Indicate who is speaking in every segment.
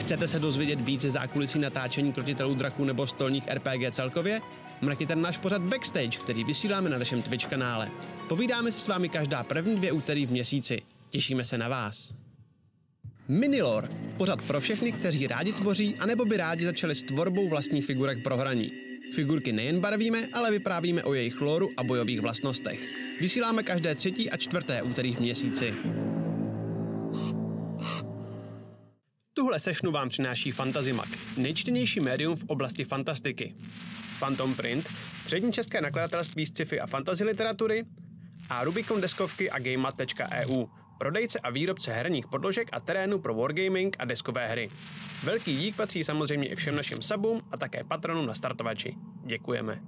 Speaker 1: Chcete se dozvědět více zákulisí natáčení krotitelů draků nebo stolních RPG celkově? Mrkněte na náš pořad Backstage, který vysíláme na našem Twitch kanále. Povídáme si s vámi každá první dvě úterý v měsíci. Těšíme se na vás. Minilor, pořad pro všechny, kteří rádi tvoří, anebo by rádi začali s tvorbou vlastních figurek pro hraní. Figurky nejen barvíme, ale vyprávíme o jejich lóru a bojových vlastnostech. Vysíláme každé třetí a čtvrté úterý v měsíci. Tuhle sešnu vám přináší Fantazimak, nejčtenější médium v oblasti fantastiky. Phantom Print, přední české nakladatelství z sci-fi a fantasy literatury a Rubikon deskovky a gamemat.eu, prodejce a výrobce herních podložek a terénu pro wargaming a deskové hry. Velký dík patří samozřejmě i všem našim subům a také patronům na startovači. Děkujeme.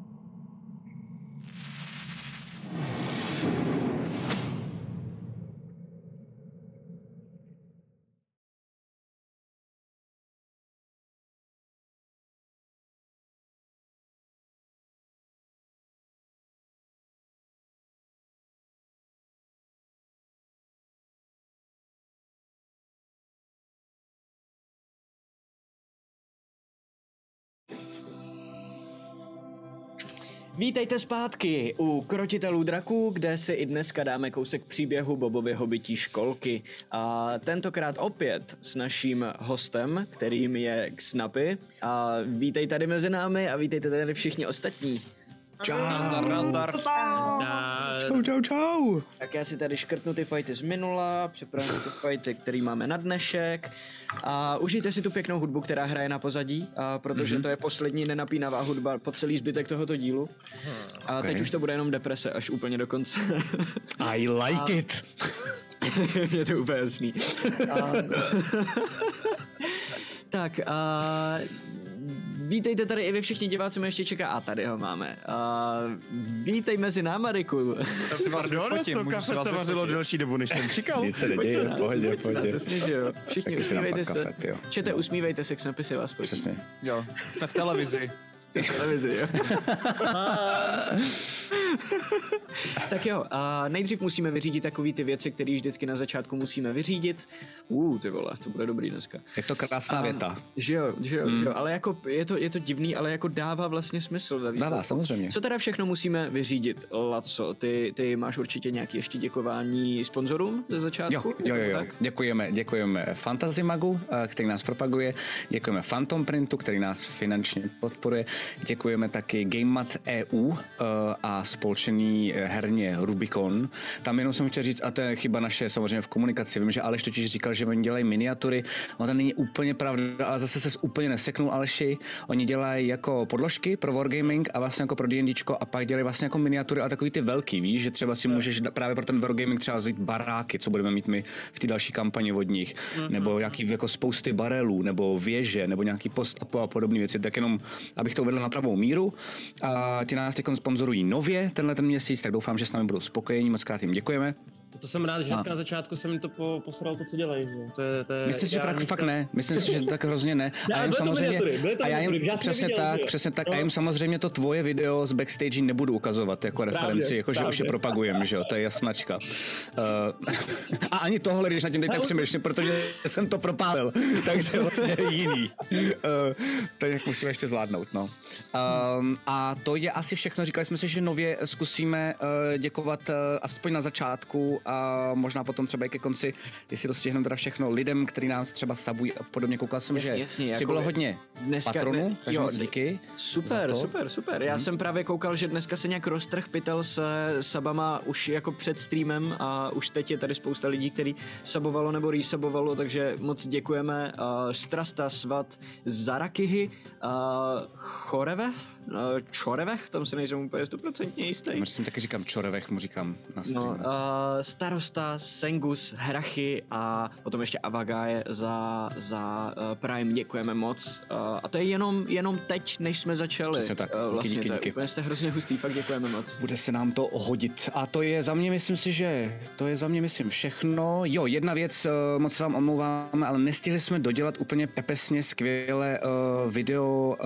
Speaker 2: Vítejte zpátky u Krotitelů draků, kde si i dneska dáme kousek příběhu Bobovy hobití školky. A tentokrát opět s naším hostem, kterým je Snapy. A vítej tady mezi námi a vítejte tady všichni ostatní.
Speaker 3: Nazdar, nazdar.
Speaker 2: Čau, čau, čau. Tak já si tady škrtnu ty fajty z minula, připravím ty fajty, který máme na dnešek a užijte si tu pěknou hudbu, která hraje na pozadí, a protože
Speaker 3: Mhm.
Speaker 2: mm-hmm. to je poslední nenapínavá hudba po celý zbytek tohoto dílu. A okay. teď už to bude jenom deprese, až úplně do konce.
Speaker 4: I like it.
Speaker 2: je to úplně jasný. a... tak a vítejte tady i vy všichni diváci, mě ještě čeká. A tady ho máme. A vítej mezi náma, Riku.
Speaker 3: Pardon,
Speaker 5: Fotím,
Speaker 3: to
Speaker 5: můžu
Speaker 3: kafe
Speaker 5: se vás
Speaker 3: se vařilo
Speaker 5: vyfotit?
Speaker 3: delší dobu, než jsem čekal.
Speaker 4: Nic se
Speaker 2: Pojď
Speaker 4: neděje,
Speaker 2: se nás-
Speaker 4: pohodě,
Speaker 2: pojď se nás
Speaker 4: pohodě.
Speaker 2: zasměš, jo. Všichni
Speaker 4: Taky si dám
Speaker 2: usmívejte
Speaker 4: pak
Speaker 2: se.
Speaker 4: kafe, tyjo.
Speaker 2: Čete, usmívejte se, snapy si vás pojď.
Speaker 4: Přesně.
Speaker 5: Jo, jste v televizi.
Speaker 2: V televizi, jo. tak jo, a nejdřív musíme vyřídit takový ty věci, které vždycky na začátku musíme vyřídit. Uh, ty vole, to bude dobrý dneska.
Speaker 4: Je to krásná věta. Hmm.
Speaker 2: Že jo, že jo, že jo, ale jako je to, je to divný, ale jako dává vlastně smysl ve výsledku.
Speaker 4: Dává, samozřejmě.
Speaker 2: Co teda všechno musíme vyřídit, Laco? Ty, ty máš určitě nějaké ještě děkování sponzorům ze
Speaker 4: Jo,
Speaker 2: začátku?
Speaker 4: jo, jo,
Speaker 2: nebo
Speaker 4: jo.
Speaker 2: jako tak?
Speaker 4: Děkujeme, děkujeme Fantasy Magu, eh, který nás propaguje, děkujeme Phantom Printu, který nás finančně podporuje, děkujeme taky GameMat EU eh, a spolčený eh, herně Rubicon. Tam jenom jsem chtěl říct, a to je chyba naše samozřejmě v komunikaci, vím, že Aleš totiž říkal, že oni dělají miniatury, no to není úplně pravda, ale zase se úplně neseknul Aleši, oni dělají jako podložky pro Wargaming a vlastně jako pro D&Dčko a pak dělají vlastně jako miniatury a takový ty velký, víš, že třeba si můžeš da- právě pro ten Wargaming třeba vzít baráky, co budeme mít my v té další kampani od nich, nebo nějaký jako spousty barelů, nebo věže, nebo nějaký post a podobné věci, tak jenom abych to uvedl na pravou míru. A ti nás teď sponzorují nově tenhle ten měsíc, tak doufám, že s námi budou spokojení, moc krát jim děkujeme.
Speaker 6: To jsem rád, že
Speaker 4: A.
Speaker 6: hnedka na začátku jsem jim to po, posral to, co dělají. že? To je, to je
Speaker 4: Myslím si, že
Speaker 6: já-
Speaker 4: prak, fakt ne. Myslím si, že tak hrozně ne.
Speaker 6: Ne,
Speaker 4: A
Speaker 6: ale
Speaker 4: jim
Speaker 6: byly to
Speaker 4: samozřejmě,
Speaker 6: miniatury, byly to
Speaker 4: a já jim,
Speaker 6: miniatury, já jsem
Speaker 4: přesně
Speaker 6: je viděl,
Speaker 4: tak,
Speaker 6: že jo.
Speaker 4: přesně tak. A
Speaker 6: No.
Speaker 4: jim samozřejmě to tvoje video z backstage nebudu ukazovat jako referenci, jako že už je
Speaker 6: právě.
Speaker 4: propagujem, že jo, to je jasnačka. Uh, a ani tohle, když na tím teď tak přemýšlím, protože jsem to propálil, takže vlastně jiný. Uh, to nějak musíme ještě zvládnout, no. Um, a to je asi všechno. Říkali jsme si, že nově zkusíme uh, děkovat uh, aspoň na začátku a možná potom třeba i ke konci, jestli to stihneme teda všechno lidem, který nás třeba sabují a podobně. Koukal jsem,
Speaker 2: Jasně,
Speaker 4: že
Speaker 2: jasně, jako
Speaker 4: přibylo
Speaker 2: je-
Speaker 4: hodně
Speaker 2: dneska-
Speaker 4: dneska, patronů,
Speaker 2: ne-
Speaker 4: takže
Speaker 2: jo,
Speaker 4: moc
Speaker 2: d-
Speaker 4: díky.
Speaker 2: Super,
Speaker 4: za to. Mhm.
Speaker 2: super, super. Já jsem právě koukal, že dneska se nějak roztrh pytel se sabama už jako před streamem a už teď je tady spousta lidí, který sabovalo nebo resabovalo, takže moc děkujeme. Uh, Strasta, Svat, Zarakihy, uh, Choreve, uh, Čorevech, tam se nejsem úplně stoprocentně jistý.
Speaker 4: Myslím, taky říkám čorevech, mu říkám na
Speaker 2: No,
Speaker 4: streamu.
Speaker 2: uh, starosta, Sengus, Hrachy a potom ještě Avagaje za, za uh, Prime, děkujeme moc. Uh, a to je jenom, jenom teď, než jsme začali.
Speaker 4: Přesně tak.
Speaker 2: Uh,
Speaker 4: Díky,
Speaker 2: vlastně,
Speaker 4: díky,
Speaker 2: to je
Speaker 4: díky.
Speaker 2: Úplně jste hrozně hustý, fakt děkujeme moc.
Speaker 4: Bude se nám to hodit. A to je za mě, myslím si, že to je za mě, myslím, všechno. Jo, jedna věc, eh, moc se vám omlouváme, ale nestihli jsme dodělat úplně pepesně skvěle eh, video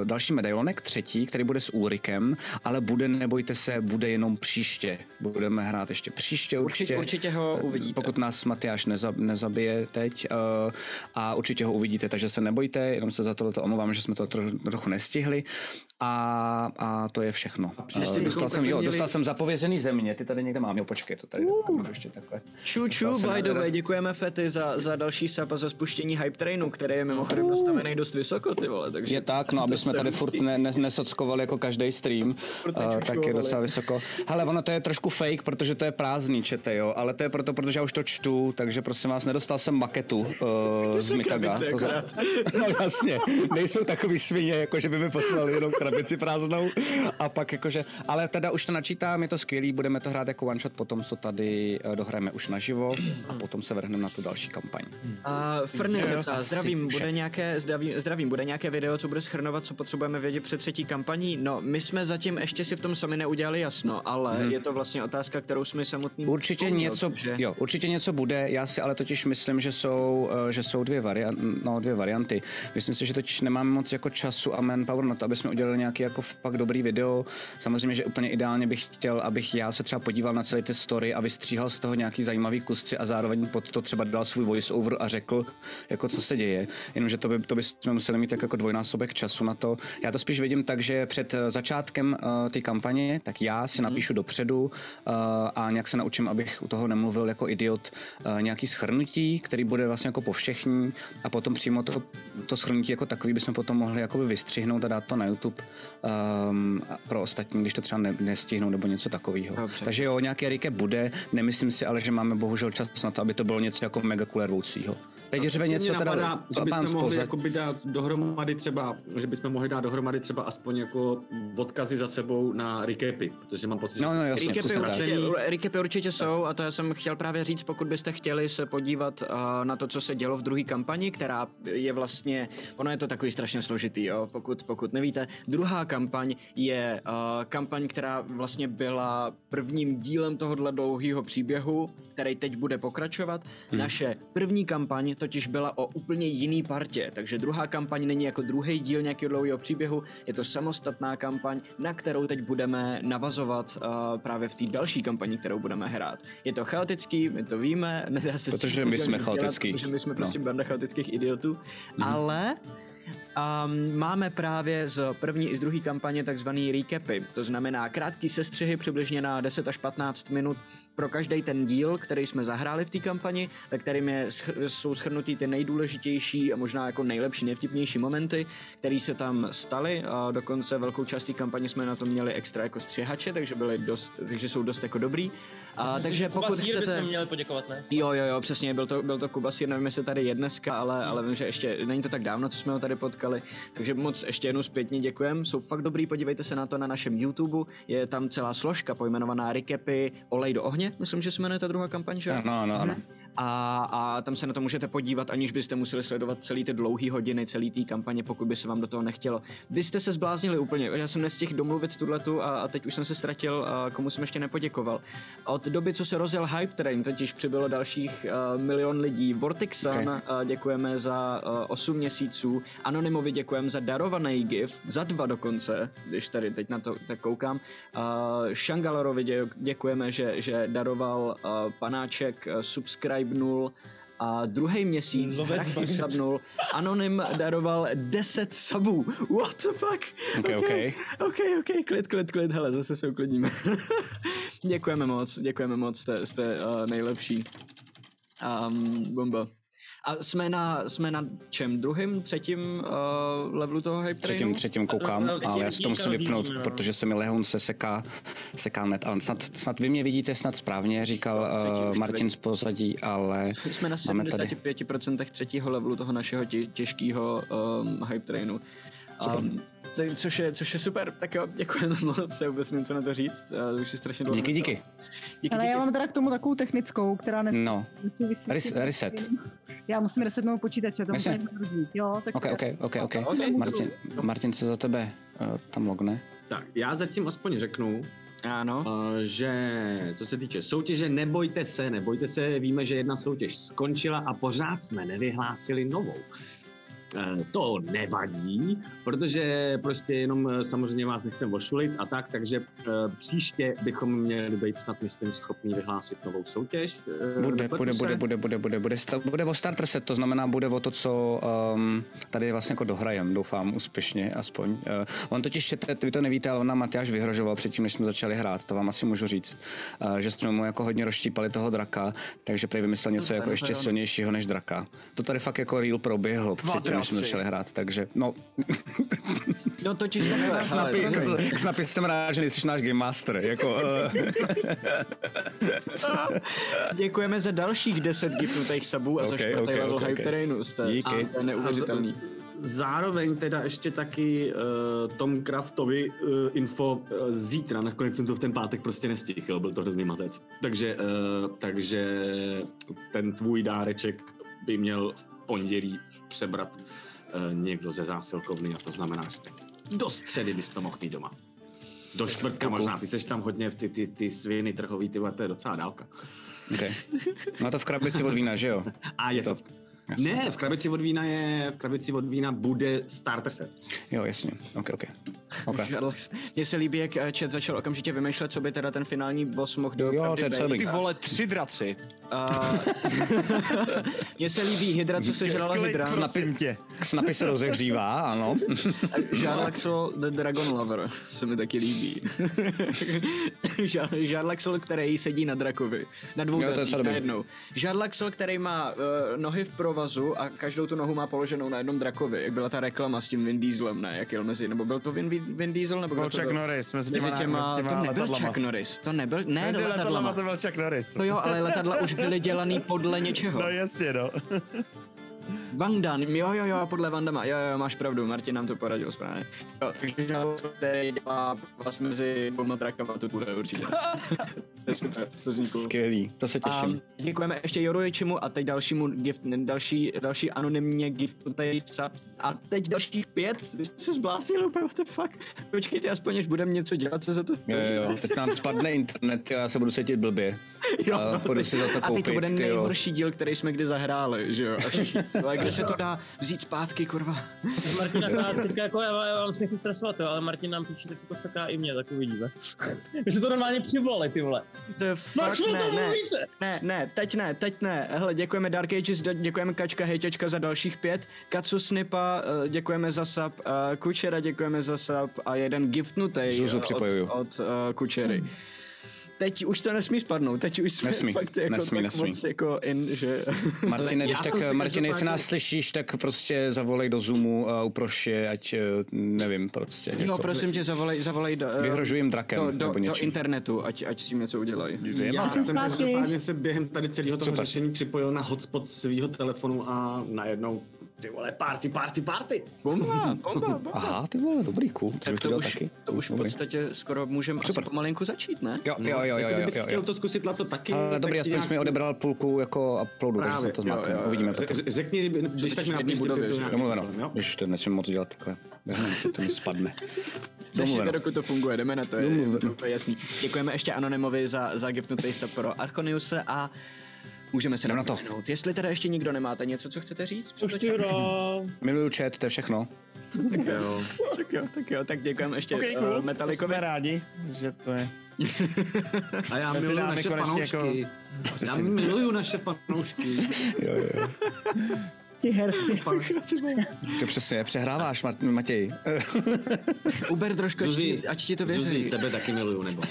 Speaker 4: eh, další medailonek, dílek třetí, který bude s Úrikem, ale bude, nebojte se, bude jenom příště. Budeme hrát ještě příště určitě.
Speaker 2: Určitě, určitě ho uvidíte.
Speaker 4: Pokud nás Matyáš neza, nezabije teď eh, a určitě ho uvidíte, takže se nebojte, jenom se za tohleto omlouvám, že jsme to tro, trochu nestihli a, a to je všechno.
Speaker 2: příště
Speaker 4: Eh,
Speaker 2: bychom
Speaker 4: dostal, jsem,
Speaker 2: taky
Speaker 4: jo,
Speaker 2: měli- Uh.
Speaker 4: dostal jsem zapovězený země, ty tady někde mám, jo počkej, to tady můžu ještě takhle.
Speaker 2: Ču, ču,
Speaker 4: jsem
Speaker 2: by the
Speaker 4: teda-
Speaker 2: way, děkujeme Fety za, za další sub a za spuštění Hype Trainu, který je mimochodem nastavený dost vysoko, ty vole, takže...
Speaker 4: Je tak, no, aby jsme tady furt ne, ne, nesockovali jako každý stream, uh, tak je docela vysoko. Hele, ono to je trošku fake, protože to je prázdný čete, jo, ale to je proto, protože já už to čtu, takže prosím vás, nedostal jsem maketu uh, z Mitaga.
Speaker 2: krabice
Speaker 4: To za...
Speaker 2: akorát.
Speaker 4: No jasně, nejsou takový svině, jako že by mi poslali jenom krabici prázdnou a pak jakože, ale teda už to načítám, je to skvělý, budeme to hrát jako one shot potom, co tady eh, dohrajeme už naživo a potom se vrhneme na tu další kampaň.
Speaker 2: A Frny se
Speaker 4: Jo,
Speaker 2: ptá,
Speaker 4: asi
Speaker 2: zdravím bude,
Speaker 4: všechno.
Speaker 2: nějaké, zdravím, zdravím, bude nějaké video, co bude schrnovat, co potřebujeme vědět před třetí kampaní? No, my jsme zatím ještě si v tom sami neudělali jasno, ale je to vlastně otázka, kterou jsme samotný...
Speaker 4: Mhm. Určitě něco, jo, určitě něco bude, já si ale totiž myslím, že jsou, eh, že jsou dvě, varianty, no, dvě varianty. Myslím si, že totiž nemáme moc jako času a manpower na to, aby jsme udělali nějaký jako fakt dobrý video. Samozřejmě, že úplně ideálně bych chtěl, abych já se třeba podíval na celé ty story a vystříhal z toho nějaký zajímavý kusci a zároveň pod to třeba dal svůj voice over a řekl, jako co se děje. Jenomže to by, to by jsme museli mít tak jako dvojnásobek času na to. Já to spíš vidím tak, že před eh, začátkem eh, té kampaně, tak já si
Speaker 7: Mhm.
Speaker 4: napíšu dopředu eh, a nějak se naučím, abych u toho nemluvil jako idiot eh, nějaký schrnutí, který bude vlastně jako povšechní a potom přímo to, to schrnutí jako takový bychom potom mohli jakoby vystřihnout a dát to na YouTube um, pro ostatní, když to třeba ne, nestihnou nebo něco takového.
Speaker 2: Dobře.
Speaker 4: Takže jo, nějaký recap bude, nemyslím si ale, že máme bohužel čas na to, aby to bylo něco jako mega kulervoucího. Teď řve něco
Speaker 7: Mě napadá,
Speaker 4: teda
Speaker 7: že
Speaker 4: pán
Speaker 7: bychom mohli
Speaker 4: spoza.
Speaker 7: jako by dát dohromady třeba, že bychom mohli dát dohromady třeba aspoň jako odkazy za sebou na recapy, protože mám pocit,
Speaker 4: No, no,
Speaker 7: že...
Speaker 4: jasně,
Speaker 2: Recapy
Speaker 4: přesně tak.
Speaker 2: určitě, recapy určitě jsou a to já jsem chtěl právě říct, pokud byste chtěli se podívat uh, na to, co se dělo v druhé kampani, která je vlastně, ono je to takový strašně složitý, jo, pokud, pokud nevíte. Druhá kampaň je uh, kampaň, která vlastně byla prvním dílem tohohle dlouhého příběhu, který teď bude pokračovat. Hmm.
Speaker 4: Mhm.
Speaker 2: Naše první kampaň totiž byla o úplně jiný partě, takže druhá kampaň není jako druhý díl nějakého dlouhého příběhu, je to samostatná kampaň, na kterou teď budeme navazovat uh, právě v té další kampani, kterou budeme hrát. Je to chaotický, my to víme, nedá se s tím
Speaker 4: Protože my
Speaker 2: úplně
Speaker 4: jsme
Speaker 2: nic
Speaker 4: chaotický.
Speaker 2: Dělat, protože my jsme
Speaker 4: No.
Speaker 2: prostě banda chaotických idiotů, ale Um, máme právě z první i z druhé kampaně takzvané recapy, to znamená krátké sestřihy přibližně na 10 až 15 minut pro každý ten díl, který jsme zahráli v té kampani, ve kterým je, schr- jsou schrnutý ty nejdůležitější a možná jako nejlepší, nejvtipnější momenty, které se tam staly. A dokonce velkou část té kampaně jsme na to měli extra jako střihače, takže byly dost, takže jsou dost jako dobrý. A, takže pokud
Speaker 6: Basír
Speaker 2: chcete...
Speaker 6: bychom měli poděkovat, ne?
Speaker 2: Jo, jo, jo, přesně, byl to, byl to Kubasír, nevím, jestli tady je dneska, ale, ale vím, že ještě není to tak dávno, co jsme ho tady potkali, takže moc ještě jednou zpětně děkujem, jsou fakt dobrý, podívejte se na to na našem YouTube, je tam celá složka pojmenovaná Recapy Olej do ohně, myslím, že se jmenuje ta druhá kampaň, že? jo? Mhm.
Speaker 4: Ano, ano, ano.
Speaker 2: A, a tam se na to můžete podívat, aniž byste museli sledovat celý ty dlouhý hodiny, celý té kampaně, pokud by se vám do toho nechtělo. Vy jste se zbláznili úplně, já jsem nestihl domluvit tuhletu a, a teď už jsem se ztratil, a komu jsem ještě nepoděkoval. Od doby, co se rozjel Hype Train, totiž přibylo dalších uh, milion lidí. Vortexan
Speaker 4: Ok.
Speaker 2: okay. děkujeme za uh, 8 měsíců, Anonymovi děkujeme za darovaný gift, za dva dokonce, když tady teď na to tak koukám. Uh, Shangalorovi dě, děkujeme, že, že daroval uh, panáček, uh, subscribenul a druhý měsíc
Speaker 6: Lovec
Speaker 2: Hrachy
Speaker 6: baget.
Speaker 2: subnul. Anonym daroval 10 subů. What the fuck?
Speaker 4: Okay, okay.
Speaker 2: OK, OK, klid, klid, klid, hele, zase se uklidníme. děkujeme moc, děkujeme moc, jste, jste uh, nejlepší. Um, bomba. A jsme na, jsme na čem? Druhým, třetím uh, levelu toho hype Eh,
Speaker 4: Třetím,
Speaker 2: trainu?
Speaker 4: třetím koukám,
Speaker 6: Dobrá,
Speaker 4: ale já
Speaker 6: letí-
Speaker 4: si to musím
Speaker 6: letí
Speaker 4: vypnout,
Speaker 6: rozdílný, no.
Speaker 4: protože se mi lehon se seká, seká net, ale snad, snad vy mě vidíte snad správně, říkal
Speaker 2: No, třetí už
Speaker 4: uh,
Speaker 2: to
Speaker 4: Martin
Speaker 2: vidím.
Speaker 4: z pozadí, ale
Speaker 2: Jsme na
Speaker 4: máme tady.
Speaker 2: 75% třetího levelu toho našeho tě, těžkého um, hype trainu. Um, t- což, je, což je super, tak jo, děkujeme moc, já vůbec nevím, co na to říct, uh, už je strašně dlouho.
Speaker 4: Díky, díky.
Speaker 2: díky,
Speaker 8: Ale
Speaker 2: díky.
Speaker 8: já mám teda k tomu takovou technickou, která nes-
Speaker 4: No,
Speaker 8: nesouvisí
Speaker 4: Res-
Speaker 8: tím-
Speaker 4: reset.
Speaker 8: Já musím resetnout počítače, to
Speaker 4: Jasně.
Speaker 8: musím mrzí, jo? Tak
Speaker 4: ok, ok, ok, ok.
Speaker 2: Ok.
Speaker 4: Martin, Martin se za tebe uh, tam logne.
Speaker 7: Tak, já zatím aspoň řeknu,
Speaker 2: Ano.
Speaker 7: Uh, že co se týče soutěže, nebojte se, nebojte se, víme, že jedna soutěž skončila a pořád jsme nevyhlásili novou. Eh, To nevadí, protože prostě jenom eh, samozřejmě vás nechcem ošulit a tak, takže eh, příště bychom měli být snad, myslím, schopni vyhlásit novou soutěž. eh,
Speaker 4: Bude,
Speaker 7: nepletu
Speaker 4: bude,
Speaker 7: se?
Speaker 4: bude, bude, bude, bude, bude, sta- bude o starter set, to znamená, bude o to, co um, tady vlastně jako dohrajem, doufám, úspěšně aspoň. Uh, on totiž, čete, vy to nevíte, ale ona Matyáš vyhrožoval předtím, než jsme začali hrát, to vám asi můžu říct, uh, že jsme mu jako hodně rozštípali toho draka, takže prý vymyslel něco jako ještě silnějšího než draka. To tady fakt jako real proběhlo předtím, než jsme
Speaker 5: draci.
Speaker 4: začali hrát, takže no,
Speaker 2: No totiž takhle.
Speaker 4: Snapy,
Speaker 2: hele,
Speaker 4: snapy jsem rád, že nejsi náš game master, jako... Uh,
Speaker 2: Děkujeme za dalších 10 gifnutých sabů a za
Speaker 4: Ok,
Speaker 2: čtvrtý
Speaker 4: ok,
Speaker 2: level
Speaker 4: ok,
Speaker 2: Hype
Speaker 4: ok.
Speaker 2: Terrainu. Jste,
Speaker 4: Díky.
Speaker 2: To je neuvěřitelný.
Speaker 7: Zároveň teda ještě taky uh, Tom Craftovi uh, info uh, zítra, nakonec jsem to v ten pátek prostě nestihl, jo, byl to hrozný mazec. Takže, uh, takže ten tvůj dáreček by měl v pondělí přebrat uh, někdo ze zásilkovny a to znamená, že tak do středy bys to mohl mít doma. Do čtvrtka možná, ty seš tam hodně v ty, ty, ty sviny trhový, ty vole, to je docela dálka.
Speaker 4: okay. Má No to v krabici od vína, že jo?
Speaker 7: A je to... Ne, v krabici od vína je, v krabici od vína bude starter set.
Speaker 4: Jo, jasně, ok, ok. okay.
Speaker 2: Alex, Mně se líbí, jak eh, chat začal okamžitě vymýšlet, co by teda ten finální boss mohl do
Speaker 4: Jo, to je
Speaker 5: Ty
Speaker 4: celý.
Speaker 5: vole, tři draci.
Speaker 2: Mně se líbí Hydra, co se dělala Hydra.
Speaker 4: Snapy, snapy se rozehřívá, ano. No.
Speaker 2: Žarlaxol the Dragon Lover se mi taky líbí. Ža- Žarlaxol, který sedí na drakovi. Na dvou
Speaker 4: Jo, to je
Speaker 2: dracích
Speaker 4: celý.
Speaker 2: najednou. Žarlaxol, který má uh, nohy v provazu a každou tu nohu má položenou na jednom drakovi. Jak byla ta reklama s tím Vin Dieselem, ne? Jak jel mezi, nebo byl to Vin, Vin, Vin Diesel, nebo kdo
Speaker 3: Byl
Speaker 2: to
Speaker 3: Chuck
Speaker 2: byl?
Speaker 3: Norris, mezi těma,
Speaker 2: Mezi těma,
Speaker 3: mezi
Speaker 2: to
Speaker 3: těma
Speaker 2: nebyl
Speaker 3: letadlama.
Speaker 2: Chuck Norris, to nebyl, ne,
Speaker 3: Mezi
Speaker 2: to
Speaker 3: letadlama
Speaker 2: letadlama.
Speaker 3: to byl Chuck Norris.
Speaker 2: No jo, ale letadla už byly dělaný podle něčeho.
Speaker 3: No jasně, no.
Speaker 2: Vandan, jo, jo, jo, podle Vandama, jo, jo, máš pravdu, Martin nám to poradil správně. Jo, takže žalost, který dělá vás mezi dvěma drakama, to bude určitě. to je super, to vzniklo.
Speaker 4: Skvělý, to se
Speaker 2: A
Speaker 4: těším.
Speaker 2: děkujeme ještě Jorojičimu a teď dalšímu gift, ne, další, další anonymně gift, tady sa- a teď dalších pět, vy jste se zbláznili úplně, what the fuck. Počkejte, aspoň až budeme něco dělat, co za to...
Speaker 4: Jo, jo, jo, teď nám spadne internet a já se budu cítit blbě. A půjdu si za to
Speaker 2: a teď to
Speaker 4: koupit,
Speaker 2: bude
Speaker 4: ty jo.
Speaker 2: nejhorší díl, který jsme kdy zahráli, že jo? A všichni, ale kde se to dá vzít zpátky, kurva?
Speaker 6: Martin akorát teďka jako, já, já vám se nechci stresovat, jo, ale Martin nám píše, tak se to seká i mě, tak uvidíme. My se to normálně přivolali, ty vole.
Speaker 2: To je
Speaker 6: Proč
Speaker 2: fakt,
Speaker 6: o
Speaker 2: ne,
Speaker 6: tom
Speaker 2: ne,
Speaker 6: mluvíte?
Speaker 2: ne, ne, teď ne, teď ne. Hele, děkujeme Dark Ages, dě- děkujeme Kačka Hejťačka za dalších pět, Kacu Snipa, eh, děkujeme za sub, eh, Kučera děkujeme za sub a jeden giftnutej
Speaker 4: Zuzu
Speaker 2: eh,
Speaker 4: připojuju.
Speaker 2: od, od eh,
Speaker 7: Hmm.
Speaker 2: Kučery. Teď už to nesmí spadnout, teď už jsme
Speaker 4: Nesmí,
Speaker 2: fakt jako
Speaker 4: nesmí,
Speaker 2: tak
Speaker 4: nesmí.
Speaker 2: moc jako in, že...
Speaker 4: Martine, když
Speaker 7: Já
Speaker 4: tak, eh,
Speaker 7: jsem si
Speaker 4: Martine, jestli
Speaker 7: každopádně-
Speaker 4: nás slyšíš, tak prostě zavolej do Zoomu a uproš je, ať eh, nevím, prostě něco.
Speaker 2: Jo, No, prosím tě, zavolej, zavolej do, eh,
Speaker 4: Vyhrožuji jim drakem
Speaker 2: do, do,
Speaker 4: nebo
Speaker 2: do
Speaker 4: něčím.
Speaker 2: internetu, ať, ať s tím něco udělají.
Speaker 7: Já jsem
Speaker 8: zpátky.
Speaker 7: každopádně se během tady celého toho
Speaker 4: Super.
Speaker 7: řešení připojil na hotspot svého telefonu a najednou ty vole, party, party, party.
Speaker 2: Bomba, bomba, bomba.
Speaker 4: Aha, ty vole, dobrý, cool.
Speaker 2: Tak
Speaker 4: bych
Speaker 2: to
Speaker 4: dělal
Speaker 2: už,
Speaker 4: taky.
Speaker 2: to už v
Speaker 4: Dobrý.
Speaker 2: podstatě skoro můžeme asi
Speaker 4: Super.
Speaker 2: pomalinku začít, ne?
Speaker 4: Jo, jo, jo, jo, jo,
Speaker 7: Kdyby
Speaker 4: jo,
Speaker 7: si
Speaker 4: jo.
Speaker 7: chtěl to zkusit laco taky.
Speaker 2: Eh,
Speaker 4: Ale
Speaker 7: tak
Speaker 4: Eh, dobrý,
Speaker 7: si
Speaker 4: aspoň
Speaker 7: nějak-
Speaker 4: jsi mi odebral půlku jako uploadu, takže
Speaker 7: Právě,
Speaker 4: jsem to
Speaker 7: jo,
Speaker 4: zmáknem.
Speaker 7: jo, jo.
Speaker 4: Uvidíme potom.
Speaker 7: Ř- Řekni, kdyby- když tak mi
Speaker 2: v jedný
Speaker 7: napíš, kdyby
Speaker 2: budově,
Speaker 7: byl
Speaker 2: že?
Speaker 7: nějaký
Speaker 4: Domluveno.
Speaker 2: No.
Speaker 7: problém, jo?
Speaker 4: Ježiš, to nesmím moc dělat takhle. To mi spadne.
Speaker 2: Začněte,
Speaker 4: Domluveno.
Speaker 2: dokud to funguje, jdeme na to, je, je to jasný. Děkujeme ještě Anonymovi za, za giftnutý stop pro Archoniuse a můžeme se
Speaker 4: Jdem na
Speaker 2: na
Speaker 4: to.
Speaker 2: to. Jestli teda ještě nikdo nemáte něco, co chcete říct?
Speaker 6: Už ty ro.
Speaker 4: Miluju chat, to je všechno.
Speaker 2: Tak jo, tak jo, tak jo, tak děkujeme ještě eh,
Speaker 3: Okay,
Speaker 2: okay,
Speaker 3: cool.
Speaker 2: Metalikovi.
Speaker 3: Jsme rádi, že to je.
Speaker 7: A já
Speaker 3: Mezi
Speaker 7: miluju
Speaker 3: námi
Speaker 7: naše
Speaker 3: konečně jako-
Speaker 7: fanoušky. Já miluju naše fanoušky.
Speaker 4: Jo, jo, jo.
Speaker 8: Ti herci.
Speaker 7: Fan-
Speaker 4: To přesně, přehráváš, Mart- Matěj.
Speaker 2: Uber trošku, ať ti- ať ti to
Speaker 7: Zuzi,
Speaker 2: věří.
Speaker 7: tebe taky miluju, nebo?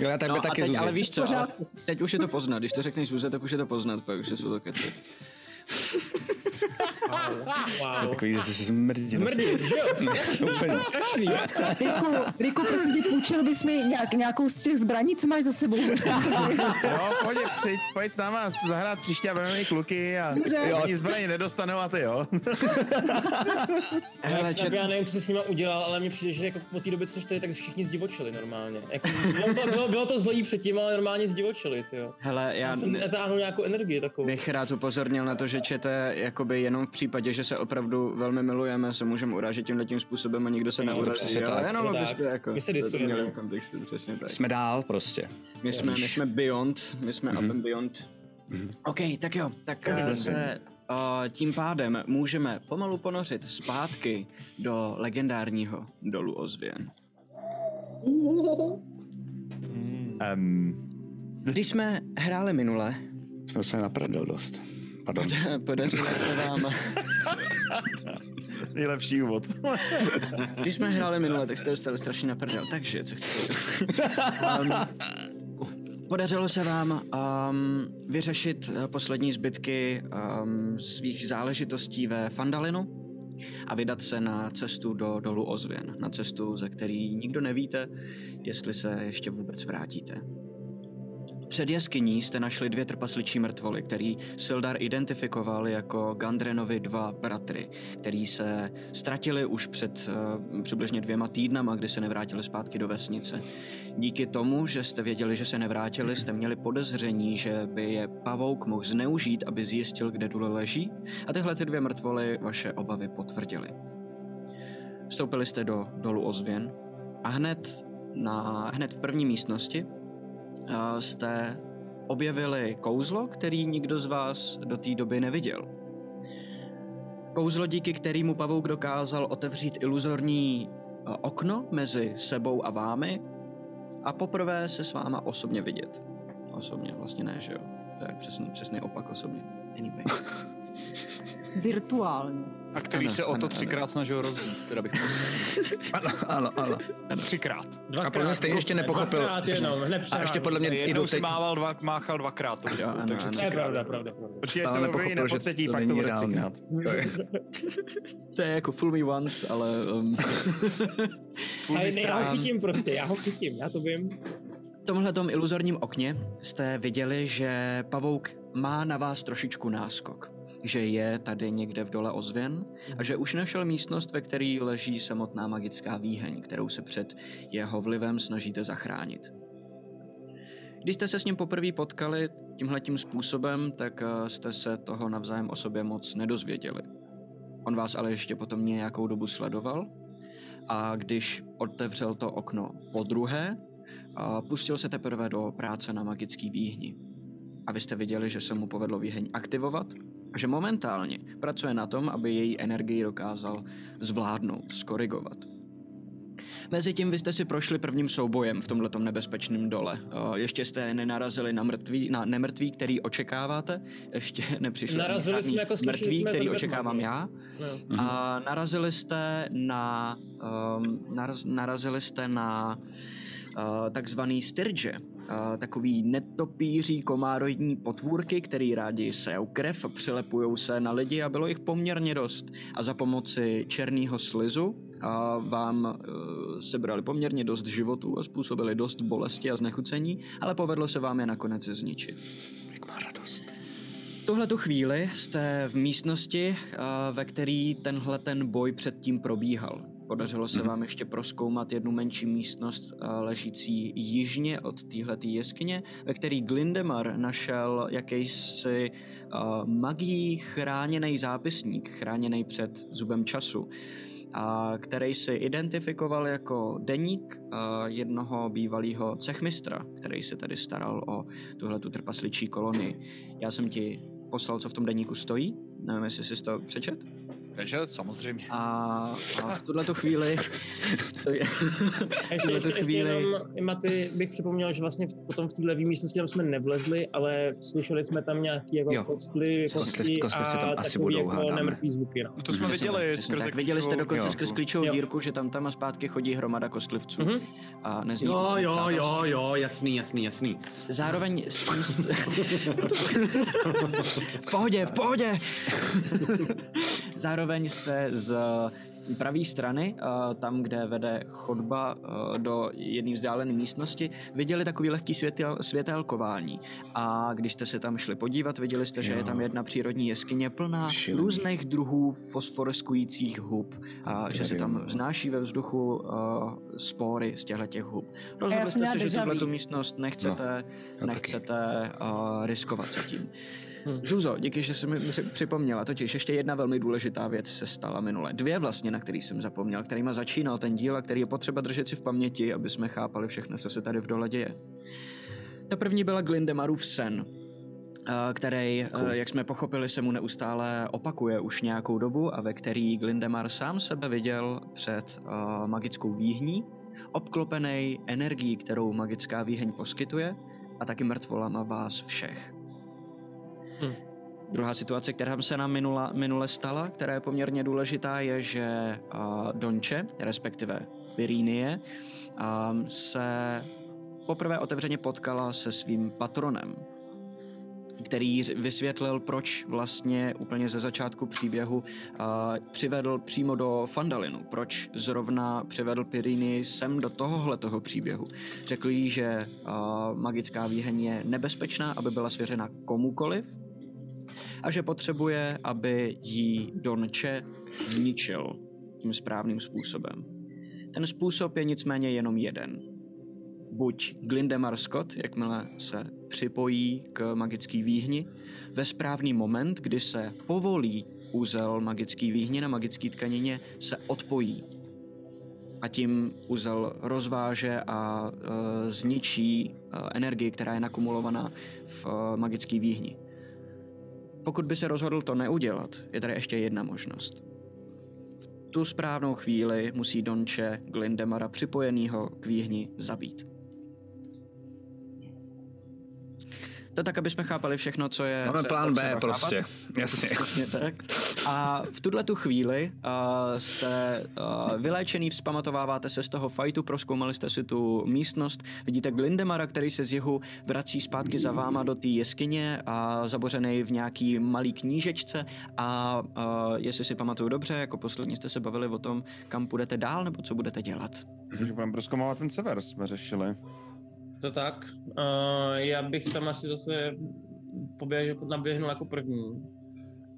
Speaker 4: Jo, já tebe
Speaker 2: No a
Speaker 4: taky,
Speaker 2: teď,
Speaker 4: Zuzi.
Speaker 2: ale víš co, ale teď už je to poznat, když to řekneš Zuze, tak už je to poznat, pak už jsou to keci.
Speaker 6: Wow.
Speaker 4: Takový zmrdě. Zmrdě, Úplně.
Speaker 8: Riku, Riku, prosím tě, půjčil bys mi nějak, nějakou z těch zbraní, co máš za sebou.
Speaker 3: Jo, pojď, přijď, pojď s náma zahrát příště a budeme i kluky a
Speaker 8: Dobře.
Speaker 3: oni zbraně nedostanou a ty jo.
Speaker 2: Hele,
Speaker 6: tak
Speaker 2: čet,
Speaker 6: já nevím, co jsi s nima udělal, ale mně přijde, že jako po té době, co jsi tady, tak všichni zdivočili normálně. Jako, bylo, to, bylo, bylo, to zlý předtím, ale normálně zdivočili, ty jo.
Speaker 2: hele, já...
Speaker 6: Já jsem
Speaker 2: ne-
Speaker 6: netáhnul nějakou energii takovou.
Speaker 2: bych rád upozornil na to, že čete jakoby jenom v případě, že se opravdu velmi milujeme, se můžeme urážet tímhle tím způsobem a nikdo se neurazí.
Speaker 4: přesně
Speaker 2: Jo,
Speaker 4: tak.
Speaker 2: jenom
Speaker 6: Tak.
Speaker 2: abyste jako...
Speaker 6: My se disujeme.
Speaker 2: to měli v kontextu, přesně tak.
Speaker 4: Jsme dál prostě.
Speaker 2: My jsme, my jsme beyond, my jsme up and beyond. OK, tak jo, tak eh, se A tím pádem můžeme pomalu ponořit zpátky do legendárního dolu ozvěn.
Speaker 3: Um,
Speaker 2: Když jsme hráli minule,
Speaker 4: Jsem se naprdel dost. Pardon.
Speaker 2: podařilo se vám
Speaker 3: nejlepší úvod.
Speaker 2: Když jsme hráli minule, tak jste dostali strašně na prdel, takže co chcete. um, podařilo se vám um, vyřešit eh, poslední zbytky um, svých záležitostí ve Fandalinu a vydat se na cestu do dolu ozvěn. Na cestu, ze který nikdo nevíte, jestli se ještě vůbec vrátíte. Před jeskyní jste našli dvě trpasličí mrtvoly, který Sildar identifikoval jako Gandrenovi dva bratry, který se ztratili už před eh, přibližně dvěma týdnama, kdy se nevrátili zpátky do vesnice. Díky tomu, že jste věděli, že se nevrátili, jste měli podezření, že by je pavouk mohl zneužít, aby zjistil, kde důle leží a tyhle ty dvě mrtvoly vaše obavy potvrdily. Vstoupili jste do dolu ozvěn a hned, na, hned v první místnosti eh, jste objevili kouzlo, který nikdo z vás do té doby neviděl. Kouzlo, díky kterému pavouk dokázal otevřít iluzorní eh, okno mezi sebou a vámi a poprvé se s váma osobně vidět. Osobně vlastně ne, že jo? To je přesný, přesný opak osobně. Anyway.
Speaker 8: Virtuální.
Speaker 5: A který
Speaker 2: Ano,
Speaker 5: se o
Speaker 2: ano,
Speaker 5: to
Speaker 2: ano.
Speaker 5: třikrát snažil rozjít, teda bych
Speaker 4: Ano, ano, ano.
Speaker 5: Třikrát.
Speaker 6: Dvakrát,
Speaker 4: A podle mě stejně ještě nepochopil.
Speaker 6: Dvakrát jenom, hned
Speaker 4: A ještě podle mě
Speaker 5: Jednou
Speaker 4: jdu
Speaker 5: si
Speaker 4: teď.
Speaker 5: mával, dva, máchal dvakrát. To,
Speaker 2: Jo, ano,
Speaker 5: takže
Speaker 2: ano.
Speaker 6: To je
Speaker 5: třikrát.
Speaker 6: pravda, pravda, pravda.
Speaker 3: Určitě
Speaker 4: Stále
Speaker 3: se dovolí
Speaker 4: nepochopil,
Speaker 3: na
Speaker 4: že
Speaker 3: potřetí,
Speaker 4: to
Speaker 3: pak to
Speaker 4: není
Speaker 3: bude
Speaker 4: ideální.
Speaker 3: třikrát.
Speaker 2: To je jako full me once, ale... Um...
Speaker 6: Ale ne, já ho chytím prostě, já ho chytím, já to vím.
Speaker 2: V tomhle tom iluzorním okně jste viděli, že pavouk má na vás trošičku náskok. Že je tady někde v dole ozvěn a že už našel místnost, ve které leží samotná magická výheň, kterou se před jeho vlivem snažíte zachránit. Když jste se s ním poprvé potkali tímhletím způsobem, tak eh, jste se toho navzájem o sobě moc nedozvěděli. On vás ale ještě potom nějakou dobu sledoval a když otevřel to okno po druhé, a pustil se teprve do práce na magický výhni. A vy jste viděli, že se mu povedlo výheň aktivovat a že momentálně pracuje na tom, aby její energii dokázal zvládnout, skorigovat. Mezitím vy jste si prošli prvním soubojem v tomto nebezpečném dole. Eh, Ještě jste nenarazili na, mrtví, na nemrtví, který očekáváte. Ještě nepřišli ani
Speaker 6: Narazili
Speaker 2: žádný
Speaker 6: jsme, jako slyšeli
Speaker 2: mrtví,
Speaker 6: jsme,
Speaker 2: který
Speaker 6: ten
Speaker 2: očekávám
Speaker 6: Batman.
Speaker 2: já.
Speaker 6: No.
Speaker 2: A narazili jste na um, naraz, narazili jste na uh, takzvaný styrže, uh, takový netopíří komároidní potvůrky, který rádi sejou krev, přilepují se na lidi a bylo jich poměrně dost. A za pomoci černého slizu uh, vám uh, sebrali poměrně dost životů a způsobili dost bolesti a znechucení, ale povedlo se vám je nakonec zničit.
Speaker 4: Jak má radost.
Speaker 2: Tuhle tu chvíli jste v místnosti, eh, ve který tenhle ten boj předtím probíhal. Podařilo se vám ještě proskoumat jednu menší místnost eh, ležící jižně od téhleté jeskyně, ve který Glindemar našel jakýsi eh, magií chráněný zápisník, chráněný před zubem času, a který si identifikoval jako deník eh, jednoho bývalého cechmistra, který se tady staral o tuhle tu trpasličí kolonii. Já jsem ti poslal, co v tom deníku stojí. Nevím, jestli jsi to přečet.
Speaker 5: Takže samozřejmě.
Speaker 2: A, a v tuhle chvíli stojí...
Speaker 6: A ještě,
Speaker 2: tuhle
Speaker 6: ještě, ještě
Speaker 2: chvíli-
Speaker 6: jenom, Maty, bych připomněl, že vlastně v- potom v téhle místnosti tam jsme nevlezli, ale slyšeli jsme tam nějaký
Speaker 4: Jo.
Speaker 6: jako kostly,
Speaker 4: Kostliv-
Speaker 6: kosti
Speaker 4: kostlivci tam
Speaker 6: a
Speaker 4: asi
Speaker 6: takový
Speaker 4: budou,
Speaker 6: jako
Speaker 4: hádáme.
Speaker 6: nemrtvý zvuky. No.
Speaker 5: No to jsme
Speaker 2: Přesně tak,
Speaker 5: viděli
Speaker 2: přesně
Speaker 5: skrze
Speaker 2: tak. Viděli jste
Speaker 5: klíčovou
Speaker 2: dokonce
Speaker 5: dírku.
Speaker 2: skrz klíčovou
Speaker 6: Jo.
Speaker 2: dírku, že tam tam a zpátky chodí hromada kostlivců.
Speaker 6: Mhm.
Speaker 2: A nezní.
Speaker 7: Jo, jo, jo, jo, jasný, jasný, jasný.
Speaker 2: Zároveň s tím... st- v pohodě, v pohodě! Zároveň jste z pravé strany, eh, tam, kde vede chodba eh, do jedné vzdálené místnosti, viděli takový lehký světel, světelkování. A když jste se tam šli podívat, viděli jste, že je tam jedna přírodní jeskyně plná
Speaker 4: Šílený.
Speaker 2: různých druhů fosforeskujících hub. A že se tam vznáší ve vzduchu uh, spory z těchto těch hub.
Speaker 8: já
Speaker 2: Rozhodli
Speaker 8: jsem
Speaker 2: jste
Speaker 8: měla
Speaker 2: se, že
Speaker 8: déjà vu.
Speaker 2: tuhle místnost nechcete, no,
Speaker 4: já
Speaker 2: nechcete uh, riskovat se tím.
Speaker 8: Hm.
Speaker 2: Žuzo, díky, že jsi mi při- připomněla. Totiž ještě jedna velmi důležitá věc se stala minule. Dvě vlastně, na který jsem zapomněl, kterýma začínal ten díl a který je potřeba držet si v paměti, aby jsme chápali všechno, co se tady v dole děje. Ta první byla Glindemarův sen. Eh, eh, který, eh, jak jsme pochopili, se mu neustále opakuje už nějakou dobu a ve který Glindemar sám sebe viděl před eh, magickou výhní, obklopený energií, kterou magická výheň poskytuje a taky mrtvolama vás všech.
Speaker 6: Hm.
Speaker 2: Druhá situace, která se nám minula, minule stala, která je poměrně důležitá, je, že uh, Donče, respektive Virinie, um, se poprvé otevřeně potkala se svým patronem, který jí ř- vysvětlil, proč vlastně úplně ze začátku příběhu a, přivedl přímo do Fandalinu, proč zrovna přivedl Pirini sem do tohohle toho příběhu. Řekl jí, že a, magická výheň je nebezpečná, aby byla svěřena komukoliv a že potřebuje, aby ji Donče zničil tím správným způsobem. Ten způsob je nicméně jenom jeden buď Glindemar Scott, jakmile se připojí k magický výhni, ve správný moment, kdy se povolí úzel magický výhni na magický tkanině, se odpojí. A tím úzel rozváže a e, zničí e, energii, která je nakumulovaná v e, magický výhni. Pokud by se rozhodl to neudělat, je tady ještě jedna možnost tu správnou chvíli musí Donče Glindemara připojenýho k výhni zabít. To tak, aby jsme chápali všechno, co je...
Speaker 4: Máme
Speaker 2: co je
Speaker 4: plán B
Speaker 2: potřeba
Speaker 4: prostě.
Speaker 2: chápat.
Speaker 4: Jasně.
Speaker 2: Přesně tak. A v tuhle tu chvíli uh, jste uh, vyléčený, vzpamatováváte se z toho fajtu, proskoumali jste si tu místnost, vidíte Glindemara, který se z jihu vrací zpátky za váma do té jeskyně a zabořený v nějaký malý knížečce a uh, jestli si pamatuju dobře, jako poslední jste se bavili o tom, kam půjdete dál nebo co budete dělat.
Speaker 3: Že budeme proskoumovat No ten sever, jsme řešili.
Speaker 6: To tak. Uh, já bych tam asi zase poběžel, naběhnul jako první.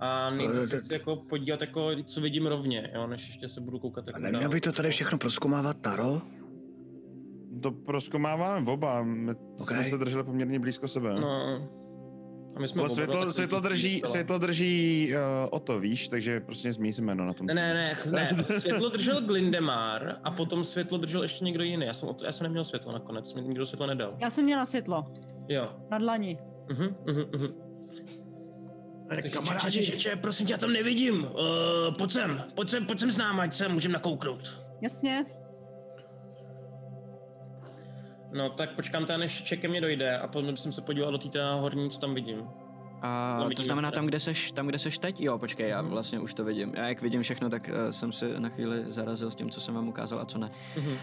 Speaker 6: A
Speaker 4: Ale
Speaker 6: nejprve se
Speaker 4: tak-
Speaker 6: chci jako podívat, jako, co vidím rovně, jo, než ještě se budu koukat. Jako
Speaker 4: A neměl by to tady všechno proskoumávat Taro?
Speaker 3: To proskoumáváme oba, my jsme
Speaker 4: Ok.
Speaker 3: se drželi poměrně blízko sebe. No,
Speaker 6: No. A my jsme
Speaker 3: Ale
Speaker 6: oba dva
Speaker 3: světlo,
Speaker 6: takový
Speaker 3: světlo
Speaker 6: ty-
Speaker 3: drží,
Speaker 6: docela.
Speaker 3: světlo drží uh, o to, víš, takže prostě změní se jméno na tom.
Speaker 6: Ne, ne, ne, ch- ne. Světlo držel Glindemar a potom světlo držel ještě někdo jiný. Já jsem, o to- já jsem neměl světlo nakonec, mi nikdo světlo nedal.
Speaker 8: Já jsem měla světlo
Speaker 6: Jo.
Speaker 8: na dlani.
Speaker 6: Mhm, mhm, mhm. Kamarádi, že, že, prosím tě, já tam nevidím. Uh, pojď sem, pojď sem, pojď sem s náma, ať se můžeme nakouknout.
Speaker 8: Jasně.
Speaker 6: No, tak počkám teda, než Čeke mě dojde a potom jsem se podíval do té teda horní, co tam vidím.
Speaker 2: A
Speaker 6: No,
Speaker 2: to
Speaker 6: vidím,
Speaker 2: znamená
Speaker 6: že-
Speaker 2: tam, kde seš, tam, kde seš teď? Jo, počkej, já vlastně už to vidím. Já jak vidím všechno, tak eh, jsem si na chvíli zarazil s tím, co jsem vám ukázal a co ne.
Speaker 6: Mhm.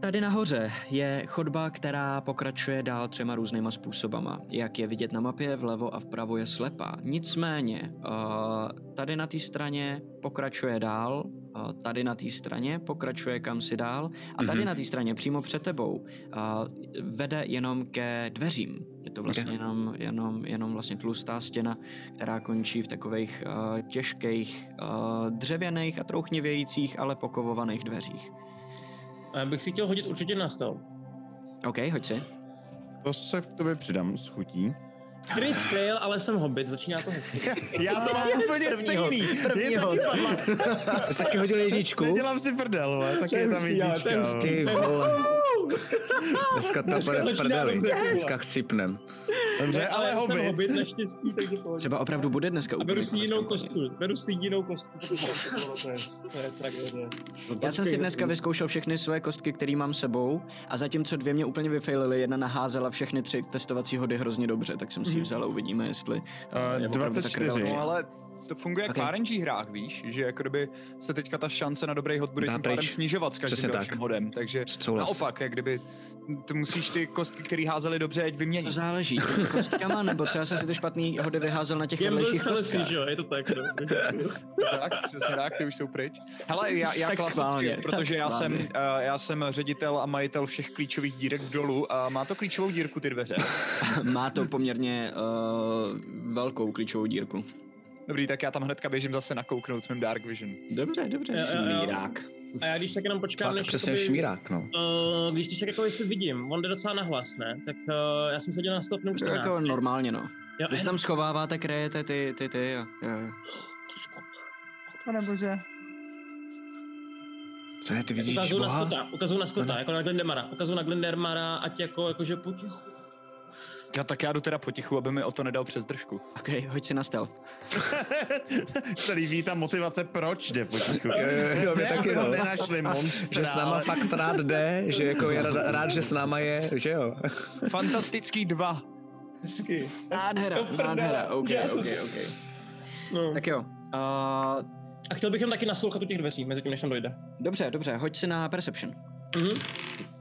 Speaker 2: Tady nahoře je chodba, která pokračuje dál třema různýma způsobama. Jak je vidět na mapě, vlevo a vpravo je slepá. Nicméně, eh, tady na té straně pokračuje dál, eh, tady na té straně pokračuje kam si dál a tady
Speaker 4: Mhm.
Speaker 2: na té straně přímo před tebou eh, vede jenom ke dveřím. Je to vlastně
Speaker 4: Ok.
Speaker 2: jenom, jenom, jenom vlastně tlustá stěna, která končí v takových eh, těžkých eh, dřevěných a trouchně vějících, ale pokovovaných dveřích.
Speaker 6: A já bych si chtěl hodit určitě na stol.
Speaker 2: OK, hoď si.
Speaker 3: To se k tobě přidám s chutí.
Speaker 6: Crit fail, ale jsem hobbit, začíná to hezky.
Speaker 3: Já to mám úplně stejný. Je taky padla.
Speaker 4: Jsi taky hodil jedničku?
Speaker 3: Nedělám si prdel, vole, taky je tam jednička. vole.
Speaker 4: Ty vole. Dneska to bude v prdeli. Dneska chcipnem.
Speaker 3: Dobře, ale
Speaker 6: Jsem
Speaker 3: hobby.
Speaker 6: hobbit naštěstí, takže pohodě.
Speaker 2: Třeba opravdu bude dneska
Speaker 6: A beru
Speaker 2: úplný
Speaker 6: si
Speaker 2: konec
Speaker 6: jinou
Speaker 2: kampaně.
Speaker 6: kostku, beru si jinou kostku. To je- to je tragédie.
Speaker 3: No,
Speaker 2: Já jsem si dneska vyzkoušel všechny své kostky, které mám sebou a zatímco dvě mě úplně vyfailily, jedna naházela všechny tři testovací hody hrozně dobře, tak jsem si ji
Speaker 6: Mhm.
Speaker 2: vzal a uvidíme, jestli...
Speaker 3: Eh,
Speaker 2: je opravdu
Speaker 3: 24.
Speaker 2: Tak
Speaker 5: No
Speaker 2: reálně.
Speaker 5: ale to funguje jak
Speaker 2: Ok.
Speaker 5: v RNG hrách, víš, že jako kdyby se teďka ta šance na dobrý hod bude
Speaker 4: Dá
Speaker 5: tím pádem
Speaker 4: pryč.
Speaker 5: snižovat s každým
Speaker 4: Přesně
Speaker 5: dalším
Speaker 4: tak.
Speaker 5: hodem, takže
Speaker 4: Souhlas.
Speaker 5: naopak, jak kdyby ty musíš ty kostky, které házely dobře, ať
Speaker 2: to
Speaker 5: vyměnit.
Speaker 2: záleží, s kostkama, nebo třeba jsem si ty špatný hody vyházel na těch vedlejších
Speaker 6: Gambles
Speaker 2: kostkách.
Speaker 6: Halsey, že jo, je to tak. No.
Speaker 5: tak, přesně tak, ty už jsou pryč. Hele, já, já
Speaker 2: Tak
Speaker 5: klasicky,
Speaker 2: schválně,
Speaker 5: protože
Speaker 2: tak
Speaker 5: já jsem,
Speaker 2: schválně.
Speaker 5: eh, já jsem ředitel a majitel všech klíčových dírek v dolu a má to klíčovou dírku ty dveře.
Speaker 2: Má to poměrně uh, velkou klíčovou dírku.
Speaker 5: Dobrý, tak já tam hnedka běžím zase nakouknout s mým Dark Vision.
Speaker 2: Dobře, dobře.
Speaker 6: Jo, jo, jo.
Speaker 7: Mírák.
Speaker 6: A já když tak jenom počkám,
Speaker 4: Tak
Speaker 6: než
Speaker 4: přesně
Speaker 6: jakoby-
Speaker 4: šmírák, no.
Speaker 6: Uh, když ty jako jestli vidím, on jde docela nahlas, ne? Tak uh, já jsem seděl na stopnu už
Speaker 2: Jako normálně, no.
Speaker 6: jo, eh.
Speaker 2: Vy se tam schováváte, krejete ty, ty, ty, jo. jo. jo.
Speaker 8: Pane bože.
Speaker 4: Co je, ty vidíš
Speaker 6: ukazuju na
Speaker 4: Boha?
Speaker 6: Skota, ukazuju na Skota,
Speaker 4: Ano.
Speaker 6: jako na Glendemara, ukazuju na Glendemara, ať jako, jakože pojď.
Speaker 5: Jo, tak já jdu teda potichu, aby mi o to nedal přes držku.
Speaker 2: Ok, hoď si na stealth.
Speaker 3: Se líbí ta motivace, proč jde potichu.
Speaker 4: jo, mě
Speaker 3: Ne,
Speaker 4: taky,
Speaker 3: aby ho
Speaker 4: no.
Speaker 3: nenašli monstra.
Speaker 4: Že s náma
Speaker 3: ale-
Speaker 4: fakt rád jde, že jako je rád, rád, že s náma je, že jo.
Speaker 5: Fantastický dva.
Speaker 6: Hezky.
Speaker 2: Nádhera,
Speaker 6: Do prdele,
Speaker 2: nádhera, ok,
Speaker 6: úžasný.
Speaker 2: ok, ok.
Speaker 6: No.
Speaker 2: Tak jo, a
Speaker 6: A chtěl bych jim taky naslouchat u těch dveří, mezi tím, než tam dojde. Mhm.
Speaker 2: dobře, dobře, hoď si na perception.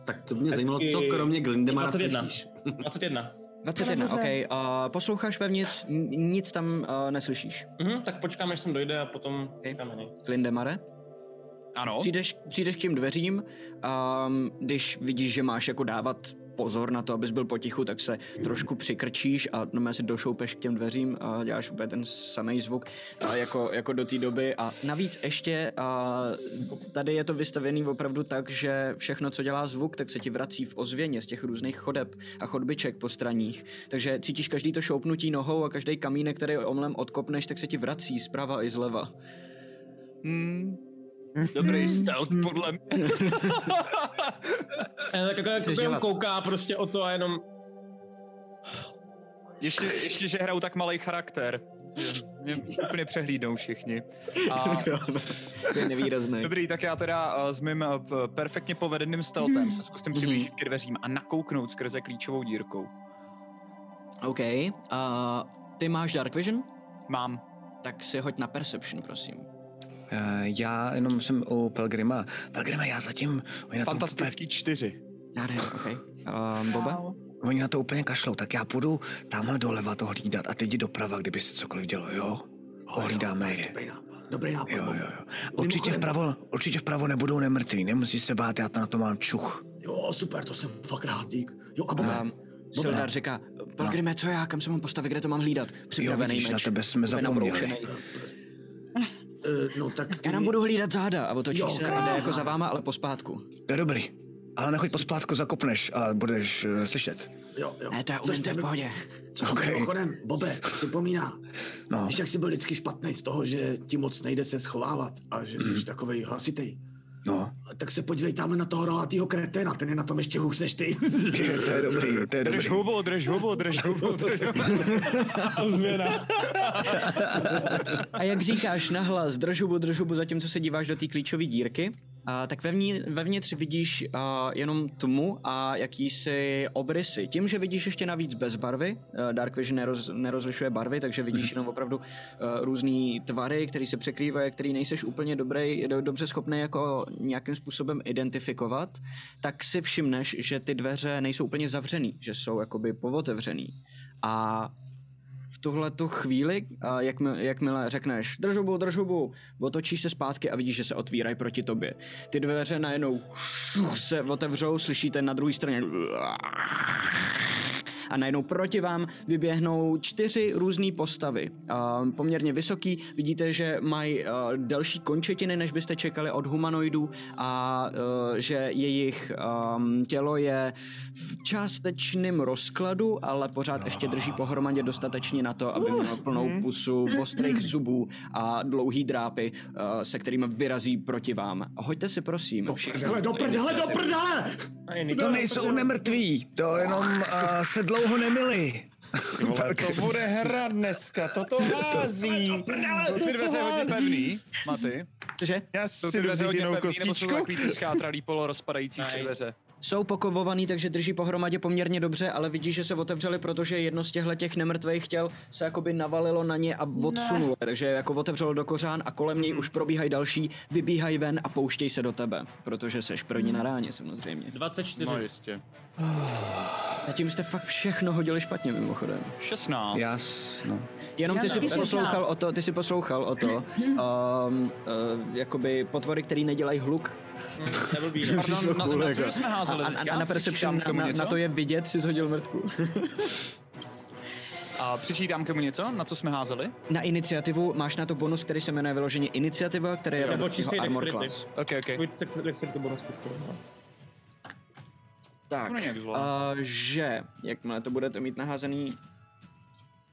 Speaker 7: Tak to mě zajímalo, co kromě Glindemara
Speaker 6: 21.
Speaker 7: slyšíš.
Speaker 6: 21.
Speaker 2: 21,
Speaker 8: Nahoře.
Speaker 2: ok. A posloucháš vevnitř, n- nic tam a, neslyšíš.
Speaker 6: Mhm, tak počkám, až sem dojde a potom čekáme nej.
Speaker 2: Lindemare,
Speaker 5: Ano.
Speaker 2: přijdeš, přijdeš k těm dveřím a mm, když vidíš, že máš jako dávat pozor na to, abys byl potichu, tak se trošku přikrčíš a no, si došoupeš k těm dveřím a děláš úplně ten samý zvuk a jako, jako do té doby a navíc ještě a tady je to vystavený opravdu tak, že všechno, co dělá zvuk, tak se ti vrací v ozvěně z těch různých chodeb a chodbiček po straních. Takže cítíš každý to šoupnutí nohou a každý kamínek, který omlem odkopneš, tak se ti vrací zprava i zleva.
Speaker 5: Hmm.
Speaker 2: Hmm.
Speaker 5: Dobrý stealth, podle mě.
Speaker 6: Eh, tak jako, jako
Speaker 2: Chceš
Speaker 6: jenom
Speaker 2: dělat?
Speaker 6: kouká prostě o to a jenom...
Speaker 5: Ještě, ještě že hrajou tak malý charakter. Mě úplně přehlídnou všichni. A
Speaker 2: Je nevýrazný.
Speaker 5: Dobrý, tak já teda eh, s mým eh, p- perfektně povedeným stealthem se zkusím
Speaker 4: Mhm.
Speaker 5: přiblížit ke dveřím a nakouknout skrze klíčovou dírkou.
Speaker 2: OK. A ty máš Dark Vision?
Speaker 5: Mám.
Speaker 2: Tak si hoď na Perception, prosím.
Speaker 4: Eh, Já jenom jsem u Pelgrima. Pelgrima, já zatím... Oni na, to úplně,
Speaker 5: Fantastický čtyři.
Speaker 2: Nádhera, OK. Um, Boba?
Speaker 4: oni na to úplně kašlou, tak já půjdu tamhle doleva to hlídat a ty jdi doprava, kdyby si cokoliv dělo, jo? Hlídáme je.
Speaker 7: Dobrý nápad, dobrý nápad.
Speaker 4: Jo,
Speaker 7: Bobo.
Speaker 4: jo, jo. Určitě vpravo, určitě vpravo nebudou nemrtví, nemusíš se bát, já to na to mám čuch.
Speaker 7: Jo, super, to jsem fakt rád, dík. Jo, a No. Bobe,
Speaker 2: Um, Sildar říká, Pelgrime, co já, kam se mám postavit, kde to mám hlídat? Připravený
Speaker 4: vidíš,
Speaker 2: meč.
Speaker 4: na tebe jsme
Speaker 2: Úplně
Speaker 4: zapomněli.
Speaker 2: nabroušený.
Speaker 7: eh, no tak ty...
Speaker 2: Já nám budu hlídat záda a otočí
Speaker 7: Jo,
Speaker 2: se a
Speaker 7: krása.
Speaker 2: jde jako za váma, ale pospátku.
Speaker 4: To je dobrý. Ale nechoď pospátku, zakopneš a budeš uh, slyšet.
Speaker 7: Jo, jo.
Speaker 2: Ne, to já
Speaker 7: Což
Speaker 2: umím, to je v
Speaker 7: mi-
Speaker 2: pohodě.
Speaker 7: Což
Speaker 4: Ok.
Speaker 7: okay. mimochodem, Bobe, připomíná,
Speaker 4: No,
Speaker 7: víš, jak jsi byl vždycky špatný z toho, že ti moc nejde se schovávat a že
Speaker 2: Mhm.
Speaker 7: jsi takovej hlasitý.
Speaker 4: no.
Speaker 7: Tak se podívej tam na toho rohatýho kreténa, ten je na tom ještě hůř než ty.
Speaker 4: To je dobrý, to je dobrý.
Speaker 5: Drž hubu, drž hubu, drž hubu, drž hubu.
Speaker 6: Změna.
Speaker 2: A jak říkáš nahlas, držubu, držubu, zatímco se díváš do té klíčové dírky, a tak vevní, vevnitř vidíš a, jenom tmu a jakýsi obrysy. Tím, že vidíš ještě navíc bez barvy, a Dark Vision neroz, nerozlišuje barvy, takže vidíš jenom opravdu a, různé tvary, které se překrývají, který nejseš úplně dobrý, do, dobře schopný jako nějakým způsobem identifikovat, tak si všimneš, že ty dveře nejsou úplně zavřený, že jsou jakoby povotevřený. A v tuhle tu chvíli, a jak, jakmile řekneš držubu, držubu, otočíš se zpátky a vidíš, že se otvírají proti tobě. Ty dveře najednou se otevřou, slyšíte na druhé straně a najednou proti vám vyběhnou čtyři různé postavy. Ehm, poměrně vysoký, vidíte, že mají eh, delší končetiny, než byste čekali od humanoidů a eh, že jejich ehm, tělo je v částečném rozkladu, ale pořád ještě drží pohromadě dostatečně na to, aby
Speaker 7: Uh,
Speaker 2: mělo plnou
Speaker 7: mhm.
Speaker 2: pusu ostrých zubů a dlouhý drápy, eh, se kterými vyrazí proti vám. Hoďte si prosím všichni.
Speaker 7: Hele, do prdele, do prdele!
Speaker 4: To nejsou nemrtví, to jenom uh, se dlouho nemili.
Speaker 3: Vole, No, to bude hra dneska, toto hází.
Speaker 5: Jsou ty dveře hodně pevný, Maty.
Speaker 2: Že?
Speaker 3: Já
Speaker 5: Jsou
Speaker 3: si
Speaker 5: ty
Speaker 3: jdu
Speaker 5: dveře
Speaker 3: vzít
Speaker 5: hodně
Speaker 3: jinou
Speaker 5: pevný, nebo jsou
Speaker 3: kostičku.
Speaker 5: takový ty schátralý polo rozpadající se
Speaker 6: Nice.
Speaker 5: dveře.
Speaker 2: Jsou pokovovaný, takže drží pohromadě poměrně dobře, ale vidí, že se otevřeli, protože jedno z těchto těch nemrtvých těl se jakoby navalilo na ně a odsunulo. Ne. Takže jako otevřelo do kořán a kolem něj už probíhají další, vybíhají ven a pouštějí se do tebe, protože seš pro ní na ráně samozřejmě.
Speaker 6: 24.
Speaker 5: No jistě.
Speaker 2: Zatím jste fakt všechno hodili špatně mimochodem.
Speaker 5: 16.
Speaker 4: Já, s- no.
Speaker 2: Jenom ty si
Speaker 9: taky
Speaker 2: poslouchal o to, ty si poslouchal o to, um, uh, jakoby potvory, které nedělají hluk,
Speaker 6: Neblbý. no.
Speaker 5: Pardon, na, na, co jsme
Speaker 2: A,
Speaker 5: házeli
Speaker 2: a,
Speaker 5: teďka?
Speaker 2: a na perception,
Speaker 5: Přičítám
Speaker 2: jako
Speaker 5: k tomu
Speaker 2: na, na
Speaker 5: něco?
Speaker 2: to je vidět, si zhodil mrtku.
Speaker 5: A přičítám k tomu něco? Na co jsme házeli?
Speaker 2: Na iniciativu máš na to bonus, který se jmenuje vyloženě iniciativa, který je
Speaker 6: Nebo
Speaker 2: vedle
Speaker 6: čistý
Speaker 2: jeho armor
Speaker 6: dexterity.
Speaker 2: class.
Speaker 5: OK, OK.
Speaker 6: Tvůj tak- dexterity bonus zkušku. no.
Speaker 2: Tak,
Speaker 5: To není jak zvládnu.
Speaker 2: uh, že jakmile to budete mít naházený,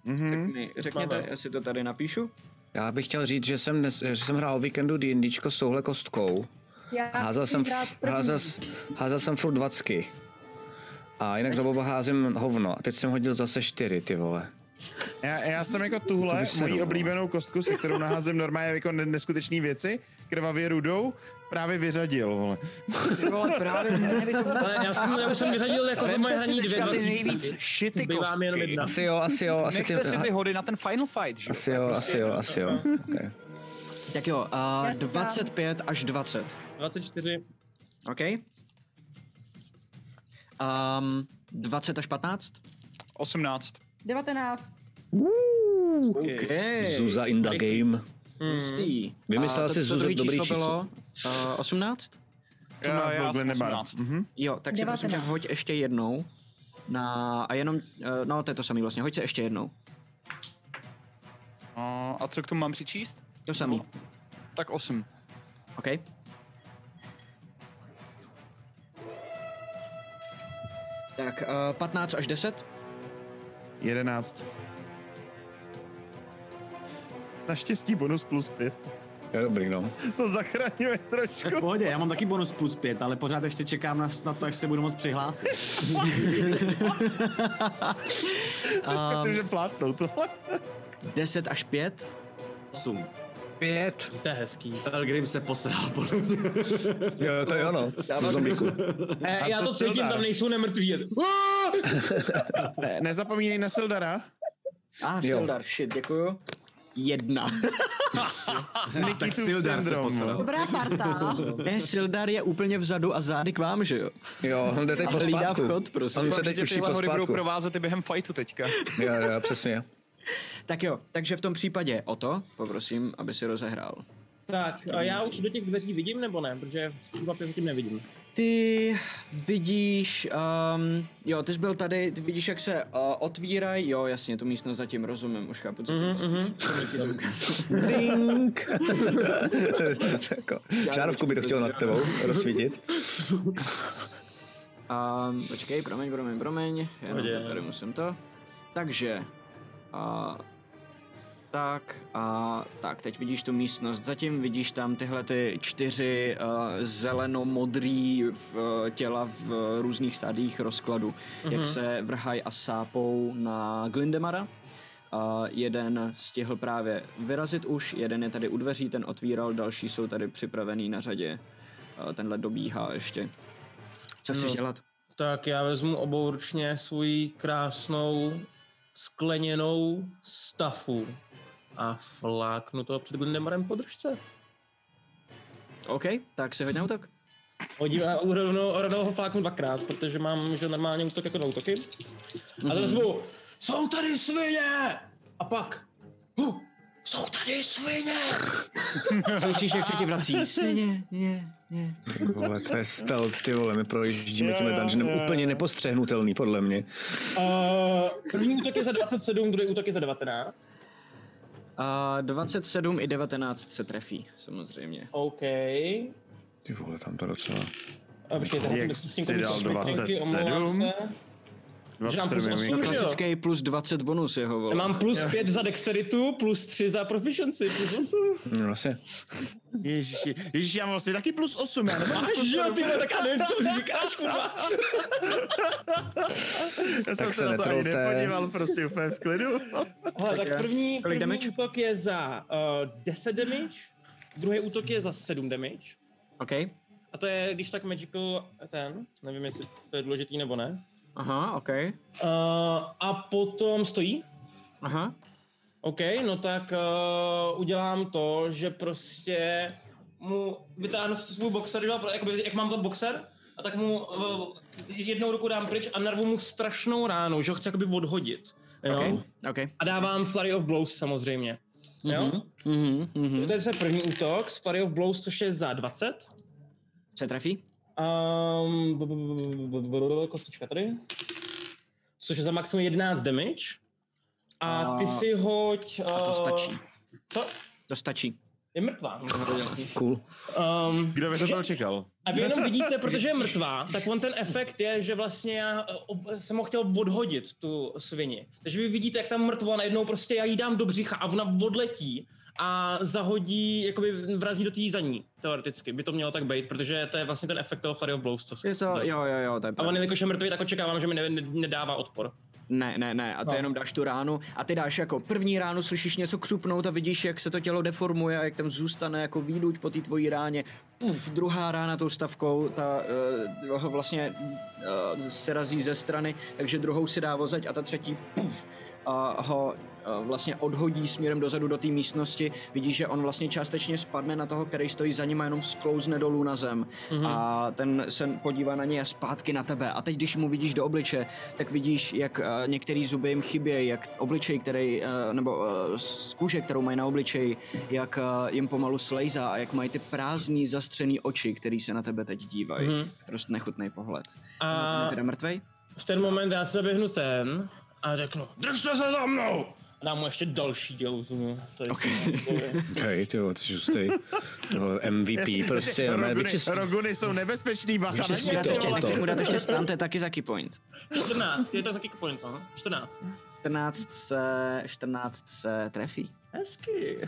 Speaker 2: mm-hmm. tak mi řekněte,
Speaker 6: Sláva.
Speaker 2: já si to tady napíšu.
Speaker 4: já bych chtěl říct, že jsem, dnes, že jsem hrál o víkendu D&Dčko s touhle kostkou.
Speaker 9: Já
Speaker 4: Házel
Speaker 9: chci
Speaker 4: jsem,
Speaker 9: hrát první.
Speaker 4: házel, s- házel jsem furt dvacky. A jinak za boba házím hovno. A teď jsem hodil zase čtyři, ty vole.
Speaker 3: Já, já jsem jako tuhle,
Speaker 4: vysedlo,
Speaker 3: moji
Speaker 4: no.
Speaker 3: oblíbenou kostku, se kterou naházím normálně jako ne- neskutečný věci, krvavě rudou, právě vyřadil, vole.
Speaker 2: Ty vole, právě ne, vy to
Speaker 6: Ale já jsem, já už jsem vyřadil jako za moje
Speaker 5: Vemte si
Speaker 6: hraní dvě
Speaker 5: teďka ty
Speaker 6: kostky.
Speaker 5: nejvíc shitty
Speaker 6: Zbývá mi jenom
Speaker 5: kostky.
Speaker 6: jedna.
Speaker 4: Asi jo, asi jo, asi ty...
Speaker 5: Nechte si ty hody na ten final fight, že? jo?
Speaker 4: Asi jo, asi jo, asi jo. Okay.
Speaker 2: Tak jo, uh, 25 až 20.
Speaker 6: 24.
Speaker 2: OK? Um, 20 až 15?
Speaker 5: 18.
Speaker 8: 19.
Speaker 2: OK.
Speaker 4: Zuza in the game.
Speaker 2: Hustý.
Speaker 4: Vymyslela
Speaker 2: A to-
Speaker 4: si
Speaker 2: to
Speaker 4: Zuzo
Speaker 2: druhý
Speaker 4: dobrý
Speaker 2: číslo.
Speaker 4: číslo.
Speaker 2: Bylo, uh, 18?
Speaker 3: Já,
Speaker 5: Já- já
Speaker 3: já
Speaker 5: jsem
Speaker 3: byl Glenn
Speaker 5: 18.
Speaker 3: Mhm.
Speaker 2: Jo, tak si prosím tě,
Speaker 8: 19.
Speaker 2: hoď ještě jednou. Na, a jenom, uh, no to je to samý vlastně, hoď se ještě jednou.
Speaker 5: A- A co k tomu mám přičíst?
Speaker 2: To samý,
Speaker 5: Tak 8.
Speaker 2: OK? Tak, uh, 15 až 10.
Speaker 3: 11. Naštěstí bonus plus 5.
Speaker 4: Jo, dobrý, no.
Speaker 3: To zachraňuje trošku.
Speaker 7: V pohodě, já mám taky bonus plus 5, ale pořád ještě čekám na, na to, až se budu moc přihlásit.
Speaker 3: Myslím, že plácnou tohle.
Speaker 2: 10 až 5.
Speaker 7: 8.
Speaker 4: Pět.
Speaker 6: To je hezký.
Speaker 7: Pelgrim se posral, podle mě. Eh,
Speaker 4: Jo, jo, to je ono. Do zombíku.
Speaker 6: E, já
Speaker 3: co
Speaker 6: to cítím,
Speaker 3: Sildar?
Speaker 6: tam nejsou nemrtví.
Speaker 3: Ne, nezapomínej na Sildara.
Speaker 2: A, ah, Sildar, shit, děkuju. Jedna.
Speaker 7: tak
Speaker 3: Nikitu
Speaker 7: Sildar se
Speaker 3: syndrom,
Speaker 5: no.
Speaker 7: posral.
Speaker 3: vole.
Speaker 8: Dobrá parta. no.
Speaker 2: ne, Sildar je úplně vzadu a zády k vám, že jo?
Speaker 4: Jo, on jde teď
Speaker 2: Ale
Speaker 4: po
Speaker 2: lídá
Speaker 4: spátku.
Speaker 2: vchod prostě.
Speaker 4: On se teď
Speaker 5: Určitě
Speaker 4: učí
Speaker 5: tyhle
Speaker 4: po
Speaker 5: hody budou
Speaker 4: spátku.
Speaker 5: provázet i během fightu teďka.
Speaker 4: Jo, jo, přesně.
Speaker 2: Tak jo, takže v tom případě o to poprosím, aby si rozehrál.
Speaker 6: Tak, a já už do těch dveří vidím nebo ne? Protože chlapě zatím nevidím.
Speaker 2: Ty vidíš, um, jo, ty jsi byl tady, ty vidíš, jak se uh, otvírají, jo, jasně, tu místnost zatím rozumím, už chápu, co mm-hmm.
Speaker 4: Ding! Tako, Žárovku by to chtěl nad tebou rozsvítit.
Speaker 2: um, Počkej, promiň, promiň, promiň, jenom
Speaker 6: Pohodě.
Speaker 2: to tady musím to. Takže, uh, tak a tak, teď vidíš tu místnost, zatím vidíš tam tyhle ty čtyři uh, zeleno-modrý v, eh, těla v eh, různých stádiích rozkladu, mm-hmm.
Speaker 6: Mhm.
Speaker 2: jak se vrhají a sápou na Glindemara. A jeden stihl právě vyrazit už, jeden je tady u dveří, ten otvíral, další jsou tady připravený na řadě. A tenhle dobíhá ještě. Co chceš
Speaker 6: No.
Speaker 2: dělat?
Speaker 6: Tak já vezmu obouručně svoji krásnou skleněnou stafu a fláknu toho před Glindemarem po držce.
Speaker 2: OK, tak se hoď na útok.
Speaker 6: Hodím a rovnou, rovnou ho fláknu dvakrát, protože mám že normálně útok jako dva útoky. A
Speaker 2: Mhm.
Speaker 6: to zvu, jsou tady svině! A pak, huh, jsou tady svině!
Speaker 2: Slyšíš, jak se ti vrací? Svině, ne, ne.
Speaker 4: Ty Vole, to je stealth, ty vole, my projíždíme
Speaker 3: Jo,
Speaker 4: tím
Speaker 3: jo, jo,
Speaker 4: dungeonem
Speaker 3: jo.
Speaker 4: úplně nepostřehnutelný, podle mě.
Speaker 6: Uh, první útok je za 27, druhý útok je za 19.
Speaker 2: A 27 i 19 se trefí, samozřejmě.
Speaker 6: OK.
Speaker 4: Ty vole, tam to docela...
Speaker 6: A počkejte, já
Speaker 3: Jak
Speaker 6: jsem bez kostinky,
Speaker 3: jsi
Speaker 6: bez
Speaker 3: dal
Speaker 6: kostinky,
Speaker 3: 27?
Speaker 6: omlouvám se. Že mám plus
Speaker 3: 27
Speaker 6: osm?
Speaker 3: je mi.
Speaker 2: Klasický plus 20 bonus jeho,
Speaker 6: Já
Speaker 2: vole.
Speaker 6: mám plus 5 za dexteritu, plus 3 za proficiency, plus 8.
Speaker 4: No vlastně.
Speaker 3: Ježiši, ježiši, já mám vlastně taky plus 8, já nemám
Speaker 6: Až jo, ty vole, tak já nevím, co mi říkáš, kurva.
Speaker 3: Já
Speaker 4: se
Speaker 3: jsem se na to ani
Speaker 4: netrolte.
Speaker 3: nepodíval, prostě úplně v klidu.
Speaker 6: Hele, tak první,
Speaker 2: Kolik
Speaker 6: první
Speaker 2: damage?
Speaker 6: útok je za uh, 10 damage, druhý útok je za 7 damage.
Speaker 2: OK.
Speaker 6: A to je, když tak magical ten, nevím, jestli to je důležitý nebo ne.
Speaker 2: Aha, OK.
Speaker 6: Uh, a potom stojí.
Speaker 2: Aha.
Speaker 6: OK, no tak uh, udělám to, že prostě mu vytáhnu si svůj boxer, že? jo, pro- jakoby, jak mám to boxer, a tak mu uh, jednou ruku dám pryč a narvu mu strašnou ránu, že ho chci jakoby odhodit. Jo?
Speaker 2: OK. OK.
Speaker 6: A dávám Flurry of Blows samozřejmě. Jo?
Speaker 2: Mhm, mhm.
Speaker 6: To je se první útok z Flurry of Blows, což je za 20.
Speaker 2: Se trefí?
Speaker 6: Um, b- b- b- b- b- b- kostička tady. Což je za maximum 11 damage. A ty
Speaker 2: A-
Speaker 6: si hoď...
Speaker 2: A to
Speaker 6: eh,
Speaker 2: stačí.
Speaker 6: Co?
Speaker 2: To stačí.
Speaker 6: Je mrtvá.
Speaker 4: Cool.
Speaker 6: Um,
Speaker 3: Kdo by to byl čekal?
Speaker 6: a vy jenom vidíte, protože je mrtvá, tak on ten efekt je, že vlastně já eh, ob- jsem ho chtěl odhodit, tu svini. Takže vy vidíte, jak tam mrtvá najednou prostě já jí dám do břicha a ona odletí a zahodí, jakoby vrazí do té zadní, teoreticky. By to mělo tak být, protože to je vlastně ten efekt toho Flurry of Blows, co
Speaker 2: Je to, jo, jo, jo, to je
Speaker 6: A on,
Speaker 2: pravda.
Speaker 6: jelikož je mrtvý, tak očekávám, že mi ne, ne, nedává odpor.
Speaker 2: Ne, ne, ne, a ty
Speaker 6: No.
Speaker 2: jenom dáš tu ránu a ty dáš jako první ránu, slyšíš něco křupnout a vidíš, jak se to tělo deformuje a jak tam zůstane jako výduť po té tvojí ráně. Puf, druhá rána tou stavkou, ta uh, ho vlastně uh, se razí ze strany, takže druhou si dá vozeď a ta třetí puf, uh, ho uh, vlastně odhodí směrem dozadu do té místnosti. Vidíš, že on vlastně částečně spadne na toho, který stojí za ním a jenom sklouzne dolů na zem.
Speaker 6: Mhm.
Speaker 2: Mm-hmm. A a ten se podívá na něj a zpátky na tebe. A teď, když mu vidíš do obliče, tak vidíš, jak eh, některý zuby jim chybějí, jak obličej, který, eh, nebo eh, z kůže, kterou mají na obličeji, jak eh, jim pomalu slejzá a jak mají ty prázdný, zastřený oči, který se na tebe teď dívají.
Speaker 6: Mhm.
Speaker 2: Mm-hmm. Dost nechutný pohled.
Speaker 6: A-
Speaker 2: A... Teda mrtvej?
Speaker 6: V ten moment já se běhnu ten a řeknu, držte se za mnou! A dám mu ještě další no. děluznu. Okay.
Speaker 4: Hej, ty jo, ty žustej. Tohle MVP prostě. ne,
Speaker 3: Roguny,
Speaker 4: vyčistí-
Speaker 3: roguny jsou nebezpečný, bacha na
Speaker 2: Nechceš mu
Speaker 3: ně.
Speaker 2: dát
Speaker 6: to,
Speaker 2: ještě,
Speaker 6: vole.
Speaker 2: nechceš mu dát ještě stán, to je taky taky point.
Speaker 6: 14, je to taky point, no? 14.
Speaker 2: 14 se, 14 se trefí.
Speaker 6: Hezky.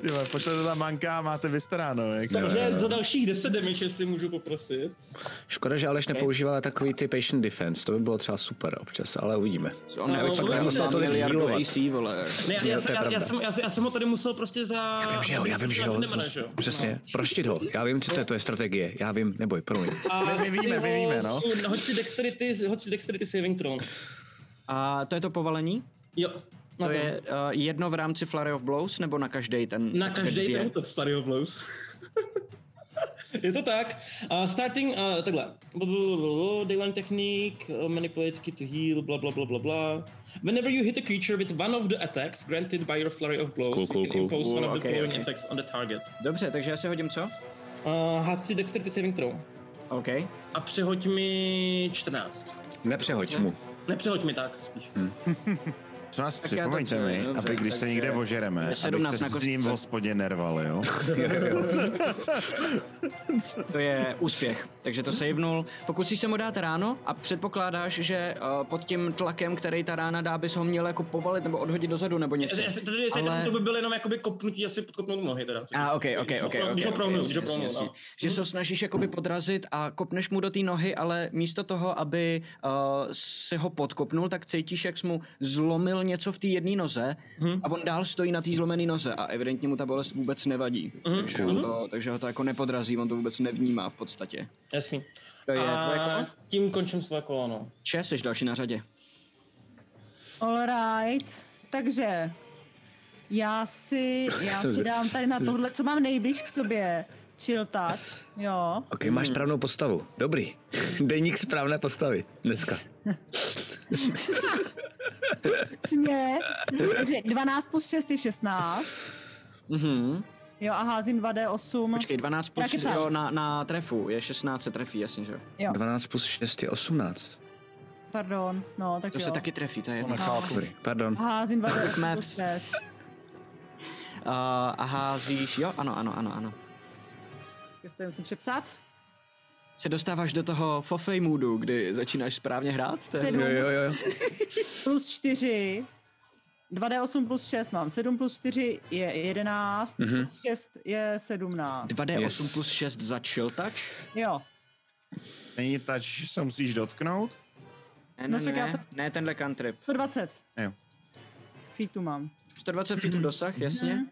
Speaker 3: Ty vole, Pošle to tam manka a máte vystaráno. Jak
Speaker 6: Takže za dalších 10 damage, jestli můžu poprosit.
Speaker 4: Škoda, že Aleš nepoužívá takový ty patient defense, to by bylo třeba super občas, ale uvidíme.
Speaker 2: On
Speaker 6: No,
Speaker 2: nevypadá
Speaker 6: uvidíme.
Speaker 2: jako
Speaker 6: Musel
Speaker 2: sám
Speaker 4: tolik
Speaker 2: miliardu
Speaker 4: healovat.
Speaker 2: AC, vole.
Speaker 6: Ne, já,
Speaker 4: Jo,
Speaker 6: já,
Speaker 4: to
Speaker 6: jsem,
Speaker 4: je
Speaker 6: já,
Speaker 4: pravda.
Speaker 6: já, jsem, já, jsem- já jsem ho tady musel prostě za...
Speaker 4: Já vím, že jo, já vím, že jo.
Speaker 6: Nemana, že jo. No.
Speaker 4: Přesně, proštit ho, já vím, co to je tvoje strategie, já vím, neboj, promiň.
Speaker 6: A
Speaker 3: My- my víme, my víme, no.
Speaker 6: Hoď si dexterity, hoď si dexterity saving throw.
Speaker 2: A to je to povalení?
Speaker 6: Jo.
Speaker 2: To
Speaker 6: na zem.
Speaker 2: je uh, jedno v rámci Flurry of Blows, nebo na každý ten?
Speaker 6: Na každý
Speaker 2: dvě?
Speaker 6: ten útok z Flario Blows. Je to tak. Uh, starting, uh, takhle. Blablabla, Dayline technique, uh, manipulate key to heal, bla bla bla bla bla. Whenever you hit a creature with one of the attacks granted by your flurry of blows,
Speaker 4: Cool, cool,
Speaker 6: you can
Speaker 4: cool.
Speaker 6: impose one of the
Speaker 2: Cool, okay,
Speaker 6: following
Speaker 2: okay.
Speaker 6: attacks on the target.
Speaker 2: Dobře, takže já si hodím co?
Speaker 6: Uh, Haz si dexterity saving throw.
Speaker 2: OK.
Speaker 6: A přehoď mi 14.
Speaker 4: Nepřehoď mu.
Speaker 6: Nepřehoď mi tak, spíš.
Speaker 3: Co nás
Speaker 2: já to
Speaker 3: No připomeňte
Speaker 2: přeju,
Speaker 3: mi,
Speaker 2: dobře,
Speaker 3: aby když se
Speaker 2: takže-
Speaker 3: někde ožereme,
Speaker 2: Je 17
Speaker 3: abyste
Speaker 2: na
Speaker 3: se s ním v
Speaker 2: kostce.
Speaker 3: hospodě nervali, jo?
Speaker 2: To je úspěch, takže to savenul. Pokusíš se mu dát ráno a předpokládáš, že uh, pod tím tlakem, který ta rána dá, bys ho měl jako povalit nebo odhodit dozadu nebo něco.
Speaker 6: Asi- asi- Tady, tady
Speaker 2: Ale-
Speaker 6: to by byly jenom jakoby kopnutí, asi podkopnout nohy teda.
Speaker 2: A ah, ok, ok,
Speaker 6: Když ho
Speaker 2: ok.
Speaker 6: pro- Když ho
Speaker 2: ok,
Speaker 6: prohnul,
Speaker 2: jasně,
Speaker 6: když ho
Speaker 2: jasně,
Speaker 6: prohnul,
Speaker 2: jasně.
Speaker 6: no.
Speaker 2: Že se ho snažíš jakoby podrazit a kopneš mu do té nohy, ale místo toho, aby uh, si ho podkopnul, tak cítíš, jak jsi mu zlomil něco v té jedné noze
Speaker 6: Mhm.
Speaker 2: a on dál stojí na té zlomené noze a evidentně mu ta bolest vůbec nevadí.
Speaker 6: Mhm.
Speaker 2: Takže, on to, takže ho to jako nepodrazí, on to vůbec nevnímá v podstatě.
Speaker 6: Jasný.
Speaker 2: To je
Speaker 6: a
Speaker 2: tvoje kolo?
Speaker 6: tím končím svoje kolo, no.
Speaker 2: Če, jsi další na řadě.
Speaker 8: Alright, takže já si, já si dám tady na tohle, co mám nejblíž k sobě, chill touch, jo.
Speaker 4: Ok, máš
Speaker 2: Hmm.
Speaker 4: správnou postavu, dobrý. Deník správné postavy, dneska.
Speaker 8: Cně, takže 12 plus 6 je 16. Mhm. Jo a házím 2D8.
Speaker 2: Počkej, 12
Speaker 8: Já
Speaker 2: plus
Speaker 8: kecám.
Speaker 2: jo, na, na trefu, je 16 se trefí, jasně, že jo.
Speaker 8: Jo,
Speaker 4: 12 plus 6 je 18.
Speaker 8: pardon, no tak
Speaker 2: To
Speaker 8: jo.
Speaker 2: se taky trefí, to je jedno.
Speaker 4: Dobrý, pardon.
Speaker 8: Házím 2D8
Speaker 2: Mac.
Speaker 8: plus 6.
Speaker 2: Uh, a házíš, jo, ano, ano, ano, ano.
Speaker 8: Počkej, si to musím přepsat.
Speaker 2: se dostáváš do toho fofej moodu, kdy začínáš správně hrát? To je...
Speaker 8: Sedm
Speaker 4: Jo, jo, jo.
Speaker 8: plus 4. 2D8 plus 6 mám. 7 plus 4 je 11,
Speaker 4: Mhm.
Speaker 8: mm-hmm. plus 6 je 17.
Speaker 2: 2D8
Speaker 4: Yes.
Speaker 2: plus 6 za chill touch?
Speaker 8: Jo.
Speaker 3: Není tač, že se musíš dotknout?
Speaker 2: Ne,
Speaker 8: No
Speaker 2: ne,
Speaker 8: tak já
Speaker 2: ne,
Speaker 8: to-
Speaker 2: ne, tenhle cantrip.
Speaker 8: 120
Speaker 3: Jo.
Speaker 8: feetů mám.
Speaker 2: 120 feetů
Speaker 8: Mhm.
Speaker 2: dosah, jasně.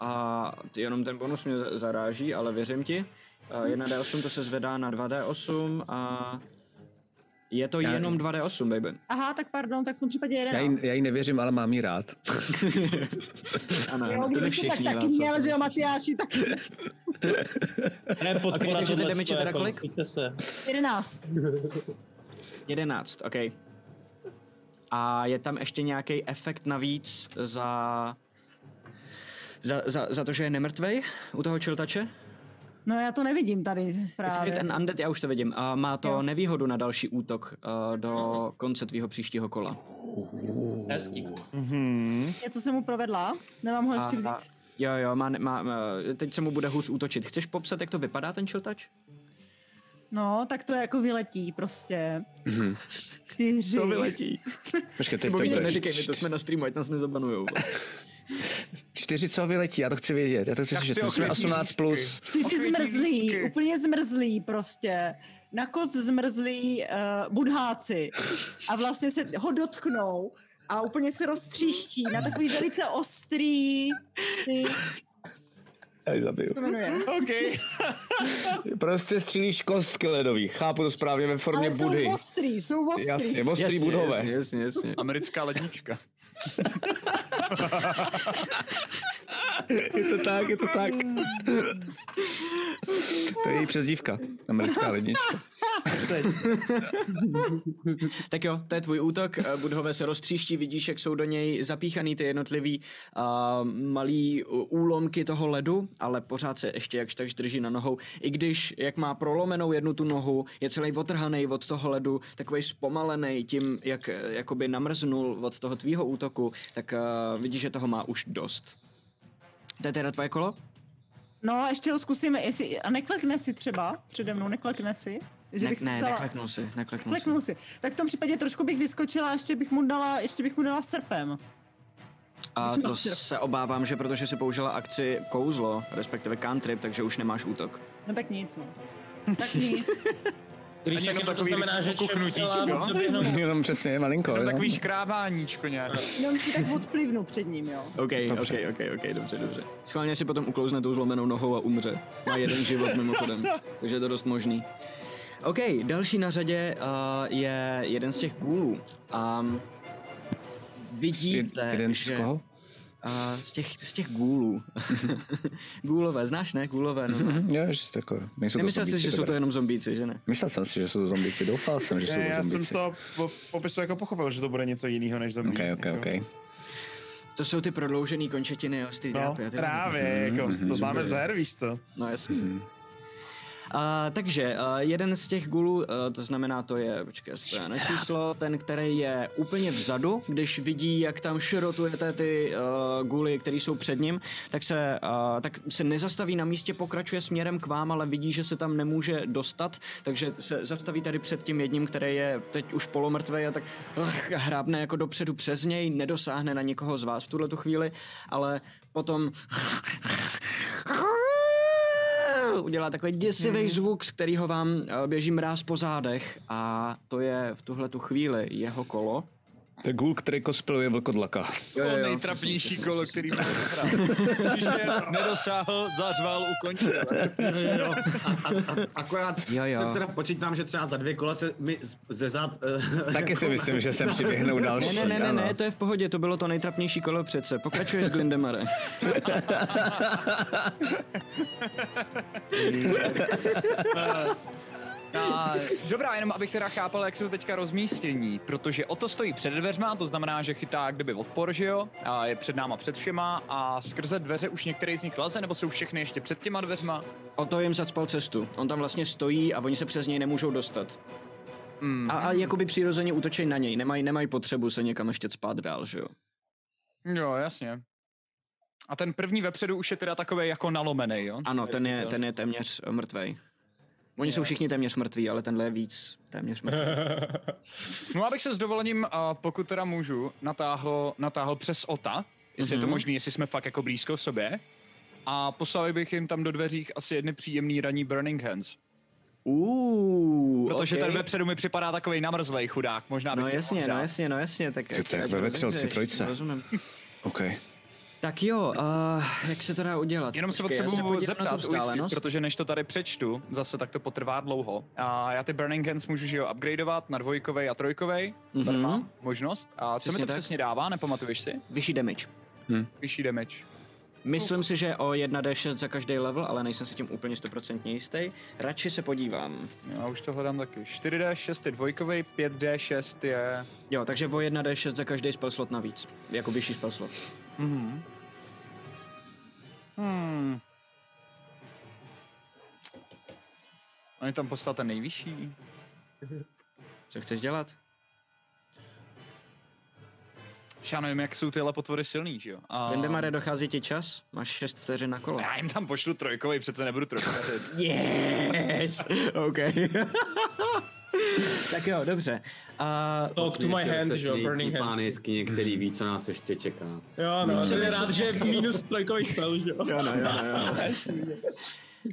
Speaker 2: A ty- jenom ten bonus mě za- zaráží, ale věřím ti. A 1D8 to se zvedá na 2D8 a je to
Speaker 4: Já-
Speaker 2: jenom 2D8, baby.
Speaker 8: Aha, tak pardon, tak v tom případě
Speaker 4: Já
Speaker 8: 11.
Speaker 4: jí, já jí nevěřím, ale mám jí rád.
Speaker 2: Ano,
Speaker 8: Jo,
Speaker 2: ano, to my
Speaker 8: kdybych to tak
Speaker 2: všichni.
Speaker 8: taky
Speaker 2: Václav.
Speaker 8: měl, že jo, Matyáši, tak
Speaker 6: Ne, podpora
Speaker 2: takže ten
Speaker 6: tohle
Speaker 2: damage je
Speaker 6: stojí,
Speaker 2: teda
Speaker 6: jako
Speaker 2: kolik?
Speaker 6: rozkýďte se.
Speaker 8: 11.
Speaker 2: 11, OK. A je tam ještě nějaký efekt navíc za... Za, za, za to, že je nemrtvej u toho čiltače?
Speaker 8: No já to nevidím tady
Speaker 2: Je
Speaker 8: právě.
Speaker 2: Ten undead, já už to vidím. A má to
Speaker 8: Jo.
Speaker 2: nevýhodu na další útok uh, do konce tvýho příštího kola.
Speaker 6: Hezký.
Speaker 8: Něco jsem mu provedla, nemám ho
Speaker 2: A,
Speaker 8: ještě vzít.
Speaker 2: a, jo, eh, jo, má, má, má, teď se mu bude hůř útočit. Chceš popsat, jak to vypadá ten čiltač?
Speaker 8: No, tak to jako vyletí prostě.
Speaker 4: Mhm.
Speaker 8: Čtyři.
Speaker 2: To vyletí.
Speaker 4: Počkej, teď
Speaker 2: Nebo
Speaker 4: to
Speaker 2: víš, to
Speaker 4: bude.
Speaker 2: neříkej, my to jsme na streamu, ať nás nezabanujou.
Speaker 4: Čtyři co vyletí, já to chci vědět. Já to chci
Speaker 5: Já
Speaker 4: slyšet.
Speaker 5: chci
Speaker 4: My jsme
Speaker 5: ochranný
Speaker 4: 18
Speaker 5: lístky.
Speaker 4: plus.
Speaker 8: Čtyři
Speaker 5: Pokrytý
Speaker 8: zmrzlí,
Speaker 5: lístky.
Speaker 8: úplně zmrzlí prostě. Na kost zmrzlí uh, budháci a vlastně se ho dotknou a úplně se roztříští na takový velice ostrý, ty, jak
Speaker 4: Já ji zabiju.
Speaker 8: to jmenuje.
Speaker 3: OK.
Speaker 4: Prostě střílíš kostky ledový. Chápu to správně ve formě
Speaker 8: Ale jsou
Speaker 4: budhy.
Speaker 8: ostrý, jsou ostrý.
Speaker 4: Jasně, ostrý
Speaker 2: Jasně,
Speaker 4: budhové.
Speaker 2: jasně, jasně.
Speaker 5: Americká lednička.
Speaker 4: Je to tak, je to tak. to je její přezdívka. Americká lednička.
Speaker 2: Tak jo, to je tvůj útok. eh, Budhové se roztříští, vidíš, jak jsou do něj zapíchaný ty jednotlivý uh, malý uh, úlomky toho ledu, ale pořád se ještě jakž takž drží na nohou. I když, jak má prolomenou jednu tu nohu, je celý otrhaný od toho ledu, takový zpomalený tím, jak eh, jakoby namrznul od toho tvýho útoku, tak uh, vidíš, že toho má už dost. To je teda tvoje kolo?
Speaker 8: No, ještě ho zkusíme, jestli, a neklekne si třeba přede mnou, neklekne si. Že bych si
Speaker 2: ne, ne,
Speaker 8: vzala-
Speaker 2: nekleknul si, nekleknul si.
Speaker 8: Kleknu si. Tak v tom případě trošku bych vyskočila, ještě bych mu dala, ještě bych mu dala srpem.
Speaker 2: A to
Speaker 8: Myslím, že-
Speaker 2: se obávám, že protože si použila akci kouzlo, respektive cantrip, takže už nemáš útok.
Speaker 8: No tak nic, no. Tak nic.
Speaker 6: Když
Speaker 5: Ani
Speaker 6: tak
Speaker 5: jenom
Speaker 6: jenom to
Speaker 5: takový
Speaker 6: znamená, že čem
Speaker 5: okuknutí, jo?
Speaker 6: dělám, doběhnu.
Speaker 4: Jenom přesně, malinko.
Speaker 5: No
Speaker 4: jo.
Speaker 5: takový škrábáníčko nějak.
Speaker 8: Jenom si tak odplivnu před ním, jo.
Speaker 2: OK, dobře. OK, OK, OK, dobře, dobře. Schválně si potom uklouzne tou zlomenou nohou a umře. Má jeden život mimochodem, takže je to dost možný. OK, další na řadě uh, je jeden z těch kůlů. Um, vidíte,
Speaker 4: Je- Jeden
Speaker 2: že...
Speaker 4: z koho?
Speaker 2: Uh, z těch, z těch gůlů. gůlové, znáš ne? Gůlové, no.
Speaker 4: Mhm, Jo, že jsi takové. Nejsou to
Speaker 2: Nemyslel jsi,
Speaker 4: zombíci,
Speaker 2: že jsou to
Speaker 4: dobré.
Speaker 2: jenom zombíci, že ne?
Speaker 4: Myslel jsem si, že jsou to zombíci. Doufal jsem, že jsou
Speaker 3: Já,
Speaker 4: to
Speaker 3: já jsem
Speaker 4: zombíci.
Speaker 3: to po popisu jako pochopil, že to bude něco jiného než zombie.
Speaker 4: OK, OK,
Speaker 3: jako.
Speaker 4: OK.
Speaker 2: To jsou ty prodloužený končetiny, jo, z ty
Speaker 3: No,
Speaker 2: drápy a ty- Mhm.
Speaker 3: právě,
Speaker 4: Mhm,
Speaker 3: jako, to známe
Speaker 2: super.
Speaker 3: z her, víš co?
Speaker 2: No jasně. A, takže a, jeden z těch gulů, a, to znamená, to je, počkej, to je na číslo, ten, který je úplně vzadu, když vidí, jak tam šrotujete ty a, guly, které jsou před ním, tak se, a, tak se nezastaví na místě, pokračuje směrem k vám, ale vidí, že se tam nemůže dostat, takže se zastaví tady před tím jedním, který je teď už polomrtvý a tak ach, hrábne jako dopředu přes něj, nedosáhne na nikoho z vás v tuhle tu chvíli, ale potom udělá takový děsivý zvuk, z kterého vám eh, běží mráz po zádech a to je v tuhle tu chvíli jeho kolo.
Speaker 4: To je gul, který cosplayuje vlkodlaka.
Speaker 5: To bylo nejtrapnější kolo, který mohl hrát. Když je nedosáhl, zařval, ukončil.
Speaker 7: Jo, a, a, a, akorát
Speaker 2: Jo,
Speaker 7: jo,
Speaker 2: jo.
Speaker 7: jo. se teda počítám, že třeba za dvě kola se mi z- ze zad... eh,
Speaker 4: Taky si myslím, že sem přiběhnou
Speaker 2: Jako- Ne,
Speaker 4: další.
Speaker 2: ne, ne, ne,
Speaker 4: ano.
Speaker 2: ne, to je v pohodě, to bylo to nejtrapnější kolo přece. Pokračuješ, Glindemare.
Speaker 5: eh, A, dobrá, jenom abych teda chápal, jak jsou teďka rozmístění, protože o to stojí před dveřma, to znamená, že chytá kdyby odpor, že jo, a je před náma před všema a skrze dveře už některý z nich leze, nebo jsou všechny ještě před těma dveřma?
Speaker 2: O to jim zacpal cestu. On tam vlastně stojí a oni se přes něj nemůžou dostat.
Speaker 5: Mm.
Speaker 2: A, a jakoby přirozeně útočí na něj, nemají nemaj potřebu se někam ještě spát dál, že jo.
Speaker 5: Jo, jasně. A ten první vepředu už je teda takový jako nalomený, jo?
Speaker 2: Ano, ten je, ten je téměř eh, mrtvej. Oni jsou všichni téměř mrtví, ale tenhle je víc téměř mrtvý.
Speaker 5: No abych se s dovolením, a pokud teda můžu, natáhl, natáhl přes OTA, jestli mm-hmm. je to
Speaker 2: Mhm.
Speaker 5: možné, jestli jsme fakt jako blízko sobě. A poslal bych jim tam do dveřích asi jedny příjemný raní Burning Hands.
Speaker 2: Uuu,
Speaker 5: Protože
Speaker 2: okej.
Speaker 5: ten vepředu mi připadá takový namrzlej chudák, možná bych
Speaker 2: No
Speaker 5: chtěl
Speaker 2: jasně,
Speaker 5: oddát.
Speaker 2: no jasně, no jasně, tak...
Speaker 4: Ty to je jak ve vetřelci, trojce.
Speaker 2: Rozumím.
Speaker 4: OK.
Speaker 2: Tak jo, uh, jak se to dá udělat?
Speaker 5: Jenom se
Speaker 2: Počkej, já
Speaker 5: potřebuji
Speaker 2: podívám na tu
Speaker 5: zeptat, ujistit,
Speaker 2: vzdálenost.
Speaker 5: protože než to tady přečtu, zase tak to potrvá dlouho. A já ty Burning Hands můžu že jo upgradeovat na dvojkovej a trojkovej, mm-hmm. tady
Speaker 2: Mhm.
Speaker 5: mám možnost. A co
Speaker 2: Přesně
Speaker 5: mi to
Speaker 2: tak.
Speaker 5: přesně dává, nepamatuješ si? Hm.
Speaker 2: Vyšší damage.
Speaker 5: Vyšší damage.
Speaker 2: Myslím si, že o 1d6 za každý level, ale nejsem si tím úplně 100% jistý. Radši se podívám.
Speaker 5: Já už to hledám taky. 4D6 je dvojkovej, 5D6 je...
Speaker 2: Jo, takže o 1d6 za každý spell slot navíc. Jako vyšší spell slot.
Speaker 5: Mhm. Hmm. On je tam poslal ten nejvyšší.
Speaker 2: Co chceš dělat?
Speaker 5: Já nevím, jak jsou tyhle potvory silný, že jo? A...
Speaker 2: Vendemare, dochází ti čas? Máš 6 vteřin na kolo.
Speaker 5: Já jim tam pošlu trojkovej, přece nebudu trojkovej.
Speaker 2: Yes! OK. tak jo, dobře. A
Speaker 6: Talk to my hand, že jo, burning hand.
Speaker 7: Pán jeskyně, který ví, co nás ještě čeká.
Speaker 6: Jo, no, jsem rád, že je minus trojkový spell, že jo.
Speaker 7: no, jo, jo.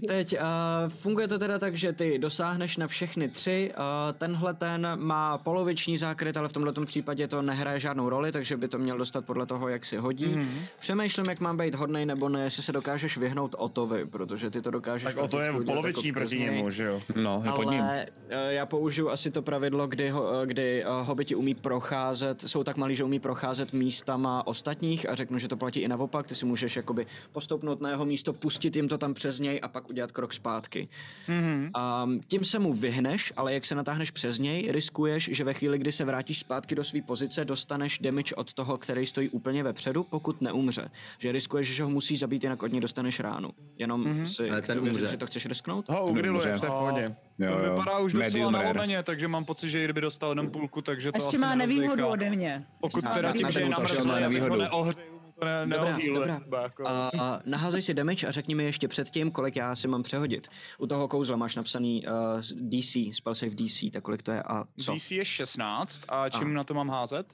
Speaker 2: teď a funguje to teda tak, že ty dosáhneš na všechny tři. A tenhle ten má poloviční zákryt, ale v tomto případě to nehraje žádnou roli, takže by to měl dostat podle toho, jak si hodí.
Speaker 3: Mhm.
Speaker 2: Mm-hmm. Přemýšlím, jak mám být hodnej nebo ne, jestli se dokážeš vyhnout Otovi, protože ty to dokážeš.
Speaker 3: Tak o to je
Speaker 2: prakticky udělat
Speaker 3: poloviční
Speaker 2: jako
Speaker 3: proti
Speaker 2: přes něj.
Speaker 3: němu, že jo?
Speaker 4: No, je pod ním.
Speaker 2: Ale eh, já použiju asi to pravidlo, kdy, ho- eh, kdy eh, hobiti umí procházet, jsou tak malí, že umí procházet místama ostatních a řeknu, že to platí i naopak, ty si můžeš jakoby postoupnout na jeho místo, pustit jim to tam přes něj a pak udělat krok zpátky. Mm-hmm. A tím se mu vyhneš, ale jak se natáhneš přes něj, riskuješ, že ve chvíli, kdy se vrátíš zpátky do své pozice, dostaneš damage od toho, který stojí úplně vepředu, pokud neumře. Že riskuješ, že ho musí zabít, jinak od něj dostaneš ránu. Jenom
Speaker 5: Mhm.
Speaker 2: mm-hmm. si
Speaker 7: Ale
Speaker 2: chci
Speaker 7: ten
Speaker 2: uvěřit,
Speaker 7: umře.
Speaker 2: že to chceš risknout?
Speaker 3: Ho
Speaker 4: Dobře.
Speaker 3: ugriluješ, to je v pohodě.
Speaker 4: Jo,
Speaker 5: To
Speaker 4: jo.
Speaker 5: vypadá už docela
Speaker 4: Medium rare.
Speaker 5: nalomeně, takže mám pocit, že i kdyby dostal jenom půlku, takže
Speaker 8: A
Speaker 5: to
Speaker 8: ještě
Speaker 5: asi
Speaker 8: má
Speaker 5: nerozdejchá.
Speaker 8: nevýhodu ode mě.
Speaker 5: Pokud
Speaker 8: Ještě má
Speaker 5: teda tím,
Speaker 8: nevýhodu.
Speaker 5: že je
Speaker 4: nevýhodu, takže má
Speaker 5: namrzlý, abych ho
Speaker 4: nevýhodu.
Speaker 5: neohřeju, mu to ne,
Speaker 2: Dobrá,
Speaker 5: neohýluje.
Speaker 2: dobrá.
Speaker 5: třeba jako.
Speaker 2: A, a naházej si damage a řekni mi ještě předtím, kolik já si mám přehodit. U toho kouzla máš napsaný uh, DC, spell save DC, tak kolik to je a co?
Speaker 5: DC je 16 a čím na to mám házet?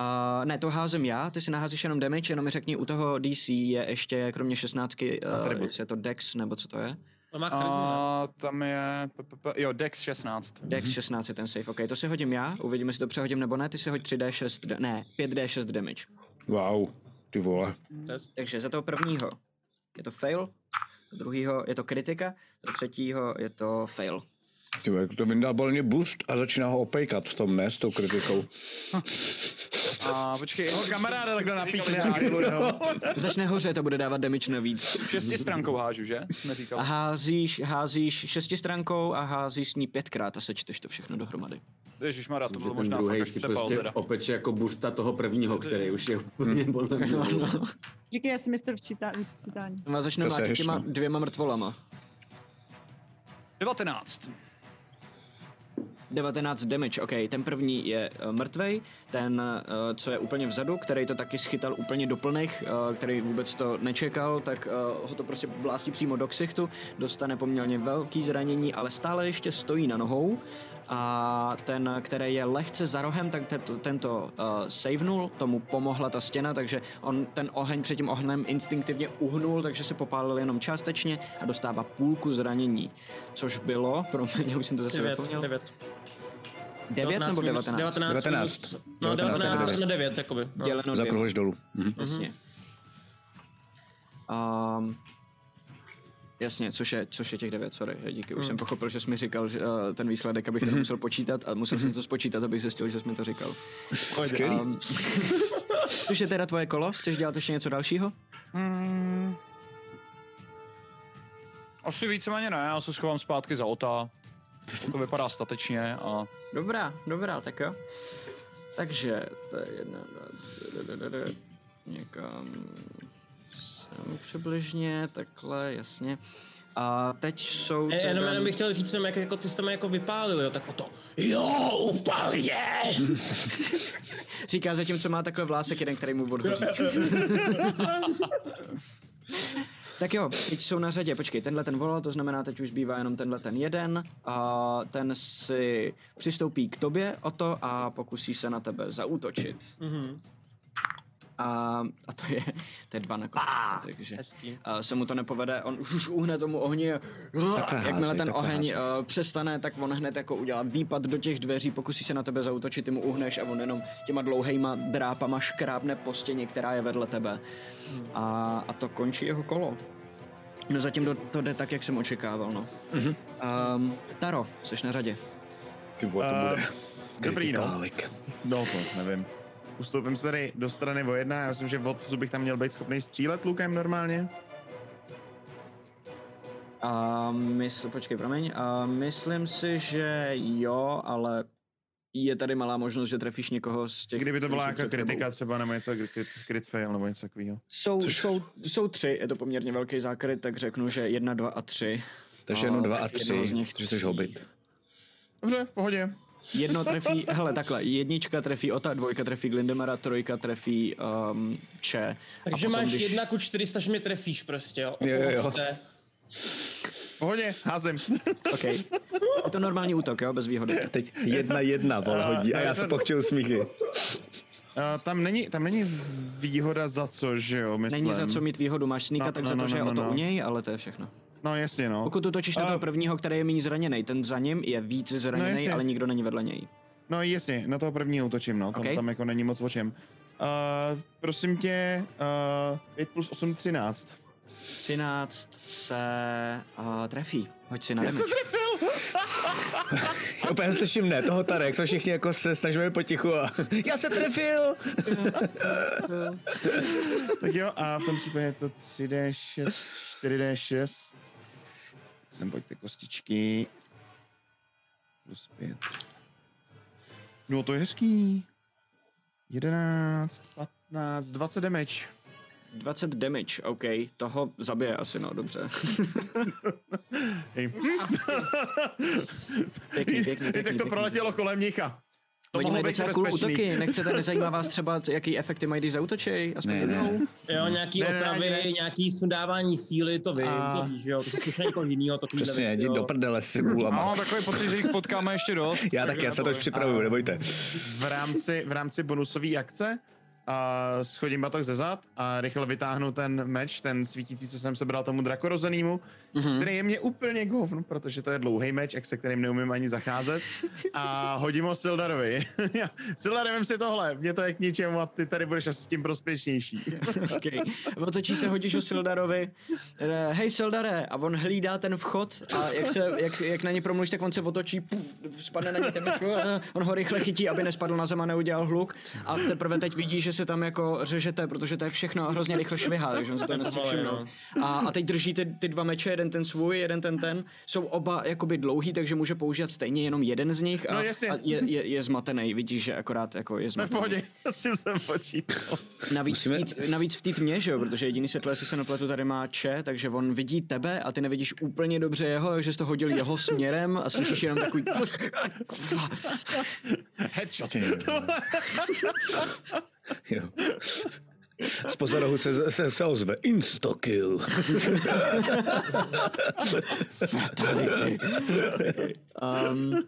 Speaker 2: Uh, ne, to házím já, ty si naházíš jenom damage, jenom mi řekni, u toho DC je ještě kromě 16, uh, jestli je to Dex nebo co to je?
Speaker 6: On má charismu, ne?
Speaker 5: A tam je, p- p- p- jo, Dex 16.
Speaker 2: Mhm. Dex 16 je ten save, ok, to si hodím já, uvidíme, jestli to přehodím nebo ne, ty si hoď 3D6, da- ne, 5D6 damage.
Speaker 4: Wow, ty vole.
Speaker 2: Takže za toho prvního je to fail, za druhýho je to kritika, za třetího je to fail.
Speaker 4: Ty vole, to vyndal bolně burst a začíná ho opejkat v tom, ne, s tou kritikou.
Speaker 5: A počkej, jeho kamaráda takhle napíkne.
Speaker 2: Začne hořet a bude dávat damage navíc.
Speaker 5: Šesti stránkou hážu, že? Jsme
Speaker 2: A
Speaker 5: říkali.
Speaker 2: házíš, házíš šestistránkou a házíš s ní pětkrát a sečteš to všechno dohromady.
Speaker 5: Ježišmarja, to
Speaker 7: Že
Speaker 5: bylo
Speaker 7: ten
Speaker 5: možná fakt
Speaker 7: druhý
Speaker 5: až
Speaker 7: si
Speaker 5: přepal
Speaker 7: prostě
Speaker 5: teda.
Speaker 7: opeče jako burta toho prvního, který už je úplně
Speaker 6: Hmm.
Speaker 7: podle
Speaker 6: No,
Speaker 7: mě.
Speaker 8: Říkej, já jsem mistr včítání. včítání.
Speaker 2: A začne
Speaker 4: To se
Speaker 2: mlátit
Speaker 4: ještě.
Speaker 2: těma dvěma mrtvolama.
Speaker 5: 19.
Speaker 2: 19 damage, ok, ten první je uh, mrtvej, ten, uh, co je úplně vzadu, který to taky schytal úplně do plných, uh, který vůbec to nečekal, tak uh, ho to prostě blástí přímo do ksichtu, dostane poměrně velký zranění, ale stále ještě stojí na nohou a ten, který je lehce za rohem, tak tento, tento uh, savenul, tomu pomohla ta stěna, takže on ten oheň před tím ohnem instinktivně uhnul, takže se popálil jenom částečně a dostává půlku zranění, což bylo, promiň, já už jsem to zase
Speaker 6: Devět,
Speaker 2: zapomněl,
Speaker 6: devět.
Speaker 2: 9 nebo
Speaker 6: 19?
Speaker 2: 19?
Speaker 4: 19.
Speaker 6: minus- No,
Speaker 4: 19,
Speaker 6: 19
Speaker 4: devět.
Speaker 6: na 9, jakoby. No.
Speaker 2: Děleno dvě,
Speaker 4: Zakruhleš dolů. Mhm.
Speaker 2: jasně. Um, jasně, což je, což je těch 9, sorry, díky,
Speaker 6: Hmm.
Speaker 2: už jsem pochopil, že jsi mi říkal že, uh, ten výsledek, abych
Speaker 4: Mhm.
Speaker 2: to musel počítat a musel jsem to spočítat, abych zjistil, že jsi mi to říkal.
Speaker 4: Skvělý.
Speaker 2: Um, což je teda tvoje kolo, chceš dělat ještě něco dalšího?
Speaker 5: Asi víceméně ne, já se schovám zpátky za ota. To vypadá statečně a
Speaker 2: Dobrá, dobrá, tak jo. Takže, to je jedna, dva, tři, da, da, da, da. někam sem přibližně, takhle, jasně. A teď jsou...
Speaker 6: E, jenom,
Speaker 2: teda-
Speaker 6: jenom bych chtěl říct, jsem jak, jako ty jste mě jako vypálil, jo, tak o to, jo, upal je!
Speaker 2: Říká zatímco má takhle vlásek jeden, který mu odhoří. tak jo, teď jsou na řadě. Počkej, tenhle ten volal, to znamená, teď už zbývá jenom tenhle ten jeden. A ten si přistoupí k tobě o to a pokusí se na tebe zaútočit.
Speaker 6: Mhm.
Speaker 2: A, a to je, to je dva na kostice, takže
Speaker 6: Hezký.
Speaker 2: a se mu to nepovede, on už uhne tomu ohni a jakmile
Speaker 4: házej,
Speaker 2: ten
Speaker 4: takhle
Speaker 2: oheň uh, přestane, tak on hned jako udělá výpad do těch dveří, pokusí se na tebe zautočit, ty mu uhneš a on jenom těma dlouhejma drápama škrábne po stěně, která je vedle tebe. A, a to končí jeho kolo. No zatím to, to jde tak, jak jsem očekával, no.
Speaker 3: Mhm.
Speaker 2: Um, Taro, jsi na řadě.
Speaker 4: Ty vole, to bude.
Speaker 3: Eh, dobrý, no.
Speaker 4: Kritikálek.
Speaker 3: No to nevím. Ustoupím se tady do strany o jedna, já myslím, že v odpusu bych tam měl být schopný střílet lukem normálně.
Speaker 2: A mysl, počkej, promiň. A myslím si, že jo, ale je tady malá možnost, že trefíš někoho z těch...
Speaker 3: Kdyby to byla
Speaker 2: kteří
Speaker 3: jako
Speaker 2: před tebou.
Speaker 3: kritika třeba nebo něco, crit, crit fail nebo něco takového.
Speaker 2: Jsou, jsou, jsou tři, je to poměrně velký zákryt, tak řeknu, že jedna, dva a tři.
Speaker 4: Takže jenom
Speaker 2: A
Speaker 4: dva
Speaker 2: No, tak
Speaker 4: a
Speaker 2: jednoho z
Speaker 4: tři,
Speaker 2: nich
Speaker 4: že jsi
Speaker 2: tří.
Speaker 4: hobit.
Speaker 3: Dobře, v pohodě.
Speaker 2: Jedno trefí, hele takhle, jednička trefí Ota, dvojka trefí Glindemara, trojka trefí um, Če.
Speaker 6: Takže
Speaker 2: A potom,
Speaker 6: máš
Speaker 2: když-
Speaker 6: jedna ku 400, že mě trefíš prostě, jo.
Speaker 4: Jo, jo, jo.
Speaker 6: Opovršte.
Speaker 3: Pohodě, házím.
Speaker 2: Okay. Je to normální útok, jo, bez výhody.
Speaker 4: Teď jedna jedna, vole, hodí a já se pochčil smíchy.
Speaker 3: A Eh, tam, není, tam není výhoda za co, že jo, myslím.
Speaker 2: Není za co mít výhodu, máš sníka,
Speaker 3: No,
Speaker 2: tak
Speaker 3: no,
Speaker 2: za to,
Speaker 3: no,
Speaker 2: že je
Speaker 3: no,
Speaker 2: o to
Speaker 3: no.
Speaker 2: u něj, ale to je všechno.
Speaker 3: No jasně, no.
Speaker 2: Pokud útočíš na
Speaker 3: A- No,
Speaker 2: toho prvního, který je méně zraněný, ten za ním je víc zraněný,
Speaker 3: jasně.
Speaker 2: ale nikdo není vedle něj.
Speaker 3: No jasně, na toho prvního útočím, no. Tam,
Speaker 2: Ok.
Speaker 3: tam jako není moc o čem. Uh, prosím tě, uh, 5 plus 8, 13.
Speaker 2: 13 se uh, trefí. Hoď si na damage.
Speaker 4: Úplně slyším ne, toho tady, jak jsme všichni jako se snažíme potichu a já se trefil!
Speaker 3: Tak jo, a v tom případě je to 3D6, 4D6. Sem pojďte kostičky. Plus 5. No to je hezký. 11, 15, 20 damage.
Speaker 2: 20 damage, OK, toho zabije asi, no, dobře.
Speaker 3: Hej.
Speaker 2: Pěkný, pěkný,
Speaker 3: Hej, tak
Speaker 2: pěkný,
Speaker 3: to
Speaker 2: pěkný.
Speaker 3: proletělo kolem Mnicha. To
Speaker 2: Oni
Speaker 3: mohlo
Speaker 2: mají
Speaker 3: být
Speaker 2: docela cool
Speaker 3: nebezpečný.
Speaker 2: útoky, nechcete, nezajímá vás třeba, jaký efekty mají, když zautočej, aspoň
Speaker 4: Ne, ne.
Speaker 2: jednou.
Speaker 6: Jo, nějaký
Speaker 3: Ne, ne, ne,
Speaker 6: otravy,
Speaker 3: ne.
Speaker 6: nějaký sundávání síly, to vím,
Speaker 3: A-
Speaker 6: to víš, jo. prostě To jsi někoho jiného, to
Speaker 4: Přesně, jdi do prdele s gulama.
Speaker 5: Mám takový pocit, že jich potkáme ještě dost.
Speaker 4: Já taky, já se No. to už připravuju, nebojte.
Speaker 3: V rámci, v rámci bonusové akce a schodím batok ze zad a rychle vytáhnu ten meč, ten svítící, co jsem sebral tomu drakorozenýmu, mm-hmm. který je mě úplně govn, protože to je dlouhý meč, jak se kterým neumím ani zacházet. A hodím ho Sildarovi. Sildar, vem si tohle, mě to je k ničemu a ty tady budeš asi s tím prospěšnější.
Speaker 2: Okay. Otočí se, hodíš ho Sildarovi. eh, Hej Sildare, a on hlídá ten vchod a jak, se, jak, jak na ně promluvíš, tak on se otočí, puf, spadne na ně ten myš, eh, on ho rychle chytí, aby nespadl na zem a neudělal hluk. A teprve teď vidí, že se tam jako řežete, protože to je všechno hrozně rychle švihá, takže on se to nestih všimnout.
Speaker 3: no.
Speaker 2: A, a teď drží ty, ty dva meče, jeden ten svůj, jeden ten ten. Jsou oba jakoby dlouhý, takže může používat stejně jenom jeden z nich a,
Speaker 3: No, jasně.
Speaker 2: a je, je, je, zmatený. Vidíš, že akorát jako je
Speaker 3: Jsme v
Speaker 2: zmatený.
Speaker 3: pohodě, s tím jsem počítal.
Speaker 2: Navíc,
Speaker 4: Musíme-
Speaker 2: Musíme... v tý, navíc v té tmě, že jo, protože jediný světlo, jestli se nepletu, tady má Če, takže on vidí tebe a ty nevidíš úplně dobře jeho, takže jsi to hodil jeho směrem a slyšíš jenom takový...
Speaker 3: Headshot.
Speaker 4: Ty jo. Jo. Z pozorohu se, se, se ozve Instakill.
Speaker 2: Um,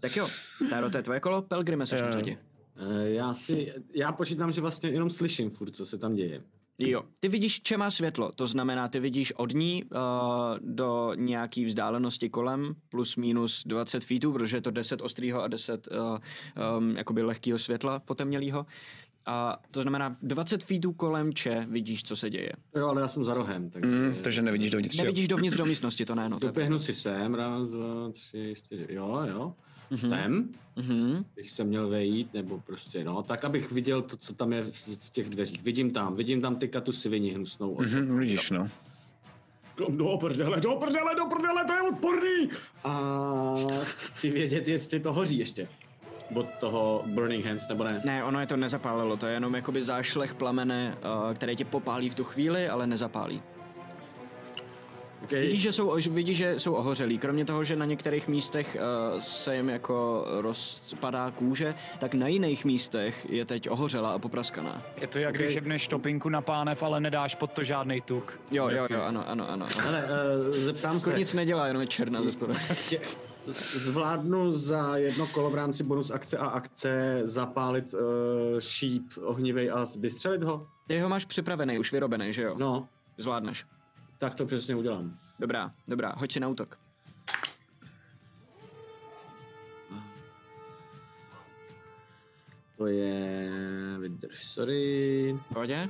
Speaker 2: tak jo, Taro, to je tvoje kolo, Pelgrime seš na řadě.
Speaker 7: Eh, Já si, já počítám, že vlastně jenom slyším furt, co se tam děje.
Speaker 2: Jo, ty vidíš, Če má světlo, to znamená, ty vidíš od ní uh, do nějaký vzdálenosti kolem, plus minus 20 feetů, protože je to 10 ostrýho a 10 uh, um, jakoby lehkého světla potemnělýho. A to znamená, 20 feetů kolem Če vidíš, co se děje.
Speaker 7: Jo, ale já jsem za rohem, takže...
Speaker 4: Mm, takže nevidíš dovnitř. jo.
Speaker 2: Nevidíš dovnitř do místnosti, to ne, no. To je...
Speaker 7: Doběhnu si sem, raz, dva, tři, čtyři, jo, jo. Mm-hmm. Sem,
Speaker 2: Mhm.
Speaker 7: bych se měl vejít, nebo prostě, no, tak abych viděl to, co tam je v, v těch dveřích. Vidím tam, vidím tam ty katu svině hnusnou.
Speaker 4: Mhm, vidíš, no.
Speaker 7: Do prdele, do prdele, do prdele, to je odporný! A chci vědět, jestli to hoří ještě. Od toho Burning Hands, nebo ne?
Speaker 2: Ne, ono je to nezapálilo, to je jenom jakoby zášlech plamene, uh, které tě popálí v tu chvíli, ale nezapálí.
Speaker 7: Okay.
Speaker 2: Vidíš, že jsou, ož- vidíš, že jsou ohořelí. Kromě toho, že na některých místech uh, se jim jako rozpadá kůže, tak na jiných místech je teď ohořela a popraskaná.
Speaker 5: Je to jak okay. když jebneš topinku na pánev, ale nedáš pod to žádný tuk.
Speaker 2: Jo, jo, jo, ano, ano, ano.
Speaker 7: Hele,
Speaker 6: eh,
Speaker 7: uh, zeptám
Speaker 2: Jako
Speaker 7: se,
Speaker 2: nic nedělá, jenom je černá ze spodu.
Speaker 7: tě- zvládnu za jedno kolo v rámci bonus akce a akce zapálit uh, šíp ohnivej a vystřelit ho?
Speaker 2: Ty ho máš připravený, už vyrobený, že jo?
Speaker 7: No,
Speaker 2: Zvládneš.
Speaker 7: tak to přesně udělám.
Speaker 2: Dobrá, dobrá, hoď si na útok.
Speaker 7: To je... Vydrž, sorry.
Speaker 2: Pohodě?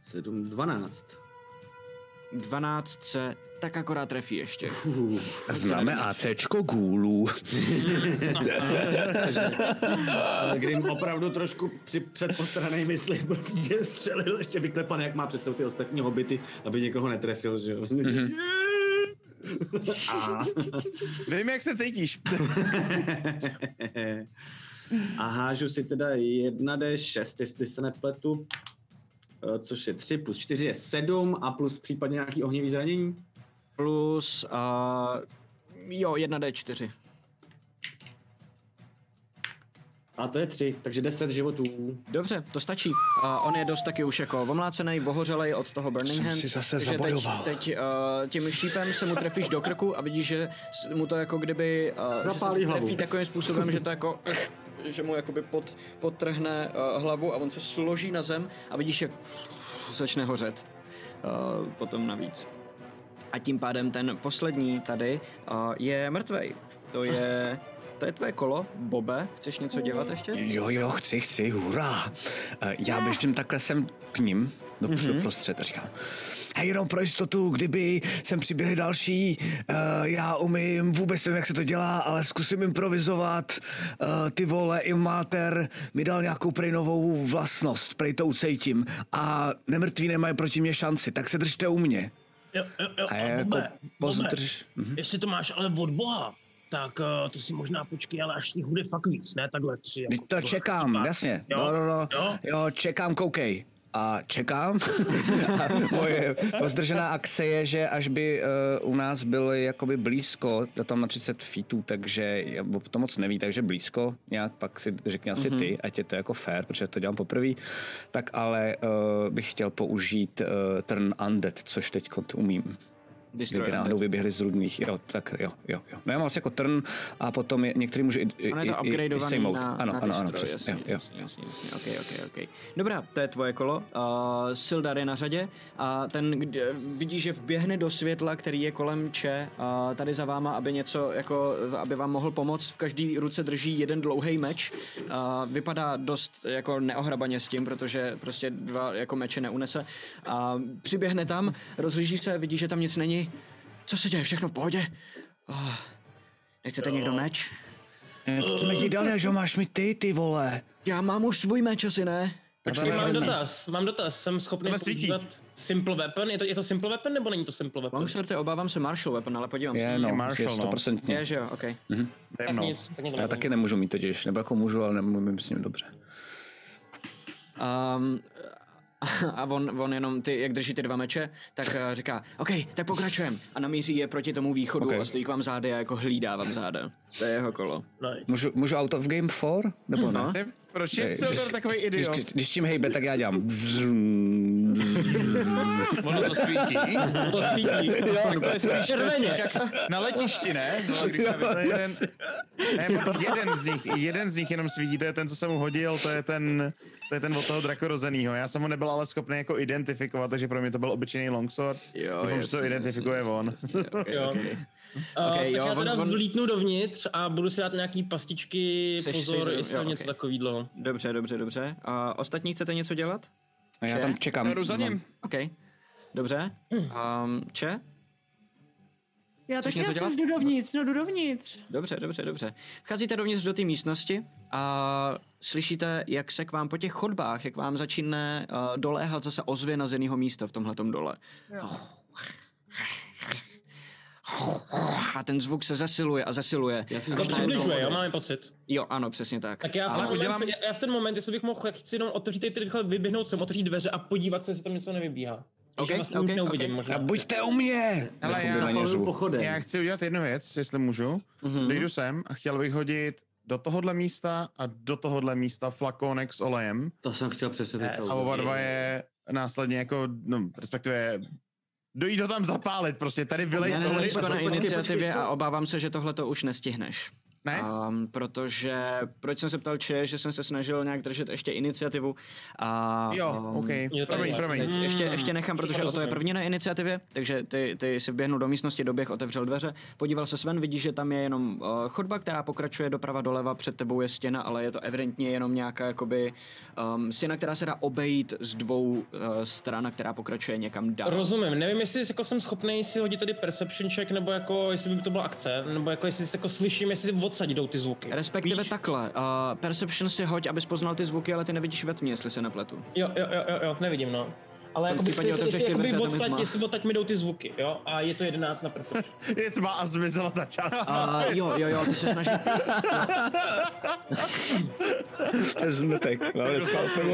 Speaker 7: 7, 12.
Speaker 2: 12 se tak akorát trefí ještě.
Speaker 4: Známe ACčko gůlů.
Speaker 7: Ale Grim opravdu trošku při předpostranej mysli, protože střelil ještě vyklepaný, jak má před sebou ty ostatní hobity, aby někoho netrefil, že jo. A-
Speaker 3: Vím, jak se cítíš.
Speaker 7: A hážu si teda 1D6, jestli se nepletu, eh, což je 3 plus 4 je 7 a plus případně nějaký ohnivý zranění.
Speaker 2: Plus uh, Jo, 1D4.
Speaker 7: A to je tři, takže deset životů.
Speaker 2: Dobře, to stačí. A on je dost taky už jako omlácený, ohořelej od toho Burning
Speaker 4: Jsem
Speaker 2: Hands.
Speaker 4: si zase
Speaker 2: takže
Speaker 4: zabojoval.
Speaker 2: Teď, teď uh, tím šípem se mu trefíš do krku a vidíš, že s- mu to jako kdyby... Uh, že
Speaker 7: Zapálí
Speaker 2: se to
Speaker 7: hlavu.
Speaker 2: trefí takovým způsobem, že to jako... že mu jakoby pod, podtrhne uh, hlavu a on se složí na zem a vidíš, jak začne hořet. Uh, potom navíc. A tím pádem ten poslední tady uh, je mrtvej. To je... To je tvoje kolo, Bobe. Chceš něco dělat ještě?
Speaker 4: Jo, jo, chci, chci, hurá. Eh, Já běžím takhle sem k ním, dopředu mm-hmm. prostřed a říkám, hej, jenom pro jistotu, kdyby sem přiběhli další, eh, já umím, vůbec nevím, jak se to dělá, ale zkusím improvizovat, Eh, ty vole, Imater mi dal nějakou prej novou vlastnost, prej to ucejtím a nemrtví nemají proti mě šanci, tak se držte u mě.
Speaker 6: Jo, jo, jo,
Speaker 4: A já jako
Speaker 6: Bobe,
Speaker 4: pozdrž.
Speaker 6: Bobe, jestli to máš ale od Boha, tak uh, to si možná počkej, ale až těch bude fakt víc, ne takhle tři.
Speaker 4: Teď
Speaker 6: jako
Speaker 4: to
Speaker 6: tohle
Speaker 4: čekám,
Speaker 6: chytá.
Speaker 4: jasně.
Speaker 6: Jo,
Speaker 4: No, no, no.
Speaker 6: jo.
Speaker 4: Jo, čekám, koukej. A čekám. A moje pozdržená akce je, že až by uh, u nás byly jakoby blízko, to tam na 30 feetů, takže já- bo to moc neví, takže blízko nějak, pak si řekni asi
Speaker 6: Mhm.
Speaker 4: ty, ať je to jako fair, protože to dělám poprvé, tak ale uh, bych chtěl použít uh, Turn Undead, což teď umím. Kdyby
Speaker 2: Undead.
Speaker 4: náhodou vyběhli z rudných, jo, tak jo, jo, jo. No já mám asi jako turn a potom je, některý může i, i,
Speaker 2: Ono je to
Speaker 4: i- i- i
Speaker 2: upgradeovaný
Speaker 4: sejmout.
Speaker 2: na,
Speaker 4: Ano,
Speaker 2: na
Speaker 4: ano, ano,
Speaker 2: distro,
Speaker 4: přesně,
Speaker 2: jasně,
Speaker 4: jo, jo.
Speaker 2: jasně, jasně, jasně, ok, ok, ok. Dobrá, to je tvoje kolo. Uh, Sildar je na řadě a ten kde, vidí, že vběhne do světla, který je kolem Če uh, tady za váma, aby něco, jako, aby vám mohl pomoct. V každý ruce drží jeden dlouhý meč. Uh, vypadá dost jako neohrabaně s tím, protože prostě dva jako meče neunese. Uh, přiběhne tam, rozhlíží se, vidí, že tam nic není. Co se děje? Všechno v pohodě? Uh, nechcete někdo meč?
Speaker 4: Chceme ti dali, že máš mi ty, ty vole.
Speaker 2: Já mám už svůj meč asi, ne?
Speaker 4: Tak
Speaker 6: Počkej, mám dotaz, mám dotaz, jsem schopný
Speaker 3: Tohle svítí.
Speaker 6: používat simple weapon, je to, je to simple weapon nebo není to simple weapon?
Speaker 2: Longsword je, obávám se Marshall weapon, ale podívám se.
Speaker 4: Je, no,
Speaker 3: Marshall,
Speaker 4: je
Speaker 3: no.
Speaker 4: stoprocentní.
Speaker 2: Je, že jo, ok.
Speaker 3: To je
Speaker 2: No.
Speaker 6: Tak
Speaker 3: mnou.
Speaker 6: nic, tak nic
Speaker 4: Mhm. Já taky nemůžu mít totiž, nebo jako můžu, ale nemluvím s ním dobře.
Speaker 2: Um, a on, on jenom, ty, jak drží ty dva meče, tak eh, říká, OK, tak pokračujem. A namíří je proti tomu východu
Speaker 4: Ok.
Speaker 2: a stojí k vám zády a jako hlídá vám záda. To je jeho kolo. No.
Speaker 6: Nice.
Speaker 4: Můžu, můžu out of game 4? Nebo ne?
Speaker 3: Ne, No. Proč
Speaker 4: Ne,
Speaker 3: je Sildor
Speaker 4: když-
Speaker 3: takový
Speaker 4: Když,
Speaker 3: idiot?
Speaker 4: když, když tím hejbe, tak já dělám. bzzum,
Speaker 5: Ono to svítí.
Speaker 6: To svítí.
Speaker 5: tak to je spíš
Speaker 6: Červeně.
Speaker 5: jak na letišti, ne?
Speaker 3: To je jeden, ne, pak jeden, z nich, jeden z nich jenom svítí, to je ten, co jsem mu hodil, to je ten, to je ten od toho drakorozenýho. Já jsem ho nebyl ale schopný jako identifikovat, takže pro mě to byl obyčejný longsword.
Speaker 2: Jo,
Speaker 3: Doufám, že to identifikuje on.
Speaker 2: Okay,
Speaker 6: Jo.
Speaker 2: okay.
Speaker 6: Uh,
Speaker 2: Okej,
Speaker 6: tak
Speaker 2: jo,
Speaker 6: já
Speaker 2: on-
Speaker 6: teda
Speaker 2: on-
Speaker 6: vlítnu dovnitř a budu si dát nějaký pastičky,
Speaker 2: Chceš si
Speaker 6: pozor,
Speaker 2: zro-
Speaker 6: jestli
Speaker 2: jo,
Speaker 6: něco
Speaker 2: okej.
Speaker 6: takový dlouho.
Speaker 2: Dobře, dobře, dobře. A ostatní chcete něco dělat?
Speaker 4: A já tam čekám.
Speaker 5: Jdu za ním.
Speaker 2: OK. Dobře. Um, če?
Speaker 8: Já taky
Speaker 2: něco
Speaker 8: já jsem
Speaker 2: dělat?
Speaker 8: jdu dovnitř, no jdu dovnitř.
Speaker 2: Dobře, dobře, dobře. Vcházíte dovnitř do té místnosti a slyšíte, jak se k vám po těch chodbách, jak vám začíná uh, doléhat zase ozvěna z jiného místa v tomhletom dole. A ten zvuk se zesiluje a zesiluje.
Speaker 7: Já si
Speaker 2: Až
Speaker 6: To
Speaker 7: začnu-
Speaker 2: najednou-
Speaker 6: přibližuje, jo, máme pocit.
Speaker 2: Jo, ano, přesně tak.
Speaker 6: Tak já v,
Speaker 2: Ale-
Speaker 6: ten moment,
Speaker 3: udělám-
Speaker 6: já- já v ten moment, jestli bych mohl, jak chci jenom otevřít ty rychle vyběhnout sem, otevřít dveře a podívat se, jestli tam něco nevybíhá.
Speaker 2: Okej,
Speaker 6: Okay, vlastně nic
Speaker 2: okej,
Speaker 6: neuvidím
Speaker 2: okej.
Speaker 6: možná.
Speaker 4: A buďte u mě!
Speaker 3: Hele,
Speaker 4: Jakoby
Speaker 3: já-
Speaker 4: na ně
Speaker 7: Zapaluju
Speaker 4: řvu.
Speaker 7: pochodem.
Speaker 3: Já chci udělat jednu věc, jestli můžu. Mm-hmm. Dojdu sem a chtěl bych hodit do tohohle místa a do tohohle místa flakonek s olejem.
Speaker 7: To jsem chtěl přesně teď.
Speaker 6: Ne,
Speaker 7: to
Speaker 3: A oba
Speaker 7: udělat.
Speaker 3: dva je následně jako, no, respektive dojít to tam zapálit, prostě tady vylej
Speaker 2: Ne, ne,
Speaker 3: tohle.
Speaker 2: ne,
Speaker 3: a
Speaker 2: to na
Speaker 3: zapálit.
Speaker 2: iniciativě a obávám se, že tohle to už nestihneš.
Speaker 3: Ne?
Speaker 2: Um, protože, proč jsem se ptal Če, že jsem se snažil nějak držet ještě iniciativu. A,
Speaker 3: Jo,
Speaker 2: um, Hmm,
Speaker 3: OK, promiň,
Speaker 6: Jo, takhle.
Speaker 3: promiň.
Speaker 2: Teď ještě,
Speaker 6: Mm.
Speaker 2: ještě nechám, protože o to je
Speaker 6: Rozumím.
Speaker 2: první na iniciativě, takže ty, ty si vběhnul do místnosti, doběh, otevřel dveře, podíval se Sven, vidíš, že tam je jenom uh, chodba, která pokračuje doprava doleva, před tebou je stěna, ale je to evidentně jenom nějaká jakoby um, stěna, která se dá obejít z dvou uh, stran, a která pokračuje někam dál.
Speaker 6: Rozumím, nevím, jestli jako jsem schopný si hodit tady perception check, nebo jako, jestli by to byla akce, nebo jako, jestli jako slyším, jestli odsaď jdou ty zvuky.
Speaker 2: Respektive
Speaker 6: Víš?
Speaker 2: takhle, uh, Perception si hoď, abys poznal ty zvuky, ale ty nevidíš ve tmě, jestli se nepletu.
Speaker 6: Jo, jo, jo, jo, jo, nevidím, no. Ale
Speaker 2: V tom
Speaker 6: jakoby,
Speaker 2: případě
Speaker 6: jestli,
Speaker 2: otevřeš
Speaker 6: jestli, jakoby
Speaker 2: 24 a tam je
Speaker 6: odstať,
Speaker 2: tma.
Speaker 6: jestli odtať mi jdou ty zvuky, jo? A je to 11 na prsu.
Speaker 3: Je tma a zmizela ta část.
Speaker 2: A jo, jo, jo, ty se snažíš.
Speaker 4: Zmetek.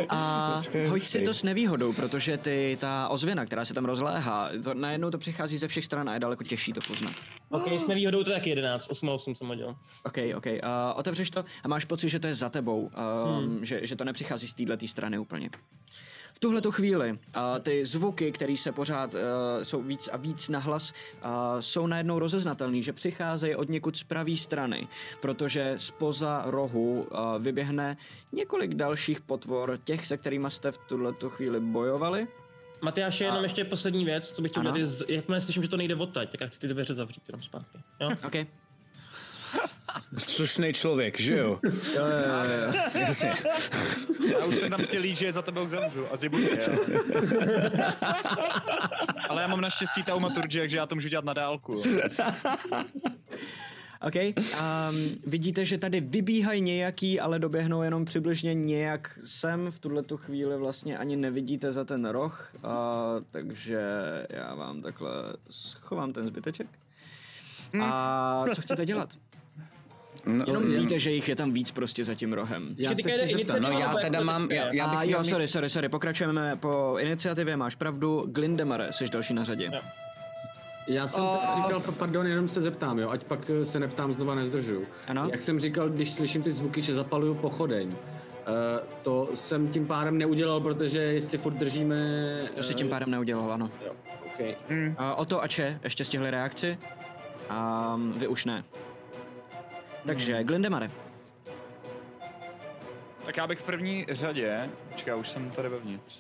Speaker 2: A hoď si to s nevýhodou, protože ty, ta ozvěna, která se tam rozléhá, to najednou to přichází ze všech stran a je daleko těžší to poznat.
Speaker 6: OK, s nevýhodou to je taky 11, 8 a 8 jsem hodil.
Speaker 2: OK, OK. Uh, otevřeš to a máš pocit, že to je za tebou, um,
Speaker 6: Hmm.
Speaker 2: že, že to nepřichází z této strany úplně. V tuhle tu chvíli uh, ty zvuky, které se pořád uh, jsou víc a víc nahlas, uh, jsou najednou rozeznatelné, že přicházejí od někud z pravé strany, protože spoza rohu uh, vyběhne několik dalších potvor, těch, se kterými jste v tuhle tu chvíli bojovali.
Speaker 6: Matyáš, jenom ještě poslední věc, co bych chtěl
Speaker 2: Ano.
Speaker 6: udělat, je z- jakmile slyším, že to nejde odtať, tak já chci ty dveře zavřít jenom zpátky. Jo?
Speaker 2: OK.
Speaker 4: Slušný člověk, že jo? Eh, Jasně.
Speaker 5: Já už jsem tam chtěl jít, že je za tebou zemřu a zibuji. Ale já mám naštěstí taumaturgy, takže já to můžu dělat na dálku.
Speaker 2: OK. Um, vidíte, že tady vybíhají nějaký, ale doběhnou jenom přibližně nějak sem. V tuhle tu chvíli vlastně ani nevidíte za ten roh, uh, takže já vám takhle schovám ten zbyteček.
Speaker 6: Hmm.
Speaker 2: A co chcete dělat?
Speaker 4: No,
Speaker 2: Jenom víte, že jich je tam víc prostě za tím rohem.
Speaker 7: Já
Speaker 6: Počkej,
Speaker 7: se
Speaker 6: teďka jde
Speaker 7: chci zeptat.
Speaker 6: iniciativa,
Speaker 4: no já
Speaker 6: nebo jak
Speaker 4: teda
Speaker 6: to
Speaker 4: mám,
Speaker 6: teďka
Speaker 4: já,
Speaker 6: je?
Speaker 4: já
Speaker 2: A
Speaker 4: bych
Speaker 2: jo,
Speaker 4: měl
Speaker 2: sorry, sorry, sorry, pokračujeme po iniciativě, máš pravdu, Glindemare, jsi další na řadě.
Speaker 6: Jo.
Speaker 7: Já jsem a... říkal, pa- pardon, jenom se zeptám, jo, ať pak eh, se neptám, znova nezdržuju.
Speaker 2: Ano.
Speaker 7: Jak jsem říkal, když slyším ty zvuky, že zapaluju pochodeň, eh, to jsem tím pádem neudělal, protože jestli furt držíme...
Speaker 2: To si
Speaker 7: eh,
Speaker 2: tím pádem neudělal, ano.
Speaker 7: Jo, okay.
Speaker 5: Mm.
Speaker 2: Uh, Oto a Če ještě stihli reakci a vy už ne. Takže
Speaker 5: Mm.
Speaker 2: hmm. Glindemare.
Speaker 5: Tak já bych v první řadě... Počkej, já už jsem tady vevnitř.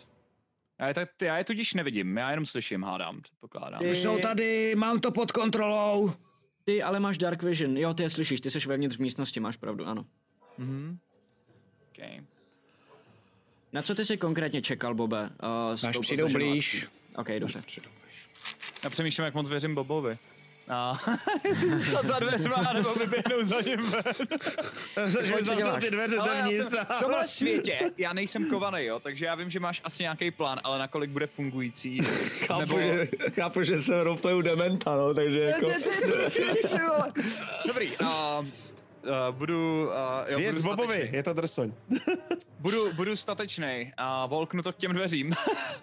Speaker 5: Já je, tak, já je tudíž nevidím, já jenom slyším, hádám, předpokládám.
Speaker 4: Jsou tady, mám to pod kontrolou.
Speaker 2: Ty ale máš Dark Vision, jo, ty je slyšíš, ty seš vevnitř v místnosti, máš pravdu, ano.
Speaker 4: Mm-hmm.
Speaker 5: Okay.
Speaker 2: Na co ty jsi konkrétně čekal, Bobe? Uh, s
Speaker 4: Až
Speaker 2: tou
Speaker 4: přijdou
Speaker 2: podloženou
Speaker 4: blíž.
Speaker 2: akcí? Ok, dobře.
Speaker 5: Já přemýšlím, jak moc věřím Bobovi. A jestli zůstat za dveřma, nebo vyběhnou za ním ven.
Speaker 3: Že
Speaker 2: co
Speaker 3: zavřel
Speaker 2: děláš?
Speaker 3: ty dveře
Speaker 5: Ale já
Speaker 3: zevnitř.
Speaker 5: jsem
Speaker 3: a-
Speaker 5: v tomhle světě, já nejsem kovaný, jo, takže já vím, že máš asi nějaký plán, ale nakolik bude fungující, nebo...
Speaker 4: chápu, že jsem roleplayu dementa, no, takže jako...
Speaker 5: Dobrý, a... Uh, budu, uh, jo,
Speaker 3: Věř
Speaker 5: budu
Speaker 3: Bobovi,
Speaker 5: statečnej.
Speaker 3: je to drsoň.
Speaker 5: Budu, budu statečnej a volknu to k těm dveřím.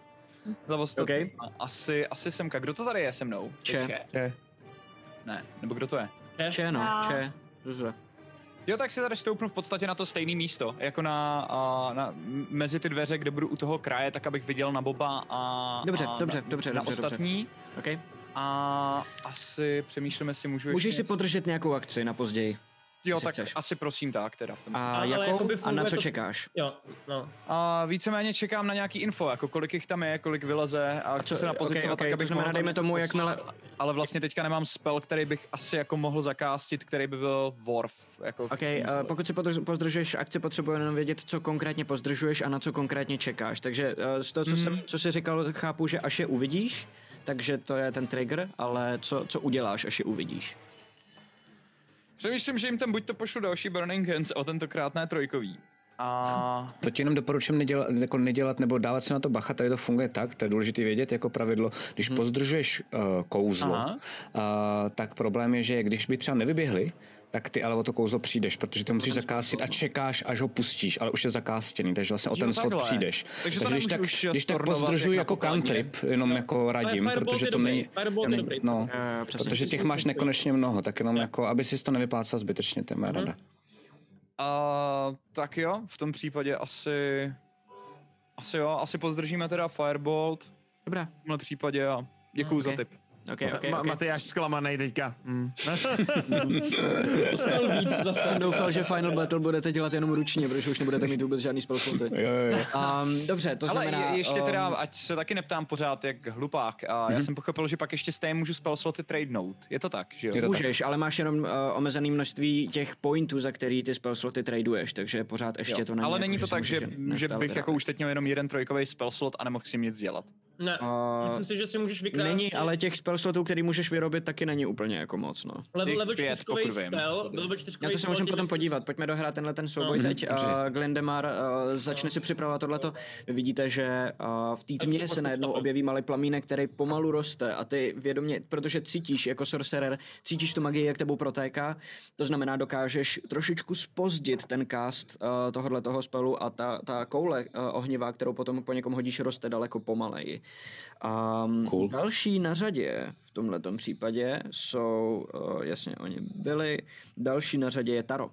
Speaker 5: Za ostatní. Asi, asi semka. Kdo to tady je se mnou?
Speaker 2: Če.
Speaker 3: Je.
Speaker 5: Ne, nebo kdo to je?
Speaker 2: Če, no, Če. Zuzra.
Speaker 5: Jo, tak si tady stoupnu v podstatě na to stejné místo, jako na, a, na, m- mezi ty dveře, kde budu u toho kraje, tak abych viděl na Boba a
Speaker 2: Dobře,
Speaker 5: a
Speaker 2: dobře,
Speaker 5: na,
Speaker 2: dobře,
Speaker 5: na
Speaker 2: dobře, dobře.
Speaker 5: ostatní.
Speaker 2: Ok.
Speaker 5: A asi přemýšlím, jestli můžu
Speaker 2: Můžeš si
Speaker 5: ještě něco-
Speaker 2: podržet nějakou akci na později.
Speaker 5: Jo,
Speaker 2: jestli
Speaker 5: tak
Speaker 2: chceš.
Speaker 5: asi prosím tak teda v tom. A...
Speaker 2: A
Speaker 6: Ale
Speaker 2: jakou?
Speaker 6: jakoby
Speaker 2: A na
Speaker 6: funguje
Speaker 2: co
Speaker 6: to-
Speaker 2: čekáš?
Speaker 6: Jo, no.
Speaker 5: a víceméně čekám na nějaký info, jako kolik jich tam je, kolik vyleze a, a chci
Speaker 2: Co-
Speaker 5: se napozicovat,
Speaker 2: ok,
Speaker 5: tak
Speaker 2: ok, to
Speaker 5: abych
Speaker 2: znamená,
Speaker 5: mohl tam
Speaker 2: dejme
Speaker 5: něco
Speaker 2: tomu,
Speaker 5: poslat.
Speaker 2: jakmile...
Speaker 5: Ale vlastně teďka nemám spell, který bych asi jako mohl zakástit, který by byl Worf. Jako
Speaker 2: OK, uh, pokud si podrž, pozdržuješ akci, potřebuji jenom vědět, co konkrétně pozdržuješ a na co konkrétně čekáš. Takže uh, z toho, co, jsem, co jsi říkal, chápu, že až je uvidíš, takže to je ten trigger, ale co, co uděláš, až je uvidíš?
Speaker 5: Přemýšlím, že jim tam buď to pošlu další Burning Hands, o tentokrát ne trojkový. A
Speaker 4: To ti jenom doporučím nedělat, jako nedělat nebo dávat si na to bacha, tady to funguje tak, to je důležité vědět jako pravidlo, když hmm. pozdržuješ uh, kouzlo,
Speaker 5: Mhm. Aha.
Speaker 4: uh, tak problém je, že když by třeba nevyběhli, tak ty ale o to kouzlo přijdeš, protože to
Speaker 5: No,
Speaker 4: musíš zakásit a čekáš, až ho pustíš, ale už je zakástěný, takže vlastně o ten slot
Speaker 5: takhle.
Speaker 4: přijdeš.
Speaker 5: Takže to nemůžu
Speaker 4: když tak,
Speaker 5: už, eh,
Speaker 4: když tak
Speaker 5: stornovat
Speaker 4: pozdržuji
Speaker 5: jak na
Speaker 4: jako
Speaker 5: pokladně.
Speaker 4: cantrip, jenom jako radím,
Speaker 6: Firebolt
Speaker 4: protože
Speaker 6: je
Speaker 4: to
Speaker 6: dobrý,
Speaker 4: není...
Speaker 6: Firebolt je
Speaker 4: já
Speaker 6: dobrý,
Speaker 4: no,
Speaker 2: Eh, přesně.
Speaker 4: protože těch máš nekonečně mnoho, tak jenom jako, aby si to nevyplácal zbytečně, to je
Speaker 3: Mhm.
Speaker 4: moje rada.
Speaker 5: A tak jo, v tom případě asi... Asi jo, asi pozdržíme teda Firebolt
Speaker 2: Dobrá,
Speaker 5: v tomhle případě a děkuju
Speaker 2: Mm,
Speaker 5: za
Speaker 2: ok.
Speaker 5: tip.
Speaker 2: OK, OK,
Speaker 3: Ma-
Speaker 2: OK.
Speaker 3: Matyáš zklamanej teďka. Mm.
Speaker 6: To jsem víc zase.
Speaker 2: Jsem doufal, že Final Battle budete dělat jenom ručně, protože už nebudete mít vůbec žádný spellpunty.
Speaker 4: Jo, jo, jo.
Speaker 2: Um, dobře, to
Speaker 5: Ale
Speaker 2: znamená...
Speaker 5: je, ještě teda,
Speaker 2: ehm,
Speaker 5: ať se taky neptám pořád jak hlupák, a já jsem pochopil, že pak ještě stejně můžu spell sloty tradenout. Je to tak, že jo?
Speaker 4: Je to tak.
Speaker 2: Můžeš, ale máš jenom uh, omezený množství těch pointů, za který ty spell sloty traduješ, takže pořád ještě
Speaker 5: jo.
Speaker 2: to není.
Speaker 5: Ale
Speaker 2: jako,
Speaker 5: není
Speaker 2: že
Speaker 5: to
Speaker 2: si
Speaker 5: tak,
Speaker 2: můžeš
Speaker 5: že,
Speaker 2: jen-
Speaker 5: že
Speaker 2: neustále
Speaker 5: bych jako
Speaker 2: vyrábět.
Speaker 5: už teď měl jenom jeden trojkový spell slot a nemohl si nic dělat.
Speaker 6: Ne,
Speaker 2: A
Speaker 6: myslím si, že si můžeš vykrást...
Speaker 2: Není, ale těch spell slotů, který můžeš vyrobit, taky není úplně jako moc, no.
Speaker 6: Level,
Speaker 5: těch
Speaker 6: level
Speaker 5: pět,
Speaker 6: čtyřkovej
Speaker 5: pokud vím.
Speaker 6: spell, level čtyřkovej
Speaker 2: Na to se můžeme
Speaker 6: spell,
Speaker 2: potom
Speaker 6: tím
Speaker 2: podívat. Pojďme dohrát tenhle ten souboj
Speaker 4: Mhm,
Speaker 2: teď.
Speaker 4: určitě.
Speaker 2: Uh, Glendemar uh, začne si připravovat tohleto. Vidíte, že uh, v té tmě se najednou objeví malý plamínek, který pomalu roste a ty vědomě, protože cítíš jako sorcerer, cítíš tu magii, jak tebou protéká, to znamená, dokážeš trošičku spozdit ten cast uh, tohohle toho spelu a ta, ta koule uh, ohnivá, kterou potom po někom hodíš, roste daleko pomaleji. Um,
Speaker 4: Cool.
Speaker 2: Další na řadě v tomhle případě jsou, uh, jasně, oni byli, další na řadě je Taro.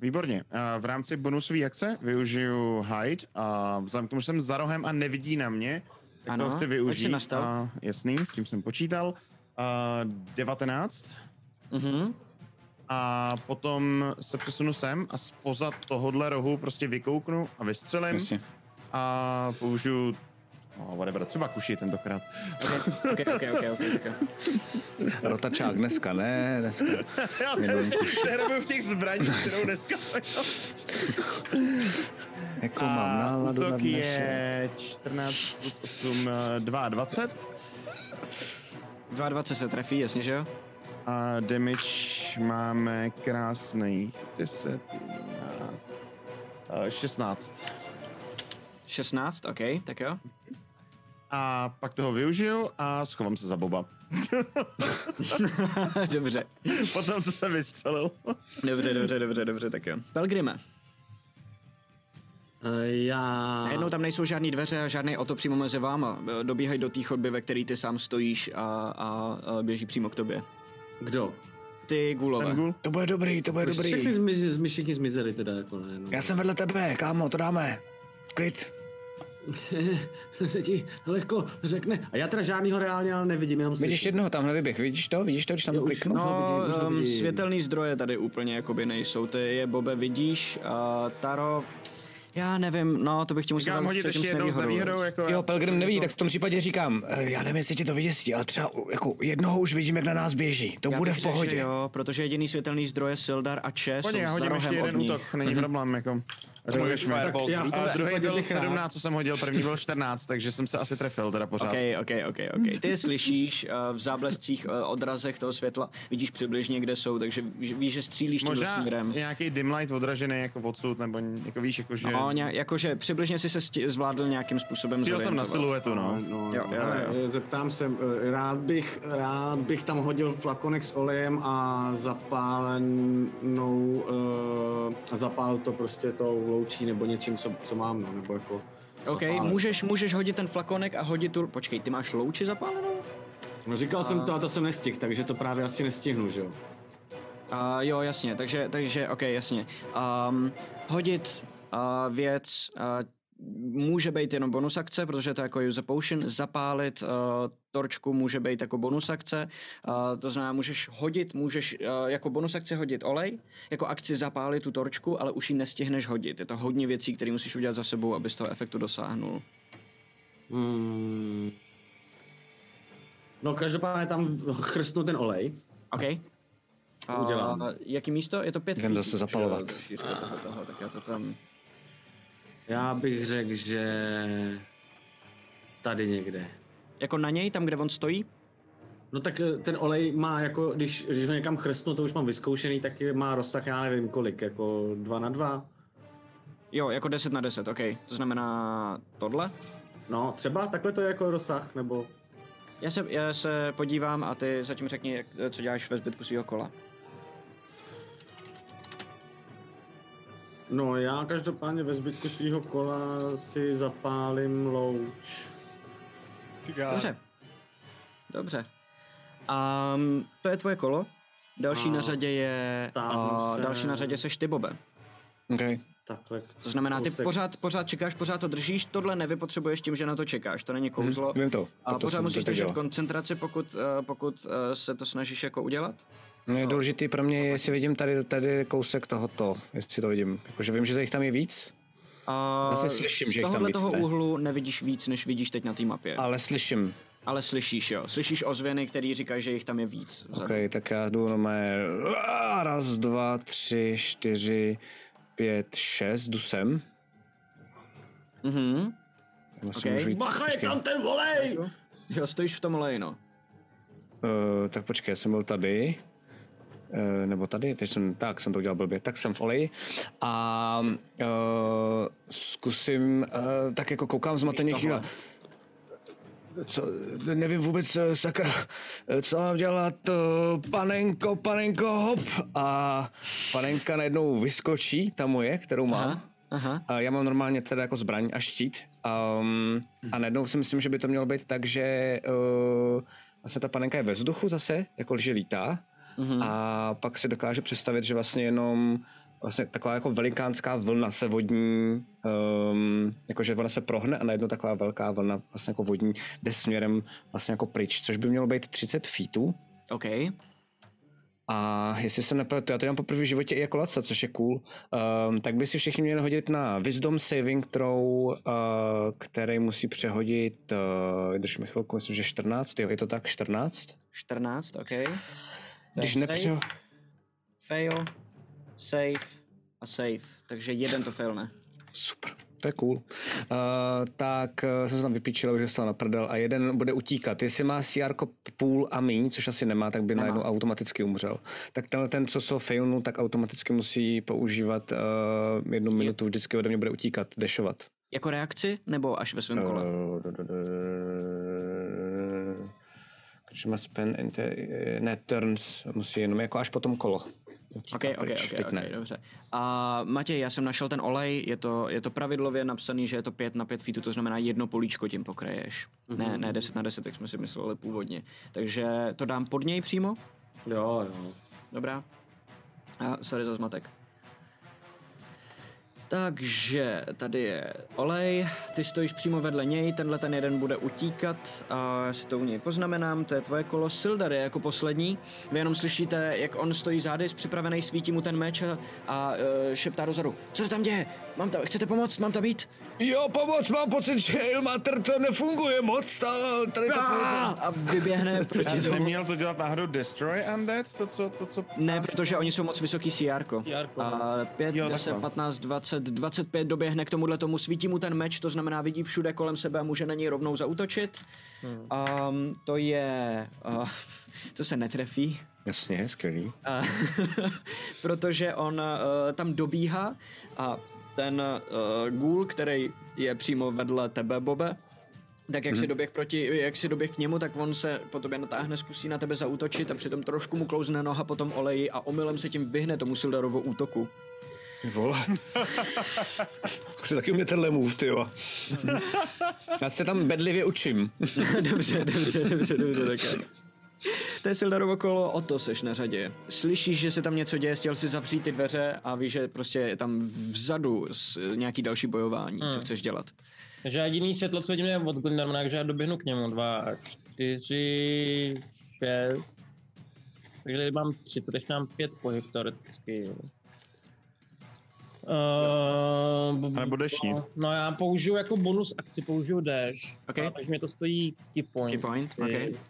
Speaker 3: Výborně. A V rámci bonusové akce využiju hide a vzhledem k tomu, že jsem za rohem a nevidí na mě, tak
Speaker 2: Ano,
Speaker 3: ano, ho chci
Speaker 2: hoď si
Speaker 3: využít.
Speaker 2: na stealth.
Speaker 3: A, jasný, s tím jsem počítal. A 19
Speaker 2: Mhm.
Speaker 3: a potom se přesunu sem a spoza tohohle rohu prostě vykouknu a vystřelím
Speaker 4: Jasně.
Speaker 3: a použiju Oh, whatever, třeba kuši tentokrát.
Speaker 2: Okay, okay, okay, okay, okay.
Speaker 4: Rotačák dneska, ne, dneska.
Speaker 3: Já
Speaker 4: Jenom
Speaker 3: se hrabu v těch zbraních, kterou dneska
Speaker 4: Jako mám náladu na
Speaker 3: útok
Speaker 4: dnešek.
Speaker 3: je 14 plus 8, eh, 22.
Speaker 2: 22 se trefí, jasně, že jo?
Speaker 3: A damage máme krásný 10, 11, eh, 16.
Speaker 2: 16, OK, tak jo.
Speaker 3: A pak toho využiju a schovám se za boba.
Speaker 2: dobře.
Speaker 3: Potom, co jsem vystřelil.
Speaker 2: Dobře, dobře, dobře, dobře, tak jo. Pelgrime,
Speaker 7: Eh, Já...
Speaker 2: najednou tam nejsou žádné dveře a žádný oto přímo mezi váma. Eh, Dobíhají do té chodby, ve které ty sám stojíš a, a, a běží přímo k tobě.
Speaker 7: Kdo?
Speaker 2: Ty gulové.
Speaker 3: Ten gul.
Speaker 4: To bude dobrý, to bude dobrý.
Speaker 7: Všichni, zmiz, zmi- všichni zmizeli teda jako najednou.
Speaker 4: Já jsem vedle tebe, kámo, to dáme. Klid.
Speaker 7: se ti lehko řekne. A já teda žádnýho reálně ale nevidím, jenom
Speaker 4: Vidíš
Speaker 7: slyším.
Speaker 4: jednoho tamhle vyběh, vidíš to? Vidíš to, když tam
Speaker 7: Jo, už-
Speaker 4: kliknu?
Speaker 7: už ho
Speaker 2: No,
Speaker 7: vidím, už ho
Speaker 2: um,
Speaker 7: vidím.
Speaker 2: světelný zdroje tady úplně jakoby nejsou. Ty je, Bobe, vidíš. A Taro, já nevím, no to bych ti musel
Speaker 3: Říkám
Speaker 2: dát
Speaker 3: hodit
Speaker 2: předtím
Speaker 3: ještě
Speaker 2: s
Speaker 3: jednou s nevýhodou.
Speaker 2: nevýhodou.
Speaker 3: Jako
Speaker 4: Jo, Pelgrim nevidí, tak v tom případě říkám, eh, já nevím, jestli ti to vyděsí, ale třeba u- jako jednoho už vidím, jak na nás běží. To
Speaker 2: Já
Speaker 4: bude
Speaker 2: bych
Speaker 4: v
Speaker 2: řekl, že
Speaker 4: pohodě.
Speaker 2: Jo, protože jediný světelný zdroje Sildar a Če
Speaker 3: Pojď, já
Speaker 2: jsou za
Speaker 3: hodím ještě
Speaker 2: rohem od
Speaker 3: jeden
Speaker 2: nich.
Speaker 3: útok, není problém, jako. Řekneš mi.
Speaker 5: Fireball.
Speaker 7: Já v
Speaker 3: A
Speaker 7: tom
Speaker 3: druhý
Speaker 7: případě
Speaker 3: byl
Speaker 7: bych rád.
Speaker 3: 17, co jsem hodil, první byl 14, takže jsem se asi trefil teda pořád.
Speaker 2: OK, OK, OK, OK. Ty je slyšíš eh, v záblescích eh, odrazech toho světla, vidíš přibližně, kde jsou, takže víš, víš, že střílíš tím
Speaker 3: Možná
Speaker 2: směrem.
Speaker 3: nějaký dim light odražený jako odsud, nebo jako víš, jako že...
Speaker 2: No, ně, jakože přibližně si se sti- zvládl nějakým způsobem
Speaker 3: Cíl jsem na
Speaker 2: zorientovat.
Speaker 3: siluetu, no.
Speaker 7: no,
Speaker 2: Jo, jo,
Speaker 7: ale,
Speaker 2: jo.
Speaker 7: eh, Zeptám se, eh, rád bych, rád bych tam hodil flakonek s olejem a zapálenou, uh, zapál to prostě tou loučí nebo něčím, co, co mám, no, nebo jako...
Speaker 2: OK,
Speaker 7: zapálit.
Speaker 2: můžeš, můžeš hodit ten flakonek a hodit tu... Počkej, ty máš louči zapálenou?
Speaker 7: No, říkal jsem to a to jsem nestihl, takže to právě asi nestihnu, že jo?
Speaker 2: A jo, jasně, takže, takže, ok, jasně. Um, hodit uh, věc uh, může být jenom bonus akce, protože to je jako use a potion, zapálit uh, torčku může být jako bonus akce, uh, to znamená, můžeš hodit, můžeš uh, jako bonus akce hodit olej, jako akci zapálit tu torčku, ale už ji nestihneš hodit. Je to hodně věcí, které musíš udělat za sebou, abys toho efektu dosáhnul.
Speaker 7: Hmm. No, každopádně tam chrstnu ten olej.
Speaker 2: OK? A
Speaker 7: Udělám.
Speaker 2: jaký místo? Je to pět
Speaker 4: Jdem
Speaker 2: feet,
Speaker 4: zase
Speaker 2: že jo,
Speaker 4: zapalovat.
Speaker 2: šířka toho- toho, tak já to tam...
Speaker 7: Já bych řekl, že tady někde.
Speaker 2: Jako na něj, tam, kde on stojí?
Speaker 7: No tak eh, ten olej má jako, když, když ho někam chrstnu, to už mám vyzkoušený, tak je- má rozsah, já nevím kolik, jako 2 na 2.
Speaker 2: Jo, jako 10 na 10, ok. To znamená tohle.
Speaker 7: No, třeba takhle to je jako rozsah, nebo...
Speaker 2: Já se, já se podívám a ty zatím řekni, jak, co děláš ve zbytku svého kola.
Speaker 7: No, já každopádně ve zbytku svého kola si zapálím louč.
Speaker 2: Dobře. Dobře. A um, to je tvoje kolo. Další
Speaker 7: A
Speaker 2: na řadě je...
Speaker 7: stáhnu
Speaker 2: a,
Speaker 7: se.
Speaker 2: Další na řadě seš ty, Bobe.
Speaker 4: Okay.
Speaker 7: Takhle.
Speaker 2: To znamená, ty
Speaker 7: kousek.
Speaker 2: pořád, pořád čekáš, pořád to držíš, tohle nevypotřebuješ tím, že na to čekáš, to není kouzlo.
Speaker 4: Vím Mhm. to.
Speaker 2: Ale
Speaker 4: proto
Speaker 2: pořád
Speaker 4: jsem
Speaker 2: musíš
Speaker 4: to tak
Speaker 2: držet
Speaker 4: dělal.
Speaker 2: koncentraci, pokud, eh, pokud eh, se to snažíš jako udělat.
Speaker 4: No, je důležitý pro mě, je, jestli vidím tady, tady kousek tohoto, jestli to vidím. Jakože vím, že jich tam je víc,
Speaker 2: A
Speaker 4: Zase slyším, že jich tam
Speaker 2: Eh, tohohle
Speaker 4: víc
Speaker 2: toho
Speaker 4: jde.
Speaker 2: úhlu nevidíš víc, než vidíš teď na té mapě.
Speaker 4: ale slyším.
Speaker 2: Ale slyšíš, jo. Slyšíš ozvěny, který říkají, že jich tam je víc. vzadu.
Speaker 4: OK, tak já jdu normálně a, raz, dva, tři, čtyři, pět, šest, jdu sem.
Speaker 2: Mhm.
Speaker 4: Vlastně
Speaker 2: Ok.
Speaker 4: můžu jít,
Speaker 7: Bacha, je
Speaker 4: počkej.
Speaker 7: tam ten volej!
Speaker 2: Jo, stojíš v tom oleji, no.
Speaker 4: Eh, tak počkej, já jsem byl tady. Eh, nebo tady, teď jsem, tak jsem to udělal blbě, tak jsem v oleji a uh, zkusím, uh, tak jako koukám zmateně chvíle. Co, nevím vůbec, eh, sakra, eh, co mám dělat, eh, panenko, panenko, hop. A panenka najednou vyskočí, ta moje, kterou mám.
Speaker 2: Aha, aha.
Speaker 4: A já mám normálně teda jako zbraň a štít. Um, a najednou si myslím, že by to mělo být tak, že uh, vlastně ta panenka je ve vzduchu zase, jako že lítá.
Speaker 2: Mm-hmm.
Speaker 4: A pak si dokáže představit, že vlastně jenom vlastně taková jako velikánská vlna se vodní, um, jakože ona se prohne a najednou taková velká vlna vlastně jako vodní jde směrem vlastně jako pryč, což by mělo být 30 feetů.
Speaker 2: OK.
Speaker 4: A jestli se nepletu, já to mám poprvé v životě i jako Laca, což je cool, um, tak by si všichni měli hodit na Wisdom Saving Throw, uh, který musí přehodit, uh, drž mi chvilku, myslím, že 14, jo, je to tak, 14?
Speaker 2: 14, OK.
Speaker 4: Když
Speaker 2: safe.
Speaker 4: nepře...
Speaker 2: Fail, save a save. Takže jeden to failne.
Speaker 4: Super. To je cool. Uh, tak uh, jsem se tam vypíčil, abych dostal na prdel a jeden bude utíkat. Jestli má CR půl a míň, což asi nemá, tak by nemá. najednou automaticky umřel. Tak tenhle ten, co jsou failnul, tak automaticky musí používat uh, jednu minutu vždycky ode mě bude utíkat, dešovat.
Speaker 2: Jako reakci, nebo až ve svém kole?
Speaker 4: Eh, d- d- d- Když má spend, enter, eh, ne turns, musí jenom jako až potom kolo.
Speaker 2: OK,
Speaker 4: Utíká
Speaker 2: OK,
Speaker 4: pryč,
Speaker 2: OK,
Speaker 4: teď
Speaker 2: OK,
Speaker 4: ne.
Speaker 2: dobře. A Matěj, já jsem našel ten olej, je to, je to pravidlově napsaný, že je to 5 na 5 feetů, to znamená jedno políčko tím pokraješ. Mm-hmm. Ne, ne 10 na 10, jak jsme si mysleli původně. Takže to dám pod něj přímo,
Speaker 7: Jo, jo.
Speaker 2: dobrá. A sorry za zmatek. Takže tady je olej, ty stojíš přímo vedle něj, tenhle ten jeden bude utíkat a já si to u něj poznamenám, to je tvoje kolo, Sildar je jako poslední. Vy jenom slyšíte, jak on stojí zády, připravený, svítí mu ten meč a, a eh, šeptá dozadu. Co se tam děje? Mám tam, chcete pomoct? Mám tam jít?
Speaker 4: Jo, pomoc, mám pocit, že Ilmater to nefunguje moc, ta- tady to
Speaker 2: Ah! A vyběhne proti
Speaker 3: Já
Speaker 2: tomu.
Speaker 3: neměl to dělat náhodou Destroy Undead? To, co, to, co...
Speaker 2: Ne, protože oni jsou moc vysoký CR.
Speaker 6: CR-ko,
Speaker 2: A 5,
Speaker 3: Jo,
Speaker 2: 10,
Speaker 3: takhle.
Speaker 2: 15, 20, 25 doběhne k tomuhle tomu, svítí mu ten meč, to znamená vidí všude kolem sebe a může na něj rovnou zautočit. Hmm. Um, to je... Uh, to se netrefí.
Speaker 4: Jasně, skvělý.
Speaker 2: A- protože on uh, tam dobíhá a ten uh, gůl, který je přímo vedle tebe, Bobe, tak jak, si doběh proti, jak si doběh k němu, tak on se po tobě natáhne, zkusí na tebe zautočit a přitom trošku mu klouzne noha po tom oleji a omylem se tím vyhne tomu Sildarovo útoku.
Speaker 4: Ty Vole. Chci taky mě tenhle move, ty jo. Já se tam bedlivě učím.
Speaker 2: dobře, dobře, dobře, dobře, tak jo. To je Sildarovo kolo, o to seš na řadě. Slyšíš, že se tam něco děje, chtěl si zavřít ty dveře a víš, že prostě je tam vzadu s- nějaký další bojování, co chceš dělat.
Speaker 6: Takže já jediný světlo, co vidím, je od Glendarmana, takže já doběhnu k němu. Dva, čtyři, šest. Takže tady mám tři, to teď mám pět pohyb teoreticky. Uh,
Speaker 3: A nebo dešní.
Speaker 6: No já použiju jako bonus akci, použiju dash.
Speaker 2: Ok.
Speaker 6: A Takže mě to stojí key point.
Speaker 2: Key point, ok.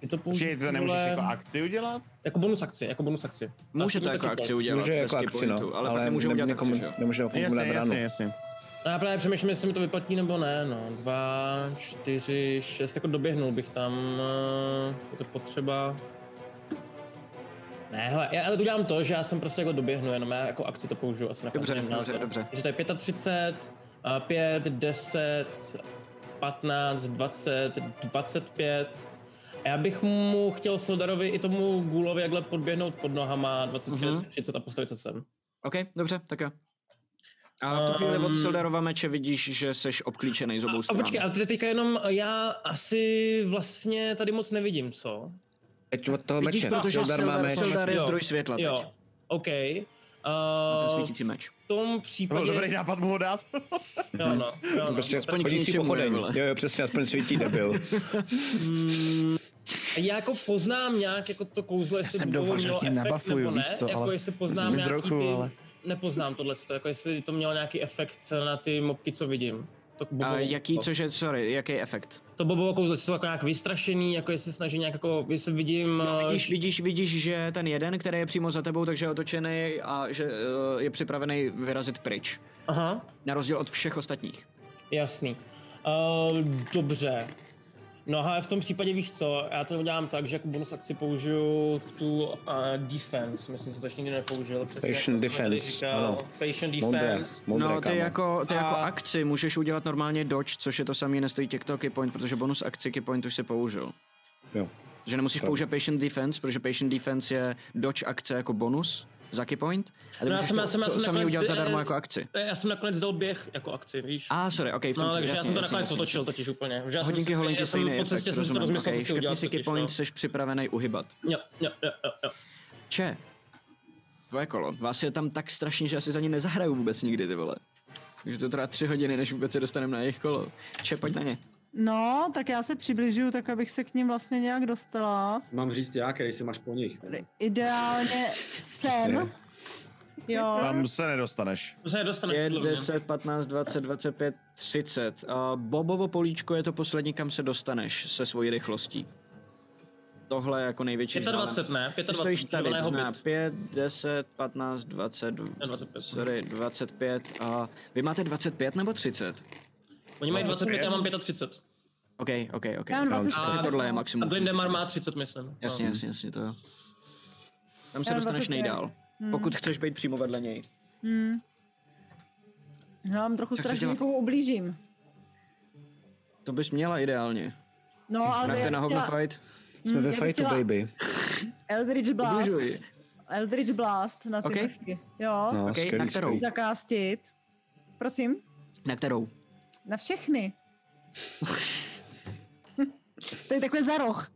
Speaker 6: Ty to použiju,
Speaker 3: Počkej, ty to nemůžeš jako akci udělat?
Speaker 6: jako bonus akci, jako bonus akci.
Speaker 2: Může
Speaker 6: Já si
Speaker 2: to jako
Speaker 6: taky
Speaker 2: akci
Speaker 6: tak.
Speaker 2: udělat,
Speaker 4: Může
Speaker 2: bez
Speaker 4: jako
Speaker 2: key
Speaker 4: akci, no.
Speaker 2: pointu, ale, pak nemůže udělat jako
Speaker 4: nekomu-
Speaker 2: akci, že jo?
Speaker 4: nemůže někomu
Speaker 3: Jasně,
Speaker 4: dát ránu.
Speaker 3: jasně, jasně.
Speaker 6: A já právě přemýšlím, jestli mi to vyplatí nebo ne, no. Dva, čtyři, šest, jako doběhnul bych tam, eh, je to potřeba. Ne, hele, já ale udělám to, že já jsem prostě jako doběhnu, jenom já jako akci to použiju asi na
Speaker 2: Dobře,
Speaker 6: každém
Speaker 2: dobře,
Speaker 6: názoru.
Speaker 2: dobře.
Speaker 6: Takže to je eh, 35, a 5, 10, 15, 20, 25. A já bych mu chtěl Sildarovi i tomu Gulovi jakhle podběhnout pod nohama 25,
Speaker 2: Mhm.
Speaker 6: 30 a postavit se sem.
Speaker 2: Ok, dobře, tak jo. A v tu chvíli od
Speaker 6: Um,
Speaker 2: Sildarova meče vidíš, že seš obklíčený z
Speaker 6: A,
Speaker 2: obou
Speaker 6: a
Speaker 2: stran.
Speaker 6: počkej, ale tady teďka jenom já asi vlastně tady moc nevidím, co?
Speaker 4: Teď od
Speaker 2: No,
Speaker 4: toho
Speaker 6: Vidíš
Speaker 4: meče.
Speaker 6: to,
Speaker 2: Protože
Speaker 6: že
Speaker 4: Sildar má
Speaker 2: Sildar-
Speaker 4: meč.
Speaker 2: Sildar je
Speaker 6: Jo.
Speaker 2: zdroj světla teď.
Speaker 6: Jo, OK.
Speaker 2: Ten
Speaker 6: Uh,
Speaker 2: svítící meč.
Speaker 6: v tom
Speaker 3: To byl
Speaker 6: případě...
Speaker 3: dobrý nápad mu ho dát.
Speaker 6: jo, no, jo, no.
Speaker 4: Prostě aspoň
Speaker 2: k
Speaker 4: chodící
Speaker 2: ničemu je,
Speaker 4: pochodeň.
Speaker 2: vole.
Speaker 4: Jo, jo, přesně, aspoň svítí debil.
Speaker 6: Já jako poznám nějak jako to kouzlo, jestli
Speaker 3: jsem
Speaker 6: to
Speaker 3: doufal, že
Speaker 6: mělo
Speaker 3: tím
Speaker 6: efekt
Speaker 3: nabafuju,
Speaker 6: nebo ne,
Speaker 3: víš co,
Speaker 6: jako
Speaker 3: ale
Speaker 6: jestli poznám
Speaker 3: mi
Speaker 6: nějaký
Speaker 3: trochu,
Speaker 6: ty...
Speaker 3: ale-
Speaker 6: Nepoznám tohle, jako jestli to mělo nějaký efekt na ty mobky, co vidím. To bobovo,
Speaker 2: A jaký, cože, sorry, jaký efekt?
Speaker 6: To bobovo kouzlo, jestli jsou jako nějak vystrašený, jako jestli snaží nějak jako, jestli vidím... eh,
Speaker 2: No, Vidíš, vidíš, vidíš, že ten jeden, který je přímo za tebou, takže je otočený a že eh, je připravený vyrazit pryč.
Speaker 6: Aha,
Speaker 2: Na rozdíl od všech ostatních.
Speaker 6: Jasný. Uh, dobře. No a v tom případě víš co, já to udělám tak, že jako bonus akci použiju tu uh, defense, myslím, to ještě nikdy nepoužil. Přesně
Speaker 4: Patient
Speaker 6: jak jsem tady
Speaker 4: defense, ano.
Speaker 6: Patient
Speaker 4: Moudré,
Speaker 6: defense.
Speaker 4: moudré,
Speaker 2: No, ty
Speaker 4: kámo.
Speaker 2: jako, ty
Speaker 6: A-
Speaker 2: jako akci můžeš udělat normálně dodge, což je to samý, nestojí tě to key point, protože bonus akci key point už si použil.
Speaker 4: Jo.
Speaker 2: Že nemusíš použít patient defense, protože patient defense je dodge akce jako bonus za key point. A ty
Speaker 6: No, já
Speaker 2: můžeš
Speaker 6: jsem-
Speaker 2: to,
Speaker 6: já jsem- já
Speaker 2: to
Speaker 6: jsem
Speaker 2: samý
Speaker 6: nakonec-
Speaker 2: udělat zadarmo
Speaker 6: eh,
Speaker 2: jako akci.
Speaker 6: Eh, Já jsem nakonec dal běh jako akci, víš?
Speaker 2: A, ah, sorry, ok, v tom
Speaker 6: No,
Speaker 2: jsem-
Speaker 6: takže já
Speaker 2: jasně,
Speaker 6: jsem to
Speaker 2: jasně,
Speaker 6: nakonec
Speaker 2: jasně.
Speaker 6: otočil totiž úplně. Že já jsem
Speaker 2: Hodinky
Speaker 6: si-
Speaker 2: holení
Speaker 6: já jsem
Speaker 2: stejný
Speaker 6: Po cestě
Speaker 2: efekt,
Speaker 6: jsem si to
Speaker 2: rozumím.
Speaker 6: rozmyslel,
Speaker 2: Okay,
Speaker 6: co chci
Speaker 2: škrtni
Speaker 6: udělat
Speaker 2: si key
Speaker 6: totiž, no.
Speaker 2: point, jsi připravený uhybat.
Speaker 6: Jo, jo, jo, jo, jo.
Speaker 2: Če, tvoje kolo. Vás je tam tak strašně, že asi za ně nezahraju vůbec nikdy, ty vole. Takže to trvá tři hodiny, než vůbec se dostaneme na jejich kolo. Če, pojď na ně.
Speaker 8: No, tak já se přibližuju tak, abych se k ním vlastně nějak dostala.
Speaker 7: Mám říct já, který si máš po nich.
Speaker 8: Ideálně sem. Jo.
Speaker 3: Tam se nedostaneš.
Speaker 6: To se dostaneš
Speaker 2: 5,
Speaker 6: podle mě.
Speaker 2: 10, 15, 20, 25, 30. A Bobovo políčko je to poslední, kam se dostaneš se svojí rychlostí. Tohle je jako největší. vzdálen-
Speaker 6: 25 ne,
Speaker 2: Ty stojíš
Speaker 6: 25
Speaker 2: tady,
Speaker 6: to
Speaker 2: to
Speaker 6: byl
Speaker 2: znamená
Speaker 6: Hobbit.
Speaker 2: 5, 10, 15, 20,
Speaker 6: Ne, 25.
Speaker 2: sorry, 25. A vy máte 25 nebo 30?
Speaker 6: Oni mají 25, já mám 35.
Speaker 2: OK, OK, OK.
Speaker 8: Já mám 24.
Speaker 2: A tohle je
Speaker 6: A
Speaker 2: maximum.
Speaker 6: Glindemar má No. 30, myslím.
Speaker 2: Jasně, jasně, jasně, to jo. Tam se
Speaker 8: Já mám Hmm.
Speaker 2: dostaneš
Speaker 8: 25.
Speaker 2: nejdál. Pokud chceš být přímo vedle něj.
Speaker 8: Hmm. Já mám trochu
Speaker 2: chceš
Speaker 8: strach, že
Speaker 2: dělat?
Speaker 8: někoho ublížím.
Speaker 2: To bys měla ideálně.
Speaker 8: No, ale já
Speaker 2: Hrajte
Speaker 8: bych
Speaker 2: na hovno
Speaker 8: chtěla
Speaker 2: fight.
Speaker 4: Jsme
Speaker 8: Hm,
Speaker 4: ve
Speaker 8: já bych
Speaker 4: fightu,
Speaker 8: chtěla-
Speaker 4: baby.
Speaker 8: Eldridge Blast.
Speaker 2: Ubližuji.
Speaker 8: Eldridge Blast na ty
Speaker 2: Ok.
Speaker 8: okay. Jo,
Speaker 4: No,
Speaker 2: Ok, na
Speaker 4: skvělý,
Speaker 2: kterou?
Speaker 4: skvělý.
Speaker 8: zakástit. Prosím,
Speaker 2: Na kterou?
Speaker 8: na všechny. to je takhle za roh.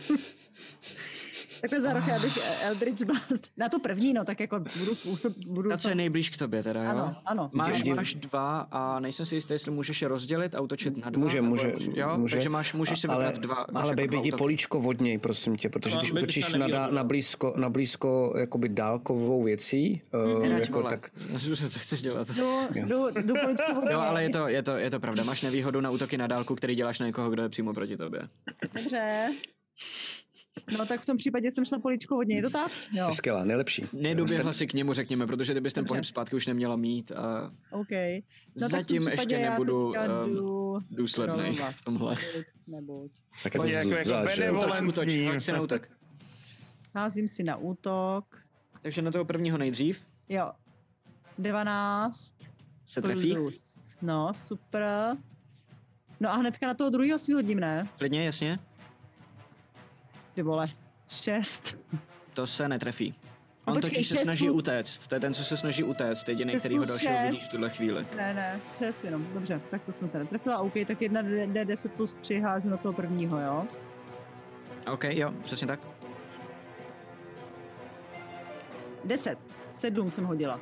Speaker 8: takhle za roh, já bych
Speaker 2: Ah.
Speaker 8: Eldridge Blast. Na tu první, no, tak jako budu působ, budu...
Speaker 2: Ta, co je nejblíž k tobě teda, jo?
Speaker 8: Ano, ano.
Speaker 2: Máš,
Speaker 4: Jdi-
Speaker 2: máš dva a nejsem si jistý, jestli můžeš je rozdělit a útočit na dva.
Speaker 4: Může,
Speaker 2: nebo
Speaker 4: může,
Speaker 2: je může- jo?
Speaker 4: může.
Speaker 2: Takže máš, můžeš si
Speaker 4: A-
Speaker 2: vybrat dva. máš
Speaker 4: Ale
Speaker 2: jako
Speaker 4: baby,
Speaker 2: dva
Speaker 4: jdi
Speaker 2: útoky.
Speaker 4: políčko od něj, prosím tě, protože
Speaker 6: No,
Speaker 4: když
Speaker 6: baby to
Speaker 4: utočíš na,
Speaker 6: neví,
Speaker 4: dá-
Speaker 6: ono.
Speaker 4: na, blízko, na blízko jakoby dálkovou věcí, uh,
Speaker 2: Nerad,
Speaker 4: jako,
Speaker 2: vole.
Speaker 4: tak
Speaker 2: Co chceš dělat?
Speaker 8: Jdu, jdu, jdu poličku hodně.
Speaker 2: Jo, ale je to, je, to, je to pravda. Máš nevýhodu na útoky na dálku, který děláš na někoho, kdo je přímo proti tobě.
Speaker 8: Dobře. No tak v tom případě jsem šla poličku hodně, je to tak? Jo,
Speaker 4: jsi skvělá, nejlepší.
Speaker 2: Nedoběhla si k němu, řekněme, protože ty bys ten
Speaker 8: Dobře.
Speaker 2: pohyb zpátky už neměla mít a
Speaker 8: OK. No,
Speaker 2: no,
Speaker 8: tak v tom
Speaker 2: zatím ještě
Speaker 8: případě já
Speaker 2: nebudu
Speaker 8: teďka
Speaker 2: um,
Speaker 8: jdu
Speaker 2: důslednej
Speaker 8: rolovat.
Speaker 2: v tomhle.
Speaker 8: Nebuď, Nebuď.
Speaker 4: Tak je to
Speaker 3: Pojď jako- jako
Speaker 4: zvlášť, že jo?
Speaker 3: benevolent.
Speaker 2: Útoč, útoč,
Speaker 3: Volentní.
Speaker 2: fakt se neutek.
Speaker 8: Házím si na útok.
Speaker 2: Takže na toho prvního nejdřív
Speaker 8: Jo. 12.
Speaker 2: se trefí.
Speaker 8: Plus. No, super. No a hnedka na toho druhého si hodím, ne?
Speaker 2: Klidně, jasně.
Speaker 8: Ty vole. 6.
Speaker 2: To se netrefí.
Speaker 8: No
Speaker 2: On
Speaker 8: počkej,
Speaker 2: totiž se
Speaker 8: šest
Speaker 2: snaží
Speaker 8: plus-
Speaker 2: utéct. To je ten, co se snaží utéct. Jediný,
Speaker 8: Šest
Speaker 2: který ho
Speaker 8: plus
Speaker 2: dalšího vidí
Speaker 8: šest.
Speaker 2: v tuhle chvíli.
Speaker 8: Ne, ne, 6 jenom. Dobře, tak to jsem se netrefila. OK, tak 1 D10 plus 3 hážu na toho prvního, jo?
Speaker 2: OK, jo, přesně tak.
Speaker 8: 10. 7 jsem hodila.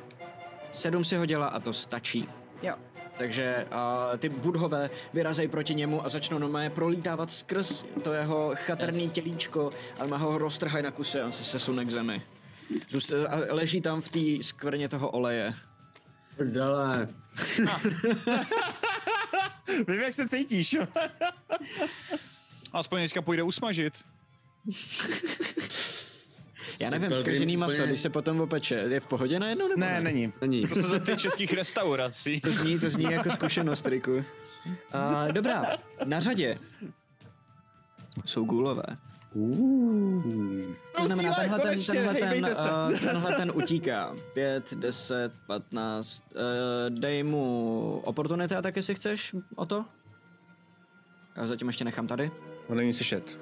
Speaker 2: Sedm si ho dělá a to stačí.
Speaker 8: Jo.
Speaker 2: Takže uh, ty budhové vyrazejí proti němu a začnou normálně prolítávat skrz to jeho chatrný tělíčko a má ho roztrhají na kusy a on se sesune k zemi. Zůst- a leží tam v té skvrně toho oleje.
Speaker 7: Prdele.
Speaker 3: Vím, jak se cítíš. jo.
Speaker 5: Aspoň teďka půjde usmažit.
Speaker 2: Já nevím,
Speaker 7: Pelgrim
Speaker 2: zkažený maso,
Speaker 7: úplně-
Speaker 2: když se potom opeče, je v pohodě najednou nebo
Speaker 3: ne, není.
Speaker 7: Není.
Speaker 5: To se za těch českých restaurací.
Speaker 2: To zní, to zní jako zkušenost, Riku. Uh, dobrá, na řadě jsou gůlové. To znamená,
Speaker 3: cíle,
Speaker 2: tenhle ten,
Speaker 3: konečně,
Speaker 2: tenhle ten,
Speaker 3: hejbejte se.
Speaker 2: uh, tenhle ten utíká. 5, 10, 15. Uh, dej mu oportunity a taky si chceš o to? Já zatím ještě nechám tady.
Speaker 4: To není slyšet.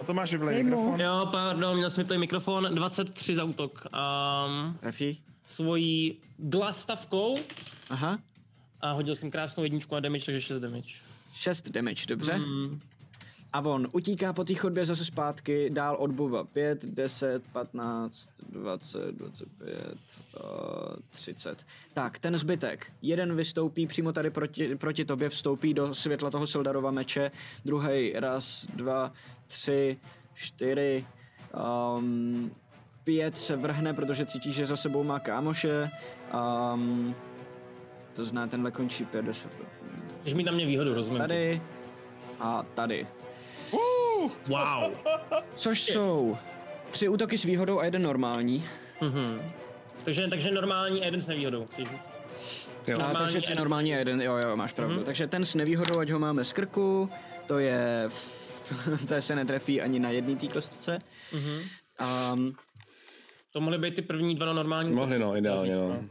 Speaker 3: A to máš vyblej
Speaker 8: Dej mu.
Speaker 3: mikrofon.
Speaker 6: Jo, pardon, měl jsem play mikrofon. 23 za útok. Um,
Speaker 2: Trefí.
Speaker 6: svojí glastavkou
Speaker 2: Aha.
Speaker 6: a hodil jsem krásnou jedničku na damage, takže 6 damage. Hmm,
Speaker 2: 6 damage, dobře.
Speaker 6: Mm.
Speaker 2: A on utíká po té chodbě zase zpátky, dál od Boba. 5, 10, 15, 20, 25, uh, 30. Tak, ten zbytek. Jeden vystoupí přímo tady proti, proti tobě, vstoupí do světla toho Sildarova meče. Druhý, raz, dva, tři, čtyři, um, pět se vrhne, protože cítí, že za sebou má kámoše. Um, to zná, tenhle končí 5, 10,
Speaker 6: Chceš mít na mě výhodu, rozumím.
Speaker 2: tady a tady.
Speaker 6: Wow.
Speaker 2: Což jsou tři útoky s výhodou a jeden normální.
Speaker 6: Mhm. Takže, takže normální a jeden s nevýhodou, chceš říct?
Speaker 4: Jo.
Speaker 2: A,
Speaker 6: Normální
Speaker 2: takže to je
Speaker 6: Ernst.
Speaker 2: normální jeden, jo, jo, máš pravdu. Takže ten s nevýhodou, ať ho máme z krku, to je... to se netrefí ani na jedný té kostce. Mhm. A
Speaker 6: To mohly být ty první dva normální. Hmm,
Speaker 9: Mohli no, ideálně no.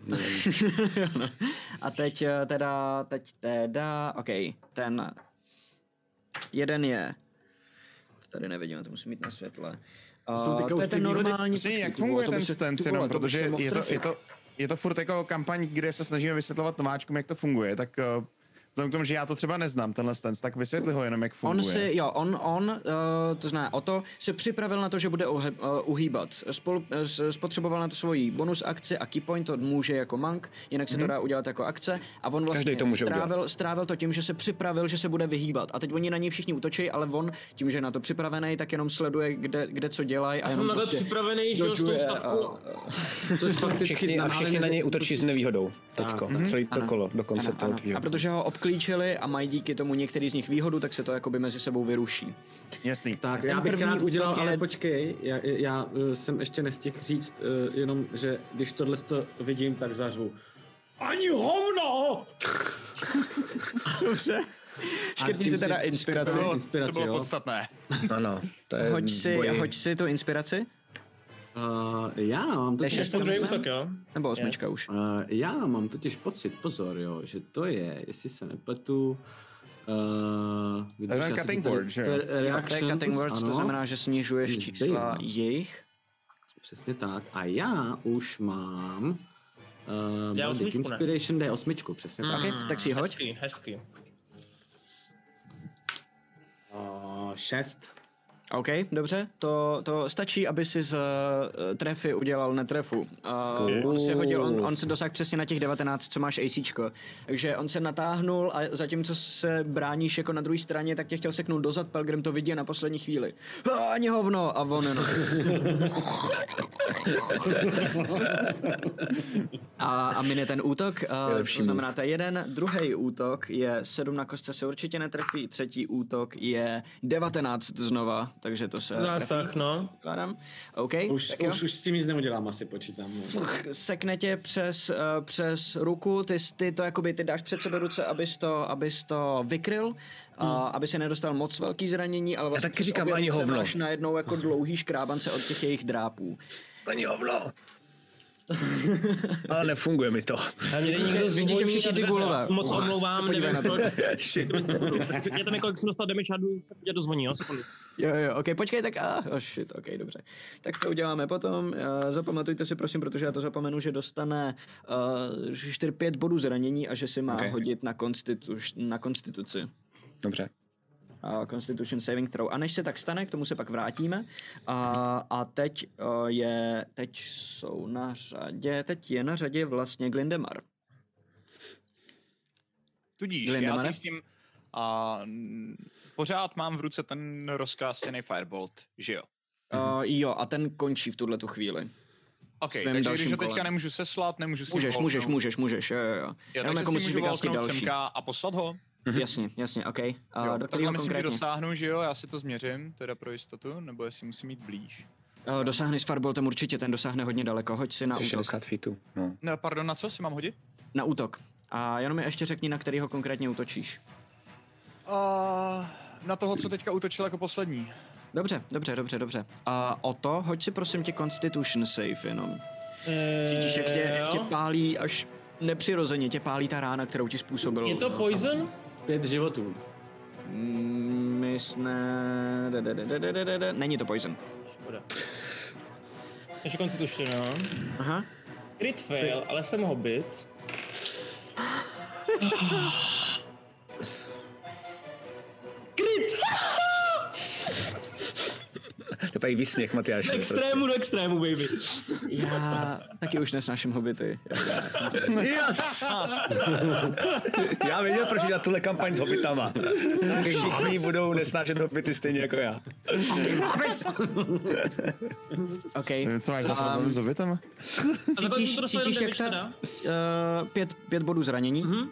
Speaker 2: A teď eh, teda, teď teda, ok, ten jeden je, tady nevidím, to musím mít na světle. Uh,
Speaker 7: jsou teďka
Speaker 2: to
Speaker 7: už
Speaker 2: je
Speaker 7: ty
Speaker 2: ten
Speaker 7: výhody-
Speaker 2: normální,
Speaker 3: Přesně, jak
Speaker 2: počkej, ty vole,
Speaker 3: funguje
Speaker 2: to
Speaker 3: ten
Speaker 2: by se-
Speaker 3: stance
Speaker 2: ty vole,
Speaker 3: jenom,
Speaker 2: to by
Speaker 3: protože
Speaker 2: se mohl
Speaker 3: je to, je,
Speaker 2: trefit.
Speaker 3: to, je to furt jako kampaň, kde se snažíme vysvětlovat nováčkům, jak to funguje, tak eh, vzhledem k tomu, že já to třeba neznám, tenhle stance, tak vysvětli ho jenom, jak funguje.
Speaker 2: On si, jo, on, on, uh, to zná o to, se připravil na to, že bude uhe, uh, uhýbat. Spolu, eh, s- spotřeboval na to svoji bonus akci a key point to může jako mank, jinak se to dá udělat jako akce. A on vlastně
Speaker 4: Mhm. Každej to může
Speaker 2: strávil, strávil to tím, že se připravil, že se bude vyhýbat. A teď oni na něj všichni útočí, ale on tím, že je na to připravený, tak jenom sleduje, kde, kde co dělají. A
Speaker 6: Já jsem
Speaker 2: jenom
Speaker 6: na to
Speaker 2: prostě
Speaker 6: připravený, že jo, s tou
Speaker 2: dodžuje
Speaker 6: stavkou.
Speaker 2: a-
Speaker 7: Což fakticky
Speaker 4: Všichni, a
Speaker 7: znamená,
Speaker 4: všichni
Speaker 7: že-
Speaker 4: na něj útočí s nevýhodou teďko. Jako, Celý to kolo, dokonce
Speaker 2: Mhm. Ano,
Speaker 4: toho
Speaker 2: ano.
Speaker 4: tvýho.
Speaker 2: A protože ho obklíčili a mají díky tomu některý z nich výhodu, tak se to jakoby mezi sebou vyruší.
Speaker 3: Jasný.
Speaker 7: Tak
Speaker 2: Ten
Speaker 7: já bych
Speaker 2: první
Speaker 7: rád udělal,
Speaker 2: útok je-
Speaker 7: ale počkej, já, já eh, jsem ještě nestihl říct, eh, jenom, že když tohle to vidím, tak zařvu. Ani hovno!
Speaker 2: Dobře. Škrtni
Speaker 7: tím
Speaker 2: si
Speaker 7: si-
Speaker 2: teda inspiraci.
Speaker 7: To je
Speaker 5: to
Speaker 7: inspirace,
Speaker 5: bylo
Speaker 7: jo?
Speaker 5: podstatné.
Speaker 4: Ano, to je
Speaker 2: Hoď si,
Speaker 4: boj.
Speaker 2: hoď si tu inspiraci.
Speaker 7: Uh, já mám
Speaker 2: Ne,
Speaker 7: totiž,
Speaker 2: šest-
Speaker 6: To druhý útok, jo?
Speaker 2: Nebo osmička už.
Speaker 7: uh, já mám totiž pocit, pozor, jo, že to je, jestli se nepletu, Uh,
Speaker 3: To je cutting word, že
Speaker 7: to
Speaker 3: jo?
Speaker 7: je
Speaker 2: To je
Speaker 7: reaction,
Speaker 2: cutting words,
Speaker 7: ano,
Speaker 2: to znamená, že snižuješ
Speaker 7: Dej,
Speaker 2: čísla
Speaker 7: no.
Speaker 2: jejich.
Speaker 7: přesně tak. A já už mám uh,
Speaker 6: Já
Speaker 7: Bardic
Speaker 6: osmičku, ne?
Speaker 7: Inspiration D8, přesně tak.
Speaker 2: Okay, tak si ji hoď.
Speaker 6: Hezký, hezký.
Speaker 7: Uh, šest.
Speaker 2: OK, dobře, to, to stačí, aby si z eh, trefy udělal netrefu. Uh, on si hodil, on, on se dosáhl přesně na těch 19, co máš ACčko. Takže on se natáhnul a zatímco se bráníš jako na druhé straně, tak tě chtěl seknout dozad, Pelgrim to vidí a na poslední chvíli. "Ah, Ani hovno! A on jenom. a, a mine ten útok, uh, to znamená to je jeden, druhý útok je 7 na kostce se určitě netrefí, třetí útok je 19 znova, takže to se
Speaker 6: Zásah, no.
Speaker 2: Předpokládám. OK,
Speaker 7: Už,
Speaker 2: tak jo.
Speaker 7: už, už s tím nic neudělám, asi počítám. No.
Speaker 2: sekne tě přes, eh, přes ruku, ty, s- ty to jakoby, ty dáš před sebe ruce, abys to, abys to vykryl, a aby se nedostal moc velký zranění, ale vlastně
Speaker 4: Hmm. taky
Speaker 2: přes
Speaker 4: říkám,
Speaker 2: obě
Speaker 4: ani
Speaker 2: ruce
Speaker 4: hovno.
Speaker 2: Máš najednou jako dlouhý škrábance od těch jejich drápů.
Speaker 4: Ani hovno! Ale nefunguje mi to.
Speaker 6: Hlavně není nikdo
Speaker 2: Vidíte
Speaker 6: zvolený
Speaker 2: všichni
Speaker 6: a
Speaker 2: ty
Speaker 6: drahá.
Speaker 2: gólové.
Speaker 6: Moc
Speaker 2: Uch, se
Speaker 6: omlouvám,
Speaker 2: podívej
Speaker 6: nevím,
Speaker 2: na to.
Speaker 6: proč. Já tam několik jsem dostal damage a jdu se podívat do zvoní, jo, sekundu.
Speaker 2: Jo, jo, ok, počkej, tak a, oh shit, ok, dobře. Tak to uděláme potom, eh, zapamatujte si prosím, protože já to zapomenu, že dostane uh, 4-5 bodů zranění a že si má
Speaker 4: Ok.
Speaker 2: hodit na, konstitu- na konstituci.
Speaker 4: Dobře.
Speaker 2: a Constitution Saving Throw. A než se tak stane, k tomu se pak vrátíme. A, a teď eh, je, teď jsou na řadě, teď je na řadě vlastně Glindemar.
Speaker 5: Tudíž já
Speaker 2: Lindemane?
Speaker 5: si s tím a mm, pořád mám v ruce ten rozkástěný Firebolt, že jo?
Speaker 2: Uh, jo, a ten končí v tuhle tu chvíli.
Speaker 5: Mhm. OK,
Speaker 2: tvým
Speaker 5: takže
Speaker 2: dalším
Speaker 5: když ho teďka
Speaker 2: kolem.
Speaker 5: nemůžu seslat, nemůžu si
Speaker 2: Můžeš,
Speaker 5: ho
Speaker 2: můžeš,
Speaker 5: volknout.
Speaker 2: můžeš, můžeš, jo, jo,
Speaker 5: Jo,
Speaker 2: jo. Jenom
Speaker 5: takže
Speaker 2: jako
Speaker 5: jako
Speaker 2: musíš
Speaker 5: můžu
Speaker 2: vykástit
Speaker 5: volknout
Speaker 2: další.
Speaker 5: semka a poslat ho.
Speaker 6: Mhm.
Speaker 2: Jasně, jasně, ok. A
Speaker 5: jo,
Speaker 2: do
Speaker 5: takhle
Speaker 2: kterého
Speaker 5: myslím, že
Speaker 2: konkrétně? Dosa-
Speaker 5: dosáhnu, že jo, já si to změřím, teda pro jistotu, nebo jestli musím jít blíž.
Speaker 2: Eh, dosáhne s Farboltem určitě, ten dosáhne hodně daleko. Hoď si na útok.
Speaker 4: 60 feetů. No.
Speaker 5: Ne, pardon, na co si mám hodit?
Speaker 2: Na útok. A jenom mi ještě řekni, na kterého konkrétně útočíš.
Speaker 5: Uh, na toho, co teďka útočil jako poslední.
Speaker 2: Dobře, dobře, dobře, dobře. A o to, hoď si prosím tě Constitution save jenom. Cítíš, jak tě,
Speaker 6: Eh, jo.
Speaker 2: tě pálí až nepřirozeně, tě pálí ta rána, kterou ti No, způsobil.
Speaker 6: Je to poison?
Speaker 7: Pět životů.
Speaker 2: Mm, Mysne... de- de- de- de- de- de- de- de- Není to poison.
Speaker 6: Škoda. Ještě konstitution, jo.
Speaker 2: Aha.
Speaker 6: Crit fail, ale jsem hobbit.
Speaker 4: To je tady výsměch, Matyáš.
Speaker 6: Extrému do extrému, baby.
Speaker 2: Já taky už nesnáším hobity.
Speaker 4: Yes! já věděl, proč dělat tuhle kampaň s hobitama. Všichni budou nesnášet hobity stejně jako já.
Speaker 2: OK. Ehm,
Speaker 3: Nevím, Eh, co máš za problém s obětama?
Speaker 6: A za kolik jsem
Speaker 2: Cítíš,
Speaker 6: to dostal
Speaker 2: cítíš
Speaker 6: jenom
Speaker 2: jak
Speaker 6: damage teda?
Speaker 2: ta... Uh, pět, pět bodů zranění. Mm-hmm.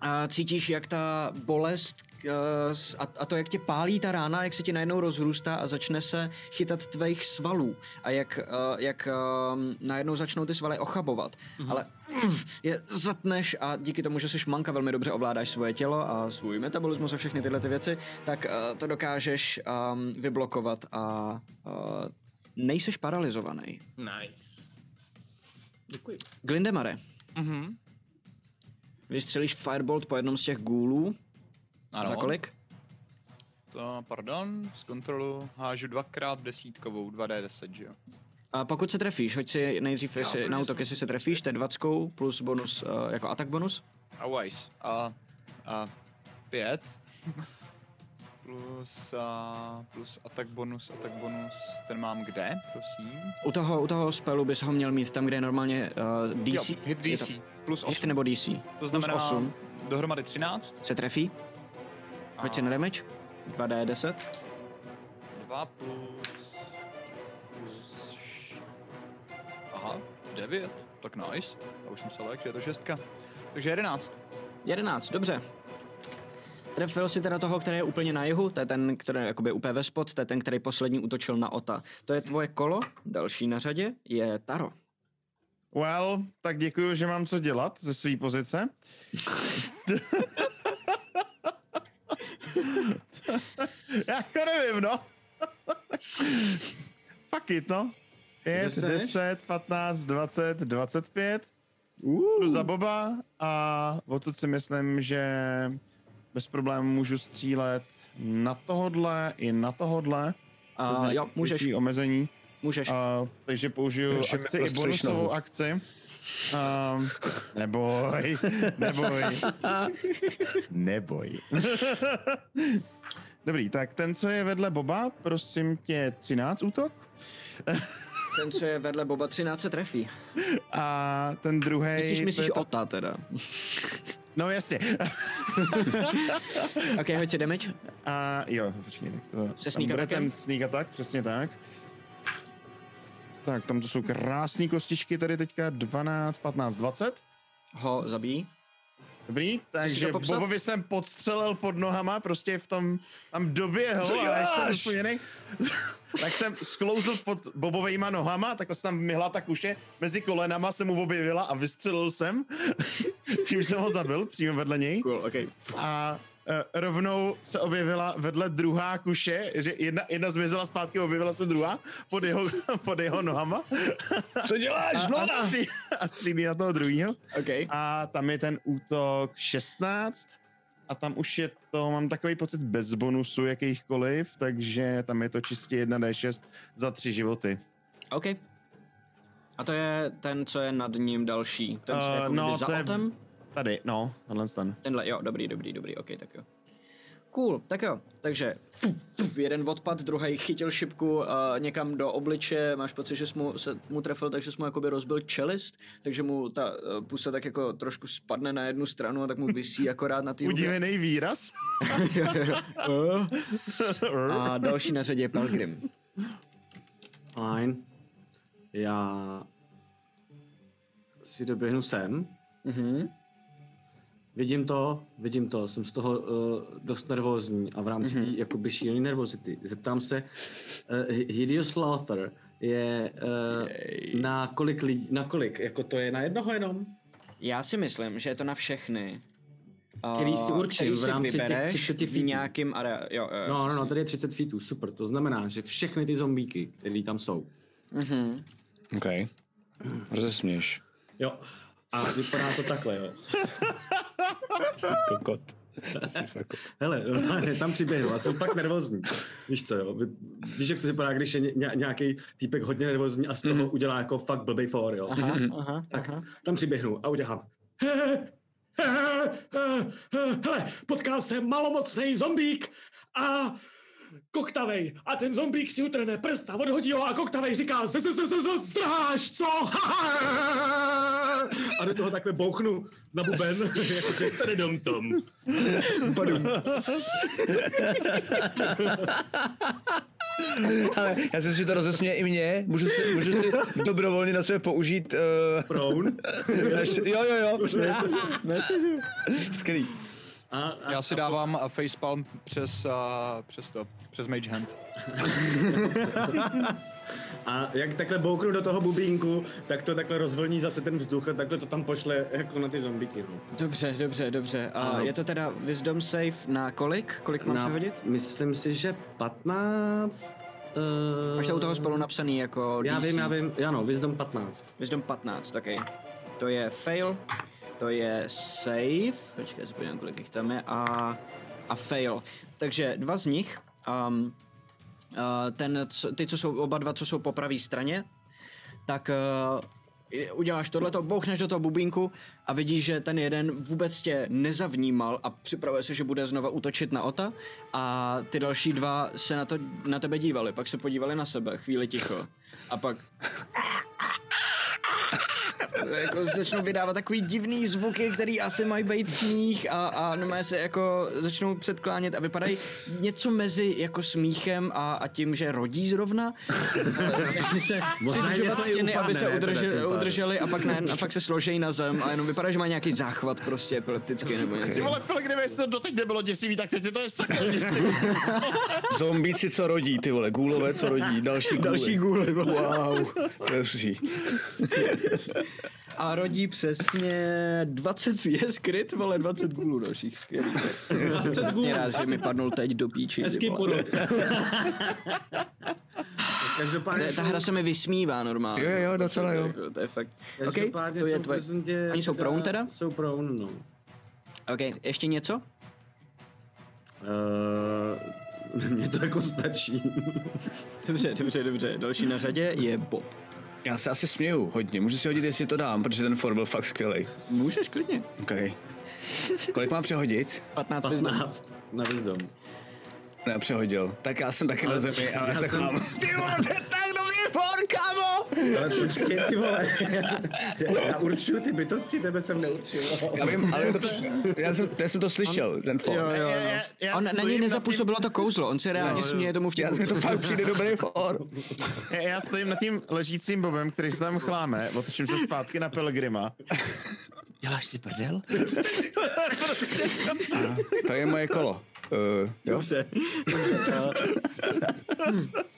Speaker 2: a cítíš, jak ta bolest eh, s- a, a to, jak tě pálí ta rána, jak se ti najednou rozrůstá a začne se chytat tvých svalů a jak, eh, jak ehm, najednou začnou ty svaly ochabovat. Mm-hmm. Ale mm, je zatneš a díky tomu, že jsi manka, velmi dobře ovládáš svoje tělo a svůj metabolismus a všechny tyhle ty věci, tak eh, to dokážeš ehm, vyblokovat a eh, nejseš paralizovaný.
Speaker 6: Nice. Děkuji.
Speaker 2: Glindemare,
Speaker 5: Mhm.
Speaker 2: vystřelíš firebolt po jednom z těch gůlů.
Speaker 5: Ano.
Speaker 2: Za kolik?
Speaker 5: To, pardon, z kontrolu hážu dvakrát desítkovou, 2D10, že jo?
Speaker 2: A pokud se trefíš, hoď si nejdřív jestli, na útok, jestli se trefíš, to je 20 plus bonus, uh, jako atak bonus.
Speaker 5: A wise. A, a pět. Plus, a, plus atak bonus, atak bonus, ten mám kde, prosím?
Speaker 2: U toho, u toho spelu bys ho měl mít tam, kde je normálně uh, DC.
Speaker 5: Jo, hit
Speaker 2: je
Speaker 5: DC,
Speaker 2: to
Speaker 5: plus
Speaker 2: Hit
Speaker 5: 8,
Speaker 2: nebo DC.
Speaker 5: to znamená
Speaker 2: plus 8
Speaker 5: dohromady 13.
Speaker 2: se trefí.
Speaker 5: A
Speaker 2: Hoď si na damage. 2D10.
Speaker 5: 2 plus, plus... š- Aha, 9, tak nice. Já už jsem se lék, že je to šestka. Takže 11.
Speaker 2: 11, dobře. Trefil si teda toho, který je úplně na jihu, to je ten, který je jakoby úplně ve spod, to je ten, který poslední útočil na Ota. To je tvoje kolo, další na řadě je Taro.
Speaker 3: Well, tak děkuji, že mám co dělat ze své pozice. Já to nevím, no. Fuck it, no. 5,
Speaker 7: Kde seš?
Speaker 3: 10, 15, 20, 25. Jdu za Boba a odsud si myslím, že bez problémů můžu střílet na tohodle i na tohodle. bez
Speaker 2: Uh,
Speaker 3: nějakých
Speaker 2: jo, můžeš,
Speaker 3: větších omezení.
Speaker 2: můžeš.
Speaker 3: A, takže použiju
Speaker 4: Takže mi
Speaker 3: akci i
Speaker 4: prostřelíš
Speaker 3: bonusovou
Speaker 4: nohu.
Speaker 3: akci. Um, neboj, neboj, neboj. Dobrý, tak ten, co je vedle Boba, prosím tě, 13 útok.
Speaker 2: Ten, co je vedle Boba 13, se trefí.
Speaker 3: A ten druhý.
Speaker 2: Myslíš, myslíš Ota teda.
Speaker 3: No jasně.
Speaker 2: Ok, hoď si damage.
Speaker 3: A jo, počkej, tak to...
Speaker 2: Se
Speaker 3: tam
Speaker 2: sneak
Speaker 3: bude
Speaker 2: attackem?
Speaker 3: Ten sneak attack, přesně tak. Tak, tam to jsou krásné kostičky, tady teďka 12, 15, 20.
Speaker 2: Ho zabíjí.
Speaker 3: Dobrý, takže
Speaker 2: to popsat?
Speaker 3: Bobovi jsem podstřelil pod nohama, prostě v tom, tam doběhl Co a jak jsem usponěný, tak jsem sklouzl pod Bobovejma nohama, takhle se tam myhla ta kuše, mezi kolenama se mu objevila a vystřelil jsem, čím jsem ho zabil, přímo vedle něj.
Speaker 7: Cool, okay.
Speaker 3: A eh, rovnou se objevila vedle druhá kuše, že jedna, jedna zmizela zpátky, objevila se druhá pod jeho, pod jeho nohama
Speaker 4: Co děláš,
Speaker 3: a, a, stří, a střílí na toho druhého.
Speaker 2: Ok.
Speaker 3: A tam je ten útok 16. A tam už je to, mám takový pocit, bez bonusu jakýchkoliv, takže tam je to čistě 1d6 za tři životy.
Speaker 2: Ok. A to je ten, co je nad ním další. Ten, co je
Speaker 3: Eh,
Speaker 2: jako no,
Speaker 3: no, to
Speaker 2: za
Speaker 3: je-
Speaker 2: Otem.
Speaker 3: Tady, no, tenhle ten.
Speaker 2: Tenhle, jo, dobrý, dobrý, dobrý, ok, tak jo. Cool, tak jo, takže fup, fup, jeden odpad, druhý chytil šipku uh, někam do obliče, máš pocit, že jsi mu, se mu trefil, takže jsi mu jakoby rozbil čelist, takže mu ta uh, pusa tak jako trošku spadne na jednu stranu a tak mu vysí akorát na té hubě.
Speaker 3: Udivený výraz.
Speaker 2: Jo, jo, jo. A další na řadě je Pelgrim.
Speaker 7: Fajn. Já si doběhnu sem.
Speaker 2: Mhm.
Speaker 7: Vidím to, vidím to, jsem z toho uh, dost nervózní a v rámci
Speaker 2: Mhm.
Speaker 7: mm-hmm. té jakoby šílené nervozity zeptám se, uh, Hideo Slaughter je uh, na kolik lidí, na kolik, jako to je na jednoho jenom,
Speaker 2: Já si myslím, že je to na všechny. A,
Speaker 7: Který si určím
Speaker 2: který
Speaker 7: v
Speaker 2: si
Speaker 7: rámci těch
Speaker 2: vybereš
Speaker 7: 30 feetů.
Speaker 2: v nějakým area, jo, jo,
Speaker 7: no no no, tady je 30 feetů, super, to znamená, že všechny ty zombíky, které tam jsou,
Speaker 2: Mhm.
Speaker 4: OK. Rozesměš.
Speaker 7: jo, a vypadá to takhle, jo.
Speaker 4: Kokot.
Speaker 7: Hele, normálně, tam přiběhnu a jsem fakt nervózní. Víš co, jo? vy- Víš, jak to vypadá, když je ně, nějaký týpek hodně nervózní a z toho udělá jako fakt blbej for, jo?
Speaker 2: Mhm. Aha, aha, aha.
Speaker 7: Tam přiběhnu a udělám. "He, he, he, he, he, Hele, potkal jsem malomocný zombík a koktavej. A ten zombík si utrhne prst a odhodí ho a koktavej říká "Z- z- z- z- z- zdrháš, co? Ha, ha, ha." A do toho takhle bouchnu na buben, jako že tady dom tom.
Speaker 4: Ale já si myslím, že to rozesměje i mě. Můžu si, můžu si dobrovolně na sebe použít... Uh...
Speaker 7: Proun.
Speaker 4: jo, jo, jo. Skvělý.
Speaker 7: A, a,
Speaker 5: Já si dávám eh, facepalm přes, eh, přes to, přes Mage Hand.
Speaker 7: a jak takhle bouknu do toho bubínku, tak to takhle rozvlní zase ten vzduch a takhle to tam pošle jako na ty zombíky. No.
Speaker 2: Dobře, dobře, dobře. A
Speaker 7: Ano.
Speaker 2: je to teda Wisdom save na kolik? Kolik mám
Speaker 7: Na-
Speaker 2: přehodit?
Speaker 7: Myslím si, že 15... Uh,
Speaker 2: Máš to u toho spolu napsaný jako DC.
Speaker 7: Já vím, já vím, já no, Wisdom 15.
Speaker 2: Wisdom 15, ok. To je fail, to je save, počkej, já se podívám, kolik jich tam je, a, a fail. Takže dva z nich, um, uh, ten, co- ty, co jsou oba dva, co jsou po pravé straně, tak uh, je- uděláš tohleto, bouchneš do toho bubínku a vidíš, že ten jeden vůbec tě nezavnímal a připravuje se, že bude znova útočit na Ota a ty další dva se na, to, na tebe dívali, pak se podívali na sebe, chvíli ticho a pak jako začnou vydávat takový divný zvuky, který asi mají být smích a, a normálně se jako začnou předklánět a vypadají něco mezi jako smíchem a, a tím, že rodí zrovna. Snaží se přidružovat
Speaker 7: něco i
Speaker 2: stěny,
Speaker 7: upadne,
Speaker 2: vlastně aby se
Speaker 7: ne, teda tím
Speaker 2: udrželi,
Speaker 7: pádem.
Speaker 2: udrželi a pak, ne, a pak se složejí na zem a jenom vypadá, že má nějaký záchvat prostě epileptický nebo něco.
Speaker 3: Ty vole, Pilgrim, jestli to doteď nebylo děsivý, tak teď je to je sakra děsivý.
Speaker 4: Zombíci, co rodí, ty vole. Gůlové, co rodí. Další gůly.
Speaker 2: Další gůly, vole.
Speaker 4: Wow. To je hustý.
Speaker 2: A rodí přesně 20, je skryt, vole, 20 gulů dalších, skvělý. Jsem
Speaker 6: gulů.
Speaker 2: hrozně rád, že mi padnul teď do píči. ty
Speaker 6: Hezký
Speaker 2: vole.
Speaker 6: porod.
Speaker 7: Každopádně,
Speaker 2: Ta, ta hra se mi vysmívá normálně.
Speaker 4: Jo, jo, jo, docela jo.
Speaker 2: To je fakt. OK,
Speaker 7: každopádně
Speaker 2: to je
Speaker 7: jsou
Speaker 2: tvoje.
Speaker 7: prosím tě
Speaker 2: Oni jsou prone teda?
Speaker 7: Jsou prone, no.
Speaker 2: OK, ještě něco?
Speaker 7: Eh, Uh, mně to jako stačí.
Speaker 2: Dobře, dobře, dobře. Další na řadě je Bob.
Speaker 4: Já se asi směju hodně. Můžu si hodit, jestli to dám, protože ten for byl fakt skvělý.
Speaker 2: Můžeš klidně.
Speaker 4: Okay. Kolik mám přehodit?
Speaker 2: 15 vyznám.
Speaker 7: 15 na wisdom.
Speaker 4: Ne, přehodil. Tak já jsem taky na zemi a já se
Speaker 7: jsem-
Speaker 4: chlám. Ty vole, to je tak dobrý for, kámo!
Speaker 7: Ale počkej, ty vole. Já, já určuju ty bytosti, tebe jsem neurčil.
Speaker 4: Já vím, ale to, já, jsem, já jsem to slyšel, ten for.
Speaker 2: Jo, jo,
Speaker 3: Já-
Speaker 2: jo.
Speaker 3: já- já
Speaker 2: On, na
Speaker 3: stojím
Speaker 2: něj
Speaker 3: nad No,
Speaker 2: nezapůsobilo to kouzlo, on se reálně směje tomu
Speaker 4: Já
Speaker 2: vtipu.
Speaker 4: mi to fakt přijde dobrý for.
Speaker 3: Já- Já stojím nad tím ležícím bobem, který se tam chláme, otočím se zpátky na Pilgrima. Děláš si prdel?
Speaker 4: To je moje kolo. Uh, jo?
Speaker 2: Dobře.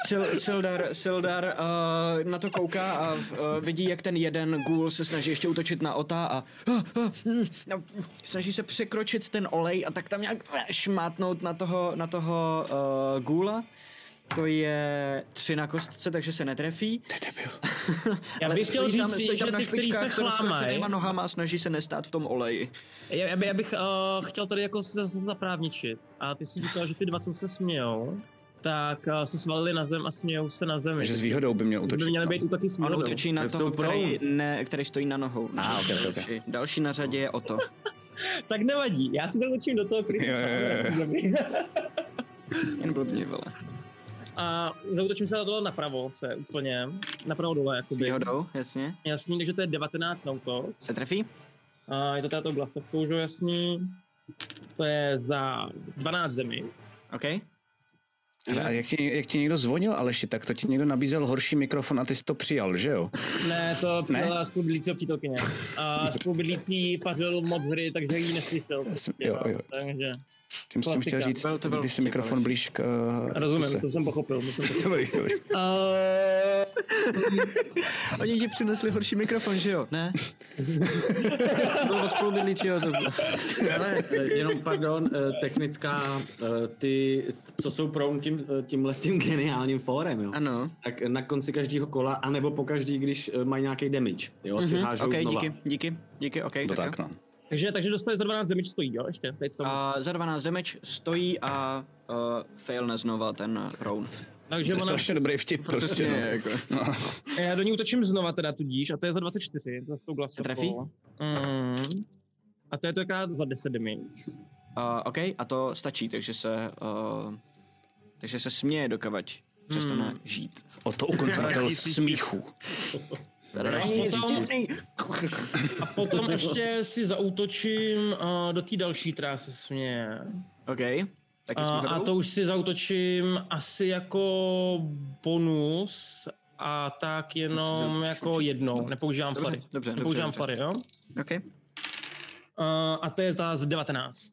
Speaker 2: Sil, Sildar, Sildar uh, na to kouká a uh, vidí, jak ten jeden gůl se snaží ještě útočit na Ota a uh, uh, mm, no, snaží se překročit ten olej a tak tam nějak eh, šmátnout na toho, na toho uh, gůla. To je tři na kostce, takže se netrefí.
Speaker 6: Já
Speaker 2: Ale
Speaker 6: bych chtěl
Speaker 2: stojí tam-
Speaker 6: říct,
Speaker 2: stojí tam
Speaker 6: že
Speaker 2: na
Speaker 6: ty, který se
Speaker 2: špičkách s rozkročenýma
Speaker 6: chlámají,
Speaker 2: nohama a snaží se nestát v tom oleji.
Speaker 6: Já, já, by, já bych uh, chtěl tady jako se zase zaprávničit. A ty jsi říkal, že ty dva, co se smějou, tak uh, se svalili na zem a smějou se na zemi.
Speaker 4: Takže s výhodou by měl
Speaker 6: by
Speaker 4: útočit.
Speaker 6: měly
Speaker 4: no.
Speaker 6: být útoky s
Speaker 2: On
Speaker 6: výhodou.
Speaker 2: útočí na
Speaker 7: jsou
Speaker 2: toho,
Speaker 7: pro.
Speaker 2: který, ne, který stojí na nohou.
Speaker 4: Ah, ok, ok, ok.
Speaker 2: Další na řadě je Oto.
Speaker 6: Tak nevadí, já si to učím do toho, který se
Speaker 4: Jo, jo, jo, jo.
Speaker 6: svalil na zemi.
Speaker 2: Jen blbně, vole.
Speaker 6: A zautočím se na tohle napravo, se úplně, napravo dole,
Speaker 2: S
Speaker 6: jakoby.
Speaker 2: výhodou, jasně.
Speaker 6: Jasný, takže to je 19 na útok.
Speaker 2: Se trefí?
Speaker 6: A je to tato blastovkou, že jo, jasný. To je za 12 zemí.
Speaker 2: OK.
Speaker 4: Hele, A jak ti, jak ti někdo zvonil, Aleši, tak to ti někdo nabízel horší mikrofon a ty jsi to přijal, že jo?
Speaker 6: Ne, to přijela spolubydlícího přítelkyně. A spolubydlící pařil moc hry, takže ji neslyšel.
Speaker 4: jsem- jo, jo.
Speaker 6: Takže
Speaker 4: Tím jsem
Speaker 6: Klasika.
Speaker 4: chtěl říct,
Speaker 2: Byl to velký
Speaker 4: když si mikrofon blíž k... eh,
Speaker 6: rozumím,
Speaker 4: puse.
Speaker 6: to jsem pochopil. To jsem pochopil.
Speaker 4: Dobrý, dobrý.
Speaker 6: Eh,
Speaker 2: Oni ti přinesli horší mikrofon, že jo? Ne? Byl od spolubydlíčího to bylo.
Speaker 7: Ale jenom, pardon, eh, technická, eh, ty, co jsou prone tím, eh, tímhle s tím geniálním fórem, jo?
Speaker 2: Ano.
Speaker 7: Tak na konci každého kola, anebo po každý, když eh, mají nějaký damage, jo, si
Speaker 2: Mhm,
Speaker 7: hážou
Speaker 2: OK,
Speaker 7: znova.
Speaker 2: díky, díky, díky, OK.
Speaker 4: To
Speaker 2: tak
Speaker 4: tak,
Speaker 2: jo.
Speaker 4: no.
Speaker 6: takže, takže dostali za 12 zemí, stojí, jo, ještě. Teď to.
Speaker 2: A za 12 damage stojí a uh, failne znova ten round. jako.
Speaker 4: To
Speaker 6: takže
Speaker 4: je
Speaker 6: ona,
Speaker 4: strašně dobrý vtip, prostě. no. No.
Speaker 6: já do ní útočím znova teda tudíž, a to je za 24, za s tou
Speaker 2: Se trefí?
Speaker 6: blastovkou. Mm. A to je to jaká za 10 damage.
Speaker 2: Uh, OK, a to stačí, takže se, uh, takže se směje dokavať. Přestane
Speaker 6: Hmm.
Speaker 2: žít.
Speaker 4: O to ukončovatel smíchu.
Speaker 6: Potom, a potom eh, ještě si zautočím uh, do té další, která se směje.
Speaker 2: OK.
Speaker 4: Tak
Speaker 6: A, a to už si zautočím asi jako bonus a tak jenom
Speaker 2: Dobře,
Speaker 6: jako
Speaker 2: určitě. No,
Speaker 6: jednou. Nepoužívám
Speaker 2: Dobře,
Speaker 6: flary.
Speaker 2: dobře, dobře,
Speaker 6: Nepoužívám
Speaker 2: dobře.
Speaker 6: flary, jo? Eh,
Speaker 2: OK.
Speaker 6: A, a to je za z 19.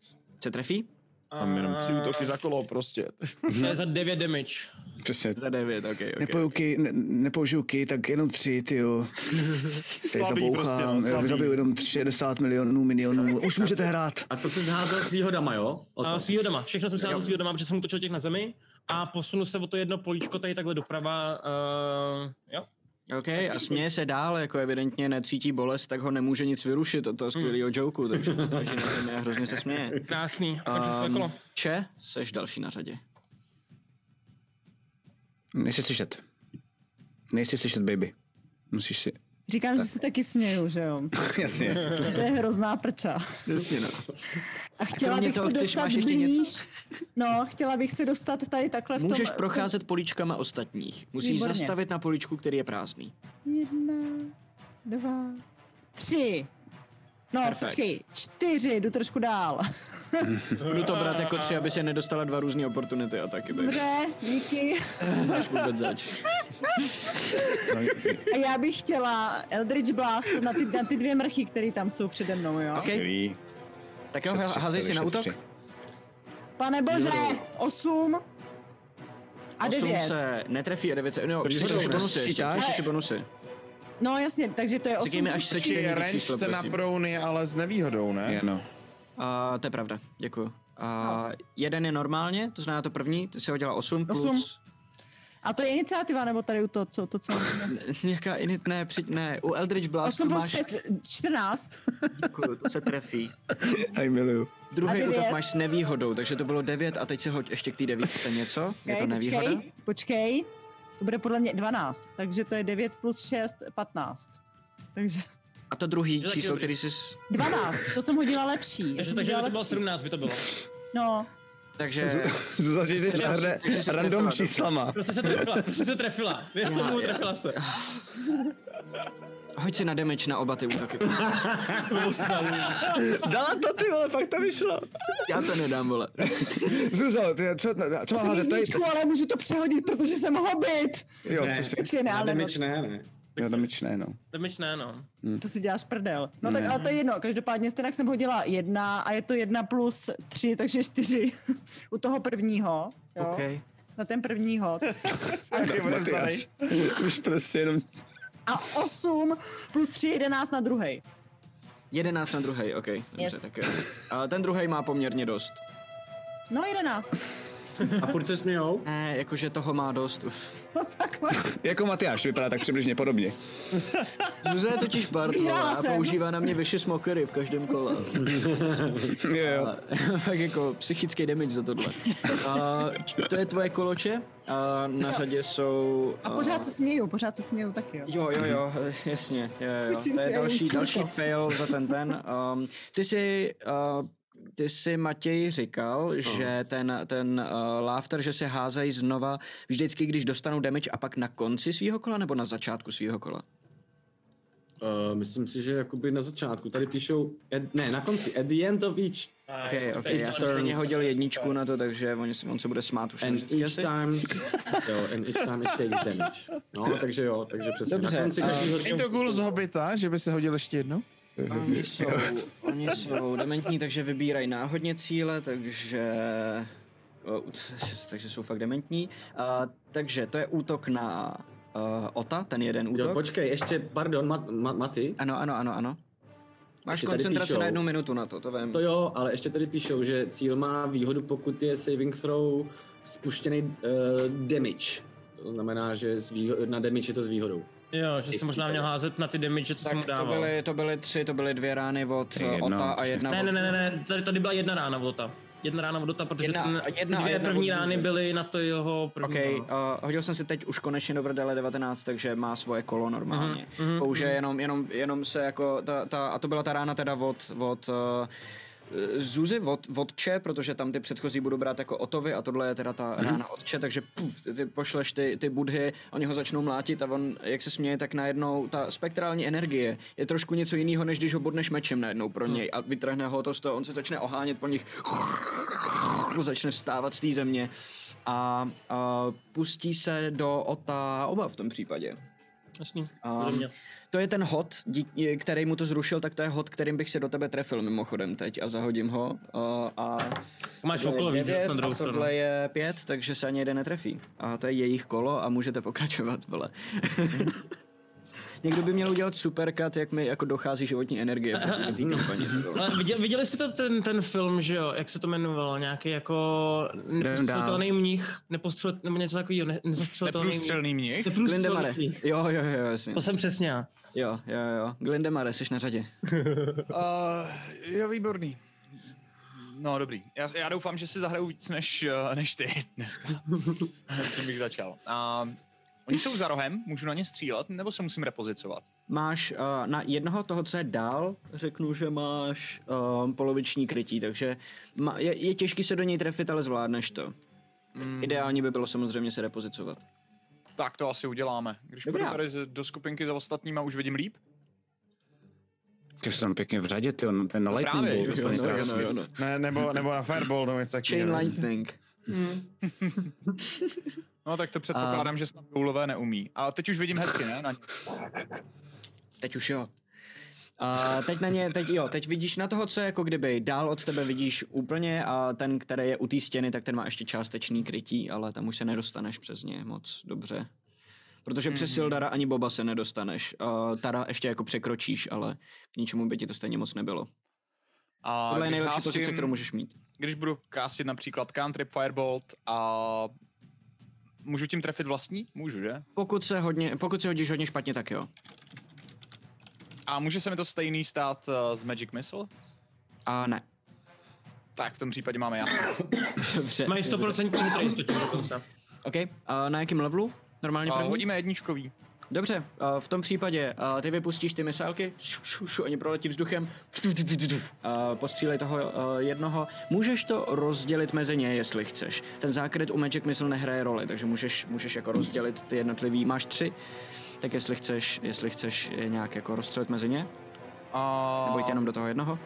Speaker 2: Se trefí?
Speaker 6: A,
Speaker 3: Tam jenom tři útoky za kolo prostě.
Speaker 6: To je za 9 damage.
Speaker 4: Přesně.
Speaker 2: Za 9, OK, OK.
Speaker 4: Nepoužiju ki, ne, nepoužiju ki, tak jenom tři, ty jo. Tady
Speaker 3: Slabý prostě, no,
Speaker 4: zabouchám,
Speaker 3: slabý.
Speaker 4: prostě, zabiju jenom 60 milionů, milionů. Už můžete hrát.
Speaker 7: A to se zházel s výhodama, jo? O
Speaker 6: A
Speaker 7: co?
Speaker 6: s výhodama. Všechno jsem si dal s výhodama, protože jsem utočil těch na zemi. A posunu se o to jedno políčko tady takhle doprava. Uh, jo?
Speaker 2: OK, a směje se dál, jako evidentně necítí bolest, tak ho nemůže nic vyrušit od toho skvělého joku, takže leží na zemi a hrozně se směje.
Speaker 6: Krásný. A končí své
Speaker 2: Ehm,
Speaker 6: kolo.
Speaker 2: če, seš další na řadě.
Speaker 4: Nechci slyšet. Nechci slyšet, baby. Musíš si...
Speaker 8: Říkám, že se taky směju, že jo?
Speaker 4: Jasně.
Speaker 8: To je hrozná prča.
Speaker 2: Jasně, no.
Speaker 8: A chtěla
Speaker 2: kromě
Speaker 8: bych
Speaker 2: toho
Speaker 8: se
Speaker 2: chceš-
Speaker 8: dostat
Speaker 2: máš ještě
Speaker 8: blíž.
Speaker 2: něco?
Speaker 8: No, chtěla bych se dostat tady takhle v tom...
Speaker 2: Můžeš procházet políčkama ostatních. Musíš
Speaker 8: Výborně.
Speaker 2: zastavit na políčku, který je prázdný.
Speaker 8: Jedna, dva, tři. No,
Speaker 2: Perfekt.
Speaker 8: počkej, čtyři, jdu trošku dál.
Speaker 2: Budu to brát jako tři, aby se nedostala dva různé oportunity a taky tak.
Speaker 8: Dobře, díky.
Speaker 2: Máš vůbec zač. No,
Speaker 8: A já bych chtěla Eldritch Blast na ty, na ty dvě mrchy, které tam jsou přede mnou, jo?
Speaker 2: OK, tak jo,
Speaker 4: Šetři,
Speaker 2: házej si
Speaker 4: skvěle,
Speaker 2: na útok.
Speaker 4: šetři.
Speaker 8: Pane bože, osm a
Speaker 2: Osm
Speaker 8: devět.
Speaker 2: se netrefí a devět se... No,
Speaker 7: Sečteš
Speaker 2: sečteš
Speaker 7: bonus.
Speaker 2: bonusy ještě,
Speaker 4: Sčítáš?
Speaker 2: sečteš si bonusy.
Speaker 8: No jasně, takže to je osm.
Speaker 2: Říkej mi, až
Speaker 3: Či
Speaker 2: sečteš
Speaker 3: je
Speaker 2: ty číslo,
Speaker 3: range na
Speaker 2: prosím.
Speaker 3: prouny, ale s nevýhodou, ne?
Speaker 4: Je, no.
Speaker 2: A to je pravda, děkuju. A
Speaker 8: No.
Speaker 2: jeden je normálně, to znamená to první, ty si ho dělal 8 plus...
Speaker 8: Osm. A to je iniciativa, nebo tady u to, co, to, co...
Speaker 2: Nějaká init, ne, při, ne, u Eldritch Blast
Speaker 8: Osm plus
Speaker 2: máš...
Speaker 8: šest, čtrnáct.
Speaker 2: Děkuju, to se trefí.
Speaker 4: Aj miluju.
Speaker 2: Druhý
Speaker 8: A devět?
Speaker 2: útok máš s nevýhodou, takže to bylo 9 a teď si hoď ještě k té devítce něco. je to
Speaker 8: Počkej,
Speaker 2: nevýhoda?
Speaker 8: Počkej, počkej, to bude podle mě 12, takže to je 9 plus 6, 15. Takže
Speaker 2: A to druhý
Speaker 6: Je taky
Speaker 2: číslo,
Speaker 6: dobrý.
Speaker 2: který jsi...
Speaker 8: 12, to jsem hodila lepší. já
Speaker 6: Takže,
Speaker 8: jsem
Speaker 6: takže
Speaker 8: hodila
Speaker 6: to bylo
Speaker 8: lepší.
Speaker 6: 17 by to bylo.
Speaker 8: No,
Speaker 2: Takže...
Speaker 4: Zuzana ti teď hraje
Speaker 2: Takže se
Speaker 4: random
Speaker 2: trefila,
Speaker 4: číslama.
Speaker 6: Prostě se trefila, prostě se trefila. Věř tomu, trefila se.
Speaker 2: Hoď si na damage na oba ty útoky.
Speaker 4: Dala to ty vole, fakt to vyšlo.
Speaker 2: Já to nedám, vole.
Speaker 4: Zuzana, ty, co, co mám
Speaker 8: jsem
Speaker 4: házet? To je...
Speaker 8: jedničku, ale můžu to přehodit, protože jsem ho byt.
Speaker 4: Jo, přesně.
Speaker 8: Počkej, ne,
Speaker 7: Na
Speaker 8: ale no,
Speaker 7: damage ne, ne.
Speaker 4: Jo, damage ne, no.
Speaker 6: Damage ne, no.
Speaker 4: Hmm.
Speaker 8: to si děláš prdel. No tak, ale to je jedno, každopádně stejně jsem hodila jedna a je to jedna plus tři, takže čtyři. U toho prvního, jo,
Speaker 2: OK.
Speaker 8: na ten prvního.
Speaker 4: Matyáš. Už prostě jenom...
Speaker 8: A osm plus tři, jedenáct na druhý.
Speaker 2: 11 na druhý, OK. Dobře,
Speaker 8: Yes.
Speaker 2: tak jo. A ten druhý má poměrně dost.
Speaker 8: No, jedenáct.
Speaker 7: A furt se smějou?
Speaker 2: Ne, jakože toho má dost, uf.
Speaker 8: No takhle.
Speaker 4: Jako Matyáš, vypadá tak přibližně podobně.
Speaker 2: Zuza je totiž Bart, vole,
Speaker 8: Vyhrála
Speaker 2: a
Speaker 8: jsem.
Speaker 2: používá na mě vyše smokery v každém kole.
Speaker 4: Jo, jo.
Speaker 2: A- tak jako psychický damage za tohle. A, č- to je tvoje koloče a na řadě jsou...
Speaker 4: Oh.
Speaker 8: A pořád se směju, pořád se směju taky, jo.
Speaker 2: Jo, jo, jo, jasně, jo, jo.
Speaker 8: Musím
Speaker 2: To je
Speaker 8: si jenom
Speaker 2: další,
Speaker 8: kývnout.
Speaker 2: další fail za ten ten. Um, ty si, uh, ty si Matěj říkal, že ten, ten uh, laughter, že se házejí znova vždycky, když dostanou damage a pak na konci svého kola nebo na začátku svého kola?
Speaker 7: Uh, myslím si, že jakoby na začátku tady píšou, at, ne, na konci, at the end of each
Speaker 2: Okay, okay, já jsem
Speaker 7: turns.
Speaker 2: stejně hodil jedničku na to, takže on, on se bude smát už.
Speaker 7: And
Speaker 2: nevždycky
Speaker 7: each
Speaker 2: asi.
Speaker 7: time, jo, and each time it takes damage. No, takže jo, takže přesně.
Speaker 2: Dobře, eh,
Speaker 7: na konci
Speaker 2: a-
Speaker 7: každýho
Speaker 3: Je to gul z Hobita, že by se hodil ještě jednou?
Speaker 2: Oni jsou, oni jsou dementní, takže vybírají náhodně cíle, takže... o, t- Takže jsou fakt dementní. A, takže to je útok na uh, Ota, ten jeden
Speaker 7: Jo,
Speaker 2: útok.
Speaker 7: počkej, ještě, pardon, Mat, Mat, Maty.
Speaker 2: ano, ano, ano, ano. Máš
Speaker 7: Ještě tady
Speaker 2: koncentraci
Speaker 7: píšou.
Speaker 2: na jednu minutu na to, to vím.
Speaker 7: To jo, ale ještě tady píšou, že cíl má výhodu, pokud je saving throw spuštěný uh, damage. To znamená, že s výho- na damage je to s výhodou.
Speaker 6: Jo, že si možná měl házet na ty damage, co jsem mu
Speaker 2: tak to
Speaker 6: dával.
Speaker 2: byly, to byly tři, to byly dvě rány od
Speaker 4: je
Speaker 2: eh,
Speaker 4: jedno,
Speaker 2: Ota a
Speaker 4: počkej.
Speaker 2: jedna
Speaker 6: Ne,
Speaker 2: od...
Speaker 6: ne, ne, ne, ne, tady, tady byla jedna rána vodota. Jedna rána vodota, protože
Speaker 2: Jedna-
Speaker 6: ten,
Speaker 2: jedna a
Speaker 6: dvě
Speaker 2: jedna
Speaker 6: první
Speaker 2: od
Speaker 6: rány
Speaker 2: Zuzi.
Speaker 6: byly na to jeho první. no.
Speaker 2: OK, uh, hodil jsem si teď už konečně do brdele 19, takže má svoje kolo normálně. Mm-hmm, Použije mm-hmm. jenom, jenom, jenom se jako, ta, ta, a to byla ta rána teda od, od uh, Zuzi, od, od Če, protože tam ty předchozí budu brát jako Otovi a tohle je teda ta mm-hmm. rána od Če, takže puf, ty- ty pošleš ty, ty budhy, oni ho začnou mlátit a on, jak se směje, tak najednou ta spektrální energie je trošku něco jiného, než když ho bodneš mečem najednou pro něj a vytrhne ho to z toho, on se začne ohánět po nich začne stávat z té země a, a pustí se do ota oba v tom případě.
Speaker 6: Jasný.
Speaker 2: A
Speaker 6: Ode mě.
Speaker 2: Um, to je ten hod, dí- který mu to zrušil, tak to je hod, kterým bych se do tebe trefil mimochodem teď a zahodím ho. A, a
Speaker 6: Máš
Speaker 2: tohle je
Speaker 6: okolo víc
Speaker 2: devět
Speaker 6: zase na druhou
Speaker 2: a
Speaker 6: stranu.
Speaker 2: Tohle je pět, takže se ani jeden netrefí. A to je jejich kolo a můžete pokračovat, vole. Někdo by měl udělat superkat, jak mi jako dochází životní energie před tím kampaní. ty vole.
Speaker 6: Ale viděli, No, viděli jste to, ten, ten film, že jo, jak se to jmenovalo, nějaký jako nepostřelitelný mnich, nepostřel, nebo něco takového, ne, nezastřelitelný mnich.
Speaker 5: Neprůstřelný mnich.
Speaker 2: Glindemare.
Speaker 6: Neprůstřelitelný mnich.
Speaker 2: Jo, jo, jo, jasně.
Speaker 6: To jsem přesně já.
Speaker 2: Jo, jo, jo. Glindemare, jsi na řadě.
Speaker 5: Uh, jo, výborný. No, dobrý. Já, já doufám, že si zahraju víc než, eh, než ty dneska. Tím bych začal. Uh, oni jsou za rohem, můžu na ně střílet, nebo se musím repozicovat?
Speaker 2: Máš uh, na jednoho toho, co je dál, řeknu, že máš um, poloviční krytí, takže ma, je, je těžký se do něj trefit, ale zvládneš to. Mm. Ideální by bylo samozřejmě se repozicovat.
Speaker 5: Tak to asi uděláme. Když
Speaker 2: Dobrá.
Speaker 5: Dobrá. půjdu tady z- do skupinky za ostatníma, už vidím líp.
Speaker 4: Ty jsi tam pěkně v řadě, ty, on, ten na lightning
Speaker 5: právě,
Speaker 4: bolt,
Speaker 5: že
Speaker 4: to je
Speaker 5: jo, no,
Speaker 4: krásný.
Speaker 2: no.
Speaker 3: Ne, nebo, nebo na Fireball, nebo něco
Speaker 2: Chain
Speaker 3: takového.
Speaker 2: lightning.
Speaker 5: Mm. No, tak to předpokládám, že snad koulové neumí. A teď už vidím hezky, ne? Na ně.
Speaker 2: Teď už jo. A teď na ně, teď jo, teď vidíš na toho, co je jako kdyby dál od tebe vidíš úplně a ten, který je u té stěny, tak ten má ještě částečný krytí, ale tam už se nedostaneš přes ně moc dobře. Protože přes Sildara ani Boba se nedostaneš. A Tara ještě jako překročíš, ale k ničemu by ti to stejně moc nebylo.
Speaker 5: A
Speaker 2: Tohle je
Speaker 5: když
Speaker 2: nejlepší
Speaker 5: házím-
Speaker 2: pozice, kterou můžeš mít.
Speaker 5: Když budu kástit například Cantrip Firebolt a můžu tím trefit vlastní? Můžu, že?
Speaker 2: Pokud se, hodně, pokud se hodíš hodně špatně, tak jo.
Speaker 5: A může se mi to stejný stát eh, z Magic Missile?
Speaker 2: A ne.
Speaker 5: Tak v tom případě máme já.
Speaker 2: Dobře.
Speaker 6: Mají 100% hitrate totiž dokonce.
Speaker 2: OK. A na jakém levelu? Normálně
Speaker 5: A
Speaker 2: první?
Speaker 5: hodíme jedničkový.
Speaker 2: Dobře, a v tom případě a ty vypustíš ty misálky, šu, šu, šu, oni proletí vzduchem, a postřílej toho a jednoho. Můžeš to rozdělit mezi ně, jestli chceš. Ten zákryt u Magic Missile nehraje roli, takže můžeš, můžeš jako rozdělit ty jednotlivý, máš tři, tak jestli chceš, jestli chceš je nějak jako rozstřelit mezi ně,
Speaker 5: A...
Speaker 2: nebo jít jenom do toho jednoho.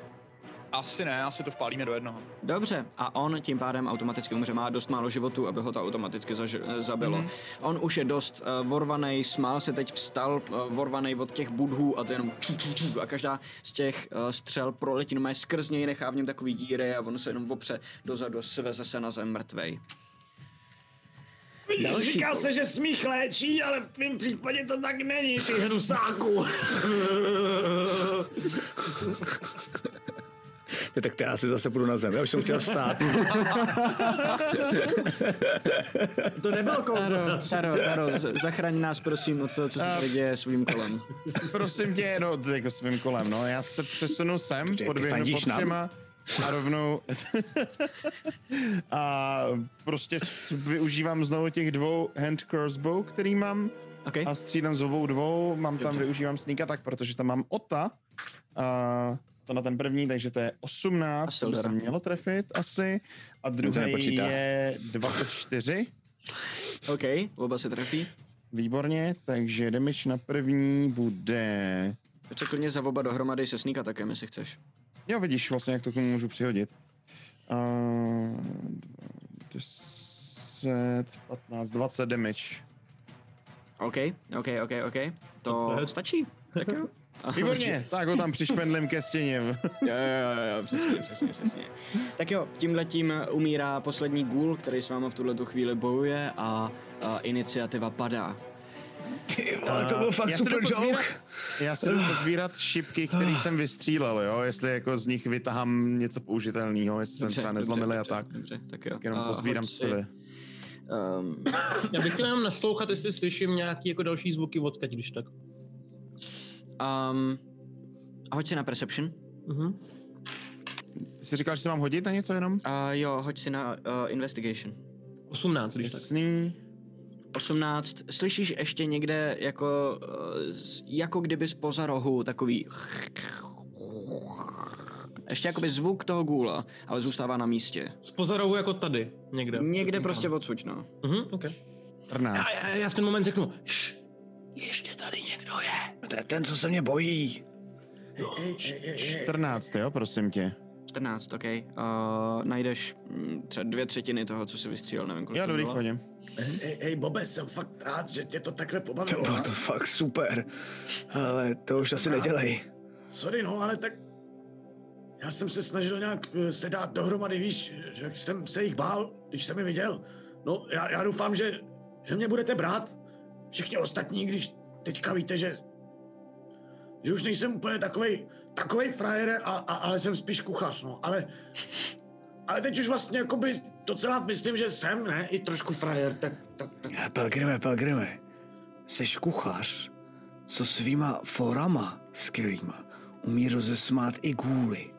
Speaker 5: Asi ne, asi to vpálíme do jednoho.
Speaker 2: Dobře, a on tím pádem automaticky umře. Má dost málo životů, aby ho to automaticky zaž- eh, zabilo.
Speaker 9: Mhm.
Speaker 2: Mm-hmm. On už je dost uh, vorvaný, smál se teď vstal, uh, vorvaný od těch budhů a to jenom ču, ču, ču, a každá z těch uh, střel proletí no skrz něj, nechá v něm takový díry a on se jenom opře dozadu, sveze se na zem mrtvej. Další
Speaker 9: Říká
Speaker 2: kolo.
Speaker 9: se, že smích léčí, ale v tvém případě to tak není, ty hnusáku.
Speaker 4: Jo, tak já si zase půjdu na zem, já už jsem chtěl stát.
Speaker 9: To nebyl kouzlo.
Speaker 2: Taro, Taro, Taro, z- zachraň nás prosím od toho, co se tady děje svým kolem.
Speaker 3: Prosím tě, no, ty jako svým kolem, no. Já se přesunu sem,
Speaker 4: ty
Speaker 3: podběhnu pod
Speaker 4: fandíš nám?
Speaker 3: všema a rovnou... a prostě s- využívám znovu těch dvou hand crossbow, který mám
Speaker 2: OK?
Speaker 3: a střídám s obou dvou. Mám tam, využívám sneak attack, protože tam mám ota. A to na ten první, takže to je 18, to by se
Speaker 2: Sildara.
Speaker 3: mělo trefit asi. A
Speaker 4: se
Speaker 3: druhý
Speaker 4: nepočítá.
Speaker 3: je 24.
Speaker 2: OK, oba se trefí.
Speaker 3: Výborně, takže damage na první bude...
Speaker 2: Tak se klidně za oba dohromady se sníka také, jestli chceš.
Speaker 3: Jo, vidíš vlastně, jak to k tomu můžu přihodit. Uh, 10, 15, 20 damage.
Speaker 2: OK, OK, OK, OK.
Speaker 3: No,
Speaker 2: To stačí. Tak jo.
Speaker 3: Výborně, tak ho tam přišpendlím ke stěně.
Speaker 2: Jo, jo, jo, jo, přesně, přesně, přesně. Tak jo, tímhletím umírá poslední gůl, který s váma v tuhle tu chvíli bojuje a, a iniciativa padá.
Speaker 4: Ty vole, to byl fakt
Speaker 3: Já se
Speaker 4: super
Speaker 3: jdu
Speaker 4: joke.
Speaker 3: pozbírat- Já se jdu pozbírat šipky, které jsem vystřílel, jo, jestli jako z nich vytahám něco použitelného, jestli jsem třeba nezlomil a
Speaker 2: dobře,
Speaker 3: tak.
Speaker 2: Dobře, tak jo.
Speaker 3: Jenom
Speaker 2: A
Speaker 3: pozbírám
Speaker 2: hoď si,
Speaker 3: sily.
Speaker 2: Um,
Speaker 6: Já bych chtěl jenom naslouchat, jestli slyším nějaký jako další zvuky odkaď, když tak.
Speaker 2: um, hoď si na perception.
Speaker 6: Mhm.
Speaker 3: Ty jsi říkal, že se mám hodit na něco jenom?
Speaker 2: Uh, jo, hoď si na uh, investigation.
Speaker 6: 18, když tak.
Speaker 3: Jasný.
Speaker 2: 18. Slyšíš ještě někde jako, eh, z- jako kdyby spoza rohu takový ještě jakoby zvuk toho gůla, ale zůstává na místě.
Speaker 6: Z pozorovu jako tady, někde.
Speaker 2: Někde prostě odsuť, no.
Speaker 6: Mhm, okay.
Speaker 3: 14.
Speaker 6: a, já, já, v ten moment řeknu, "Šš,
Speaker 4: To je ten, co se mě bojí.
Speaker 10: É,
Speaker 3: 14, jo, prosím tě.
Speaker 2: 14, OK. Uh, najdeš mm, třeba dvě třetiny toho, co jsi vystřílel, nevím kolik
Speaker 3: Já
Speaker 2: to
Speaker 3: dobrý
Speaker 2: bylo.
Speaker 3: chodím.
Speaker 9: Hej, hej, Bobe, jsem fakt rád, že tě to takhle
Speaker 4: To
Speaker 9: pobavilo.
Speaker 4: bylo No, to fakt super. Ale to už asi nedělej.
Speaker 9: Sorry, no, ale tak... Já jsem se snažil nějak eh, se dát dohromady, víš, že jsem se jich bál, když jsem je viděl. No, já, já doufám, že, že mě budete brát, všichni ostatní, když teďka víte, že, že už nejsem úplně takovej, takovej frajer, a, a, ale jsem spíš kuchař, no, ale... Ale teď už vlastně jakoby docela myslím, že jsem, ne, i trošku frajer, tak, tak, tak
Speaker 4: Hele, Pelgrime, Pelgrime, jsi kuchař, co svýma forama skvělýma umí rozesmát i gůly.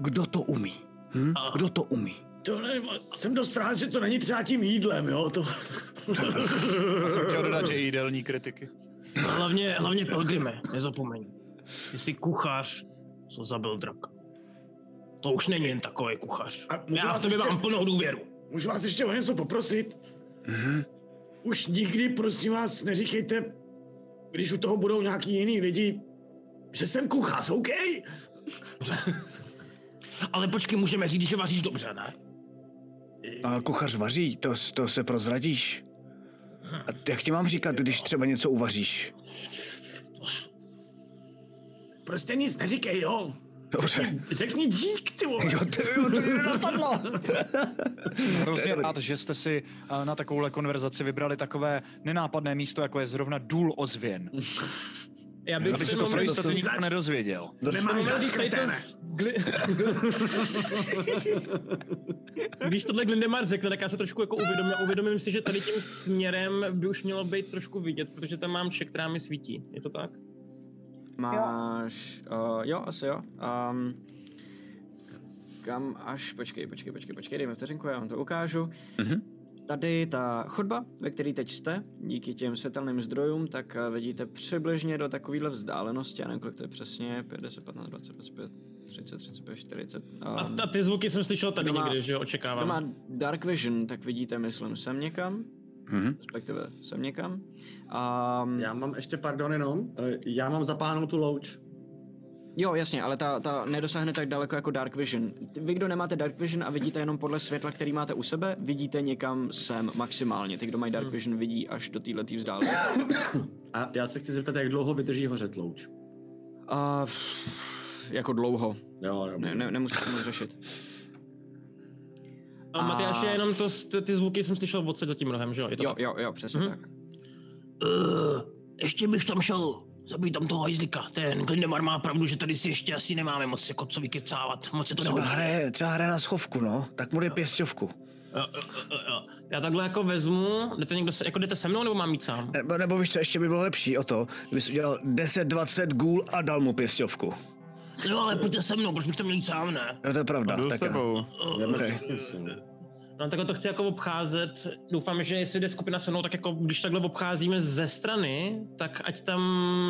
Speaker 4: Kdo to umí? Hm? Kdo to umí?
Speaker 9: To ne, jsem dost rád, že to není třeba tím jídlem, jo, to...
Speaker 5: Já jsem chtěl dodat, že i jídelní kritiky.
Speaker 6: A Hlavně, hlavně Pelgrime, nezapomeň. Ty jsi kuchař, co zabil drak. To už není jen takový kuchař.
Speaker 9: A můžu
Speaker 6: Já
Speaker 9: vás
Speaker 6: v tebe
Speaker 9: ještě-
Speaker 6: mám plnou důvěru.
Speaker 9: Můžu vás ještě o něco poprosit?
Speaker 4: Mhm.
Speaker 9: Už nikdy, prosím vás, neříkejte, když u toho budou nějaký jiný lidi, že jsem kuchař, OK?
Speaker 6: Ale počkej, můžeme říct, že vaříš dobře, ne?
Speaker 4: A kuchař vaří, to, s- to se prozradíš. A t- jak ti mám říkat, když třeba něco uvaříš?
Speaker 9: Prostě nic neříkej, jo?
Speaker 4: Dobře.
Speaker 9: Řekni dík, ty vole.
Speaker 4: Jo, to, jo, to mě nenapadlo.
Speaker 5: Hrozně rád, Hmm, že jste si eh, na takovouhle konverzaci vybrali takové nenápadné místo, jako je zrovna důl ozvěn.
Speaker 6: Já bych
Speaker 5: Aby se to pro jistotu
Speaker 9: to-
Speaker 5: nikdo nedozvěděl.
Speaker 9: Nemáš zač, kreténe.
Speaker 6: Když tohle Glindemar řekne, tak já se trošku jako uvědomím. Uvědomím si, že tady tím směrem by už mělo být trošku vidět, protože tam mám vše, která mi svítí. Je to tak?
Speaker 2: Máš... Jo, uh, jo asi jo. Um, kam až... Počkej, počkej, počkej, počkej, dej mi vteřinku, já vám to ukážu.
Speaker 4: Mhm.
Speaker 2: Tady ta chodba, ve které teď jste, díky těm světelným zdrojům, tak eh, vidíte přibližně do takovéhle vzdálenosti, já nevím, kolik to je přesně, 5, 10, 15, 20, 25, 30, 35, 40.
Speaker 6: A,
Speaker 2: ehm,
Speaker 6: a ty zvuky jsem slyšel tady
Speaker 2: Kdo má-
Speaker 6: někdy, že jo,
Speaker 2: kdo
Speaker 6: očekávám.
Speaker 2: má Dark Vision, tak vidíte, myslím, sem někam,
Speaker 4: Mhm.
Speaker 2: respektive sem někam. Um,
Speaker 7: Já mám ještě, pardon, jenom, eh, já mám zapánou tu louč.
Speaker 2: Jo, jasně, ale ta, ta nedosáhne tak daleko jako Dark Vision. Ty- Vy, kdo nemáte Dark Vision a vidíte jenom podle světla, který máte u sebe, vidíte někam sem maximálně. Ty, kdo mají Dark Vision, vidí až do této vzdálenosti.
Speaker 7: Hmm. A já se chci zeptat, jak dlouho vydrží hořet louč.
Speaker 2: A pff, jako dlouho.
Speaker 7: Jo, jo.
Speaker 2: Ne, ne, nemusíte moc řešit.
Speaker 6: A Matyáš,
Speaker 2: A-
Speaker 6: já jenom to, s- ty- ty zvuky jsem slyšel odsaď za tím rohem, že jo? Je to
Speaker 2: Jo,
Speaker 6: tak?
Speaker 2: jo, jo, přesně
Speaker 6: Mhm.
Speaker 2: tak.
Speaker 6: Uh, ještě bych tam šel zabít tam toho hajzlika. Ten Glindemar má pravdu, že tady si ještě asi nemáme moc jako co vykecávat. Moc se to
Speaker 4: Třeba
Speaker 6: nehodí.
Speaker 4: hraje, třeba hraje na schovku, no. Tak mu dej pěstovku.
Speaker 6: Jo, jo, jo, jo. Já takhle jako vezmu, jdete, někdo se, jako jdete se mnou nebo mám jít sám?
Speaker 4: Nebo, nebo víš co, ještě by bylo lepší o to, kdybys udělal 10-20 gůl a dal mu pěstovku.
Speaker 6: No ale pojďte se mnou, proč bych tam měl jít sám, ne?
Speaker 4: Jo, No, to je pravda.
Speaker 3: Jdu s
Speaker 4: Tak jo.
Speaker 3: tebou.
Speaker 4: Okay.
Speaker 6: No takhle to chci jako obcházet. Doufám, že jestli jde skupina se mnou, tak jako když takhle obcházíme ze strany, tak ať tam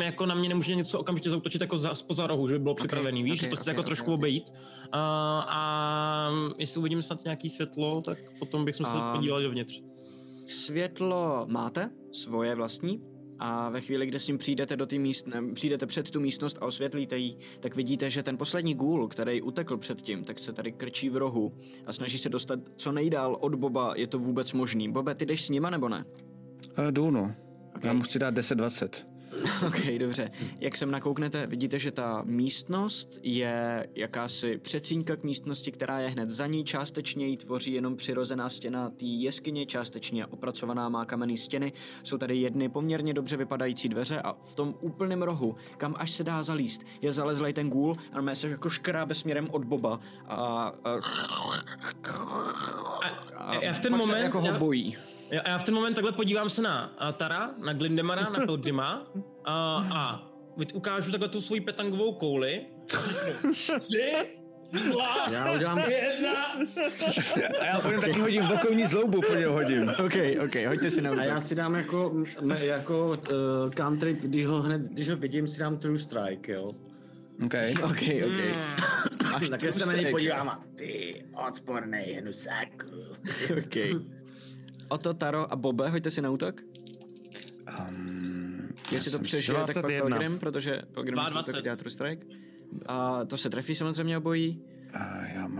Speaker 6: jako na mě nemůže něco okamžitě zautočit jako za, spoza rohu, že by bylo připravený, víš, že
Speaker 2: ok,
Speaker 6: to chci
Speaker 2: ok,
Speaker 6: jako
Speaker 2: ok,
Speaker 6: trošku
Speaker 2: ok.
Speaker 6: obejít. Uh, a jestli uvidím snad nějaký světlo, tak potom bychom se
Speaker 2: A-
Speaker 6: podívali dovnitř.
Speaker 2: Světlo máte, svoje vlastní, a ve chvíli, kdy s ním přijdete, do té míst, ne, přijdete před tu místnost a osvětlíte ji, tak vidíte, že ten poslední gůl, který utekl předtím, tak se tady krčí v rohu a snaží se dostat co nejdál od Boba, je to vůbec možný. Bobe, ty jdeš s nima nebo ne?
Speaker 4: Jdu, no. Já mu chci dát 10-20.
Speaker 2: ok, dobře. Jak sem nakouknete, vidíte, že ta místnost je jakási přecínka k místnosti, která je hned za ní. Částečně ji tvoří jenom přirozená stěna té jeskyně, částečně opracovaná má kamenné stěny. Jsou tady jedny poměrně dobře vypadající dveře a v tom úplném rohu, kam až se dá zalíst, je zalezlej ten gůl a normálně se jako škrábe směrem od Boba a, a, a
Speaker 6: já v ten
Speaker 2: fakt se
Speaker 6: moment-
Speaker 2: jako ho
Speaker 6: já-
Speaker 2: bojí.
Speaker 6: Já, já v ten moment takhle podívám se na uh, Tara, na Glindemara, na Pilgrima a, a vyt- ukážu takhle tu svoji petangovou kouli.
Speaker 9: Tři, dva,
Speaker 7: Já udělám,
Speaker 9: jedna.
Speaker 4: A já po něm taky hodím bokovní zloubu, po něm hodím.
Speaker 2: Ok, ok, hoďte si na
Speaker 7: a
Speaker 2: útok.
Speaker 7: já si dám jako, m- jako uh, country, když ho hned, když ho vidím, si dám true strike, jo.
Speaker 4: Okay.
Speaker 2: Ok, ok.
Speaker 7: Až také se na něj
Speaker 2: strike,
Speaker 7: podívám. a-
Speaker 9: Ty odpornej hnusáku.
Speaker 2: OK. Oto, Taro a Bobe, hoďte si na útok.
Speaker 4: Um,
Speaker 2: Jestli to přežije, tak pak
Speaker 3: 21.
Speaker 2: Pelgrim, protože Pelgrim
Speaker 6: 22.
Speaker 2: to dělá true strike. A to se trefí samozřejmě obojí.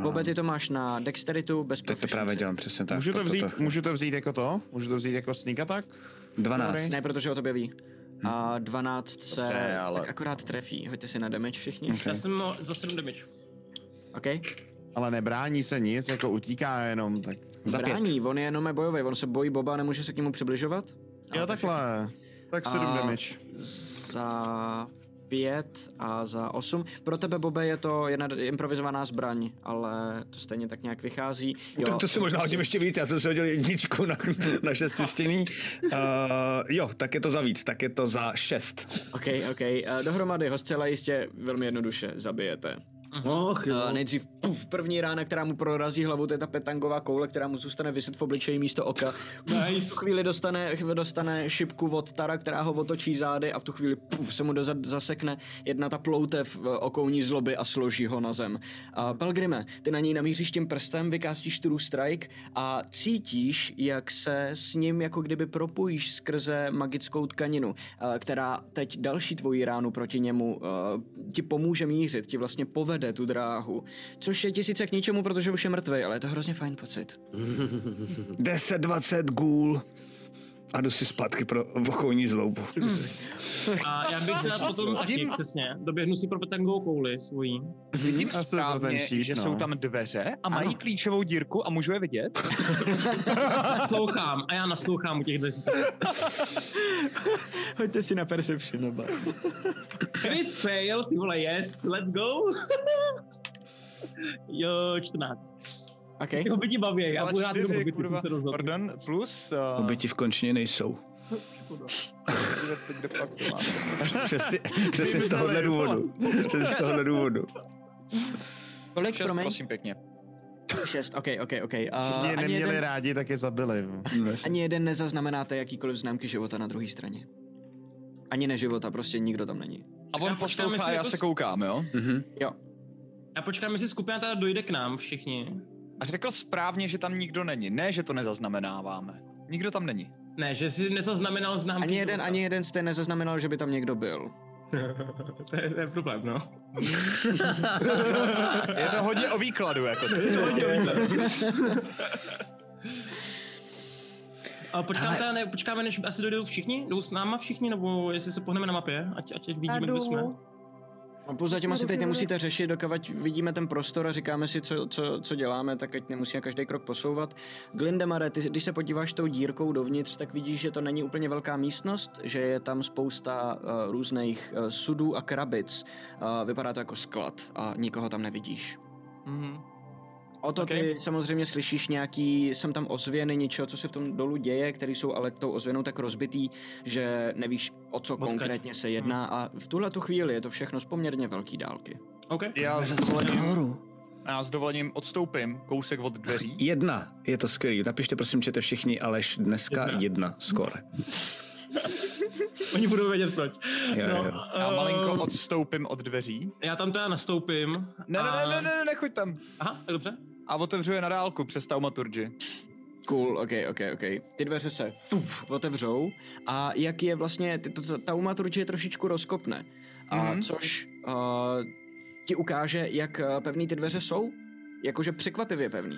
Speaker 2: Bobe, ty to máš na dexteritu bez
Speaker 4: Teď to právě dělám přesně tak.
Speaker 3: můžu, to
Speaker 4: proto
Speaker 3: vzít, můžu to vzít jako to? Můžu to vzít jako sneak attack?
Speaker 4: 12.
Speaker 2: Ne, protože ho to objeví. A 12 se
Speaker 3: Dobře, ale-
Speaker 2: tak akorát trefí. Hoďte si na damage všichni.
Speaker 6: Já jsem ho za 7 damage.
Speaker 2: Okay.
Speaker 3: Ale nebrání se nic, jako utíká jenom, tak...
Speaker 4: Za pět.
Speaker 2: Brání, on je jenom bojový, on se bojí Boba, nemůže se k němu přibližovat.
Speaker 3: Jo, takhle. Tak 7
Speaker 2: A-
Speaker 3: damage.
Speaker 2: Za pět a za osm. Pro tebe, Bobe, je to jedna d- improvizovaná zbraň, ale to stejně tak nějak vychází. Jo,
Speaker 4: Tak to si možná hodím ještě víc, já jsem si hodil jedničku na, na šestistěný. Uh, jo, tak je to za víc, tak je to za šest.
Speaker 2: OK, OK. eh, Dohromady ho zcela jistě velmi jednoduše zabijete.
Speaker 7: Och, jo.
Speaker 2: Eh, Nejdřív puf, první rána, která mu prorazí hlavu, to je ta petangová koule, která mu zůstane vyset v obličeji místo oka. Puf, V tu chvíli dostane, dostane šipku od Tara, která ho otočí zády a v tu chvíli puf, se mu dozad zasekne jedna ta ploutev eh, okouní zloby a složí ho na zem. A Pelgrime, ty na něj namíříš tím prstem, vykástíš True Strike a cítíš, jak se s ním jako kdyby propojíš skrze magickou tkaninu, eh, která teď další tvoji ránu proti němu eh, ti pomůže mířit, ti vlastně povede tu dráhu. Což je ti sice k ničemu, protože už je mrtvej, ale je to hrozně fajn pocit.
Speaker 4: 10, 20 gůl. A jdu si zpátky pro okolní zloubu.
Speaker 6: A já bych rád potom taky, přesně. Doběhnu si pro petangovou kouli svojí.
Speaker 3: Já
Speaker 5: Vidím
Speaker 3: se pro ten
Speaker 5: správně,
Speaker 3: štít,
Speaker 5: že
Speaker 3: no.
Speaker 5: jsou tam dveře a mají
Speaker 2: Ano.
Speaker 5: klíčovou dírku a můžu je vidět.
Speaker 6: Naslouchám a já naslouchám u těch dveří.
Speaker 2: Hoďte si na Perception, nebo...
Speaker 6: Crit fail, ty vole, yes, let's go. jo, 14.
Speaker 2: Okay.
Speaker 6: Ty hobiti baví, já
Speaker 5: Dva,
Speaker 6: budu rád
Speaker 5: čtyři,
Speaker 6: jenom hobity,
Speaker 5: kurva.
Speaker 6: jsem se rozhodl.
Speaker 5: Pardon, plus... Uh,
Speaker 4: Oběti v končině nejsou.
Speaker 5: kde pak to mám?
Speaker 4: Přesně, přesně z tohohle důvodu. Přesně z tohohle důvodu.
Speaker 2: Kolik,
Speaker 5: Šest,
Speaker 2: promiň?
Speaker 5: prosím pěkně.
Speaker 2: Šest, OK, OK, OK. Uh,
Speaker 3: Mě
Speaker 2: ani,
Speaker 3: neměli
Speaker 2: jeden,
Speaker 3: rádi, tak je zabili.
Speaker 5: Vlastně.
Speaker 2: ani jeden nezaznamenáte jakýkoliv známky života na druhé straně. Ani neživota, prostě nikdo tam není.
Speaker 5: A
Speaker 6: Já
Speaker 5: on
Speaker 6: počkám, jestli
Speaker 5: poslouchá, já
Speaker 6: jako-
Speaker 5: se koukám, jo?
Speaker 2: Jo,
Speaker 6: Já počkám, jestli skupina teda dojde k nám všichni.
Speaker 5: A řekl správně, že tam nikdo není. Ne, že to nezaznamenáváme. Nikdo tam není.
Speaker 6: Ne, že si nezaznamenal známky.
Speaker 2: ani jeden, ani jeden jste nezaznamenal, že by tam někdo byl.
Speaker 6: to, je, to je problém, no.
Speaker 5: Je to hodně o výkladu, jako.
Speaker 6: A počkám teda, ne, počkáme, než asi dojdou všichni? Jdou s náma všichni, nebo jestli se pohneme na mapě, ať, ať vidíme, kdo jsme.
Speaker 2: No pouze tím asi teď nemusíte řešit, dokud vidíme ten prostor a říkáme si, co, co, co děláme, tak ať nemusíme každý krok posouvat. Glindemare, ty, když se podíváš tou dírkou dovnitř, tak vidíš, že to není úplně velká místnost, že je tam spousta uh, různých uh, sudů a krabic. Uh, vypadá to jako sklad a nikoho tam nevidíš.
Speaker 5: Mhm.
Speaker 2: O to ty samozřejmě slyšíš nějaký, jsem tam ozvěny něčeho, co se v tom dolu děje, které jsou ale tou ozvěnou tak rozbitý, že nevíš, o co
Speaker 6: Odkud.
Speaker 2: konkrétně se jedná a v tuhle tu chvíli je to všechno z poměrně velký dálky.
Speaker 6: OK.
Speaker 5: Já s dovolením, já s dovolením odstoupím kousek od dveří.
Speaker 4: Jedna, je to skvělý. Napište prosím, čete všichni, Aleš dneska jedna,
Speaker 6: Jedna.
Speaker 4: jedna skore.
Speaker 6: Oni budou vědět proč.
Speaker 4: Jo, jo, jo.
Speaker 5: Já malinko
Speaker 6: ehm,
Speaker 5: odstoupím od dveří.
Speaker 6: já tam teda nastoupím.
Speaker 5: Ne, ne,
Speaker 6: a-
Speaker 5: ne, ne, ne, nechoď tam.
Speaker 6: Aha, tak dobře.
Speaker 5: A otevřu je na dálku přes taumaturgy.
Speaker 2: Cool, ok, ok, ok. Ty dveře se fuf, otevřou a jak je vlastně, ty, to, to, taumaturgie trošičku rozkopne, a
Speaker 5: Mhm.
Speaker 2: což a, ti ukáže, jak eh, pevný ty dveře jsou, jakože překvapivě pevný.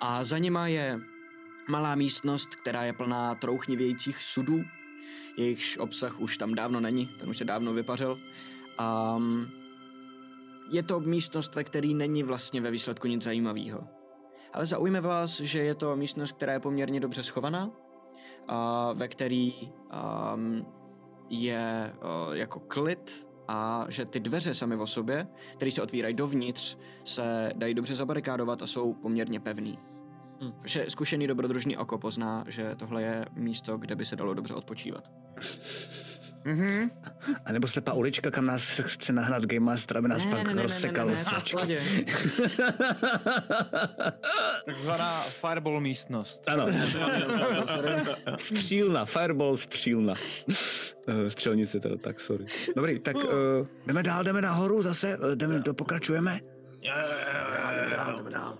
Speaker 2: A za nima je malá místnost, která je plná trouchnivějících sudů, jejichž obsah už tam dávno není, ten už se dávno vypařil. Um, je to místnost, ve které není vlastně ve výsledku nic zajímavého. Ale zaujme vás, že je to místnost, která je poměrně dobře schovaná, a ve který um, je uh, jako klid a že ty dveře samy o sobě, které se otvírají dovnitř, se dají dobře zabarikádovat a jsou poměrně pevný.
Speaker 6: Hmm.
Speaker 2: Že zkušený dobrodružný oko pozná, že tohle je místo, kde by se dalo dobře odpočívat.
Speaker 3: Mhm.
Speaker 4: A nebo slepá ulička, kam nás chce nahnat Game Master, aby nás
Speaker 2: Ne,
Speaker 4: pak
Speaker 2: ne, ne, ne,
Speaker 4: rozsekal
Speaker 2: ne, ne, ne,
Speaker 4: flačky.
Speaker 5: Takzvaná fireball místnost.
Speaker 4: Ano. Střílna, fireball, střílna. Eh, Střelnice teda, tak sorry. Dobrý, tak uh, jdeme dál, jdeme nahoru zase, eh, jdeme, do, pokračujeme.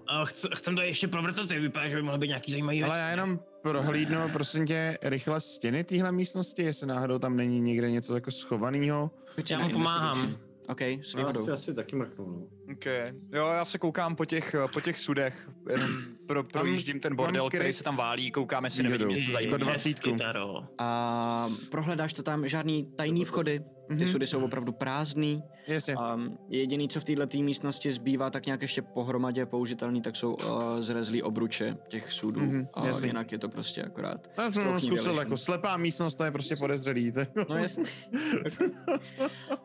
Speaker 6: A chc, chcem to ještě provrtat, ty vypadá, že by mohlo být nějaký zajímavý Eh,
Speaker 3: Ale já jenom prohlídnu, prostě- prosím tě, rychle stěny téhle místnosti, jestli náhodou tam není někde něco jako schovaného.
Speaker 2: Pojď si
Speaker 6: Já
Speaker 2: na
Speaker 6: mu pomáhám.
Speaker 2: investigation. OK, s
Speaker 7: Já
Speaker 2: výhodou.
Speaker 7: si asi taky mrknu, no.
Speaker 5: Okay. Jo, já se koukám po těch, po těch sudech, jenom pro, projíždím ten bordel,
Speaker 3: mám
Speaker 5: který
Speaker 3: kryt Jako
Speaker 5: se tam válí, koukáme, jestli nevidím něco zajímavého.
Speaker 2: A prohledáš to tam, žádný tajný vchody, ty sudy jsou opravdu prázdný.
Speaker 3: Mhm. Jasně.
Speaker 2: A jediný, co v této místnosti zbývá tak nějak ještě pohromadě použitelný, tak jsou uh, zrezlý obruče těch sudů.
Speaker 3: Mhm,
Speaker 2: Mm-hmm, a
Speaker 3: jasně.
Speaker 2: jinak je to prostě akorát.
Speaker 3: Já jsem
Speaker 2: stropní
Speaker 3: zkusil,
Speaker 2: vylešení.
Speaker 3: jako slepá místnost, to je prostě podezřelý. to-
Speaker 2: No jasně.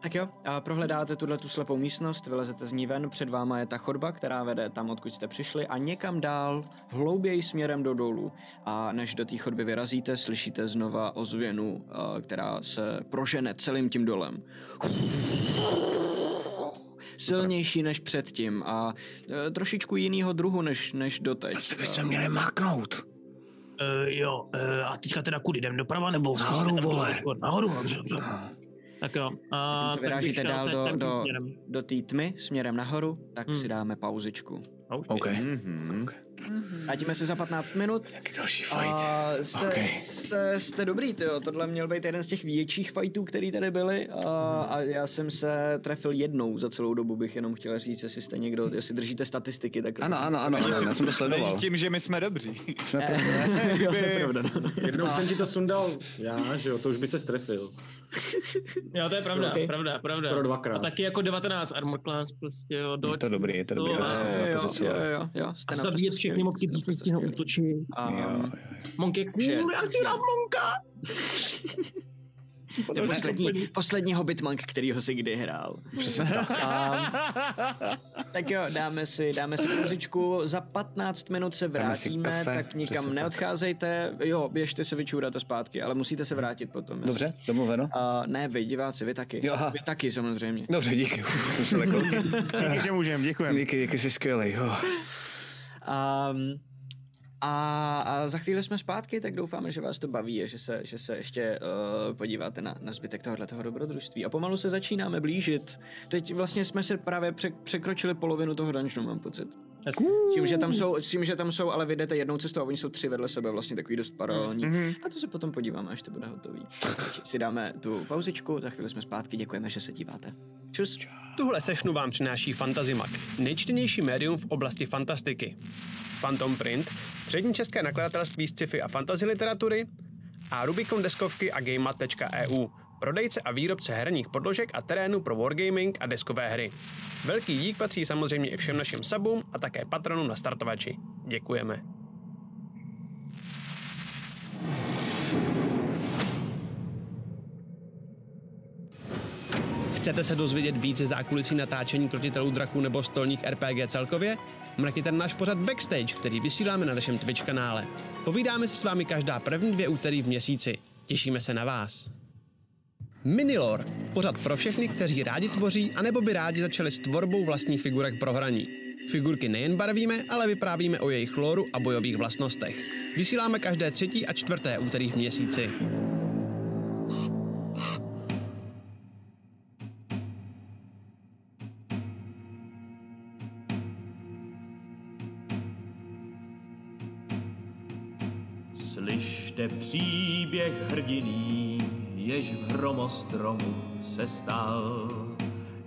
Speaker 2: tak jo, a prohledáte tuhle tu slepou místnost, vylezete z ní ven, před váma je ta chodba, která vede tam, odkud jste přišli a někam dál, hlouběji směrem do dolů. A než do té chodby vyrazíte, slyšíte znova ozvěnu, a, která se prožene celým tím dolem. Silnější než předtím a e, trošičku jinýho druhu než, než doteď. Asi Prostě bychom měli maknout.
Speaker 11: Uh, jo, uh, a teďka teda kudy jdem? Doprava nebo? Nahoru, vole. Nahoru, dobře, dobře. Tak jo. A,
Speaker 2: Tím, co
Speaker 11: tak
Speaker 2: vyrážíte
Speaker 11: bych šel
Speaker 2: dál
Speaker 11: te-
Speaker 2: do,
Speaker 11: ten
Speaker 2: do,
Speaker 11: směrem. Hmm.
Speaker 2: do té tmy, směrem nahoru, tak si dáme pauzičku.
Speaker 11: OK.
Speaker 3: Mhm.
Speaker 2: Vrátíme se za 15 minut. Jaký další fight. A jste, okay. jste, jste dobrý, tyjo. Tohle měl být jeden z těch větších fightů, který tady byly. A, a já jsem se trefil jednou za celou dobu, bych jenom chtěl říct, jestli jste někdo, jestli držíte statistiky, tak...
Speaker 4: Ano, ano, ano, ano, já jsem to sledoval. Eh,
Speaker 5: Tím, že my jsme dobří.
Speaker 4: Jsme
Speaker 2: Jo, to je pravda.
Speaker 7: Jednou jsem ti to sundal já, že jo, to už by se strefil.
Speaker 6: Jo, to je pravda,
Speaker 7: Ok.
Speaker 6: pravda, pravda.
Speaker 7: Skoro dvakrát.
Speaker 6: A taky jako 19 armor class prostě, jo, do...
Speaker 4: Je to dobrý, je to dobrý.
Speaker 6: Jo,
Speaker 4: já jsem to
Speaker 2: jo,
Speaker 4: pozicoval.
Speaker 2: jo, jo, jo, jste
Speaker 6: A
Speaker 2: naprosto
Speaker 6: zabíjet
Speaker 2: skvělí,
Speaker 6: všechny mobky,
Speaker 2: jste
Speaker 6: co
Speaker 2: naprosto
Speaker 6: prostě
Speaker 2: skvělí.
Speaker 6: útočí.
Speaker 2: A-
Speaker 4: Jo,
Speaker 6: Monk je
Speaker 2: Že-
Speaker 6: cool, já chci
Speaker 2: že-
Speaker 6: dát monka!
Speaker 2: To je poslední, poslední Hobbitmank, kterýho si kdy hrál.
Speaker 4: Přesně tak.
Speaker 2: A, tak jo, dáme si, dáme si pauzičku, za 15 minut se
Speaker 4: Dáme si
Speaker 2: vrátíme,
Speaker 4: kafe,
Speaker 2: tak nikam
Speaker 4: přesně tak.
Speaker 2: neodcházejte, jo, běžte se vyčůrat a zpátky, ale musíte se vrátit potom. jasně.
Speaker 4: Dobře, domluveno.
Speaker 2: Uh, ne, vy diváci, vy taky.
Speaker 4: Jo, aha.
Speaker 2: Vy taky samozřejmě.
Speaker 4: Dobře, díky. Uf, jsem jako se lekl.
Speaker 3: Díky, že můžem, děkujem.
Speaker 4: Díky, díky, jsi skvělej. jo.
Speaker 2: Um, a, a za chvíli jsme zpátky, tak doufáme, že vás to baví a že se, že se ještě uh, podíváte na, na zbytek tohoto dobrodružství. A pomalu se začínáme blížit. Teď vlastně jsme se právě přek, překročili polovinu toho dungeonu, mám pocit. S tím, že tam jsou, s tím, že tam jsou, ale vy jdete jednou cestou a oni jsou tři vedle sebe, vlastně takový dost paralelní. A to se potom podíváme, až to bude hotový. Teď si dáme tu pauzičku, za chvíli jsme zpátky, děkujeme, že se díváte. Čus.
Speaker 1: Tuhle sešnu vám přináší Fantazimak, nejčtenější médium v oblasti fantastiky. Phantom Print, přední české nakladatelství z sci-fi a fantasy literatury a Rubikon deskovky a gamemat.eu, prodejce a výrobce herních podložek a terénu pro wargaming a deskové hry. Velký dík patří samozřejmě i všem našim subům a také patronům na startovači. Děkujeme. Chcete se dozvědět více zákulisí natáčení krotitelů draků nebo stolních RPG celkově? Mrkněte na náš pořad Backstage, který vysíláme na našem Twitch kanále. Povídáme se s vámi každá první dvě úterý v měsíci. Těšíme se na vás. Minilor, pořad pro všechny, kteří rádi tvoří, anebo by rádi začali s tvorbou vlastních figurek pro hraní. Figurky nejen barvíme, ale vyprávíme o jejich lóru a bojových vlastnostech. Vysíláme každé třetí a čtvrté úterý v měsíci.
Speaker 10: Slyšte příběh hrdiný, jež v hromostromu se stal.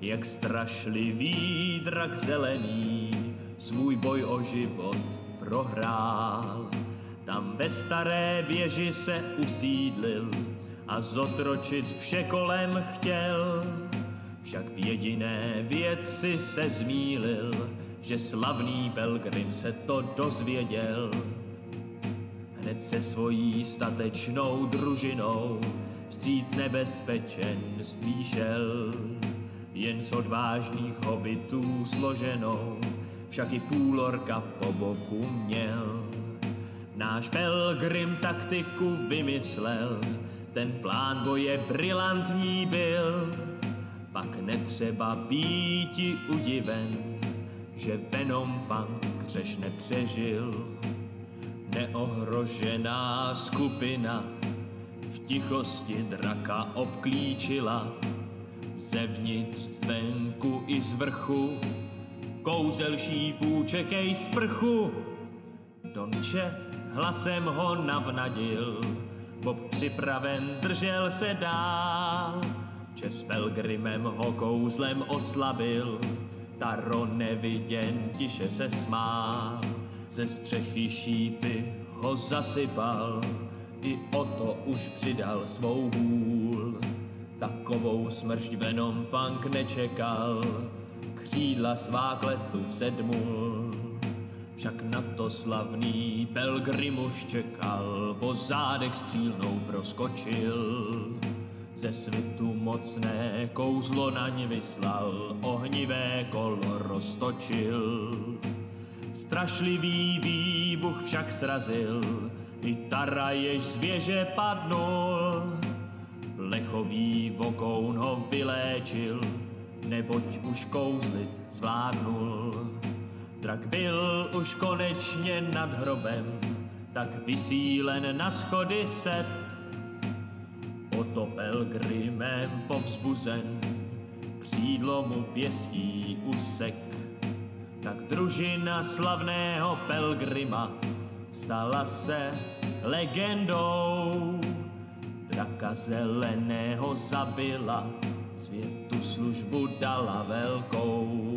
Speaker 10: Jak strašlivý drak zelený svůj boj o život prohrál. Tam ve staré věži se usídlil a zotročit vše kolem chtěl. Však v jediné věci se zmílil, že slavný Pelgrim se to dozvěděl. Hned se svojí statečnou družinou vstříc nebezpečenství šel. Jen z odvážných hobitů složenou, však i půlorka po boku měl. Náš Pelgrim taktiku vymyslel, ten plán boje brilantní byl. Pak netřeba býti udiven, že Venom Fang řeš nepřežil. Neohrožená skupina v tichosti draka obklíčila. Zevnitř, zvenku i z vrchu, kouzel šípů čekej sprchu. Donče hlasem ho navnadil, Bob připraven držel se dál. Čes Pelgrimem ho kouzlem oslabil, Taro neviděn tiše se smál, ze střechy šípy ho zasypal, i o to už přidal svou hůl. Takovou smršť Venom Punk nečekal, křídla svá k letu předmul. Však na to slavný Pelgrim už čekal, po zádech střílnou proskočil. Ze svitu mocné kouzlo naň vyslal, ohnivé kolo roztočil. Strašlivý výbuch však srazil, i Tara jež z věže padnul. Plechový vokoun ho vyléčil, neboť už kouzlit zvládnul. Drak byl už konečně nad hrobem, tak vysílen na schody set. Potopel grimem povzbuzen, křídlo mu pěstí úsek. Tak družina slavného Pelgrima stala se legendou. Draka zeleného zabila, světu službu dala velkou.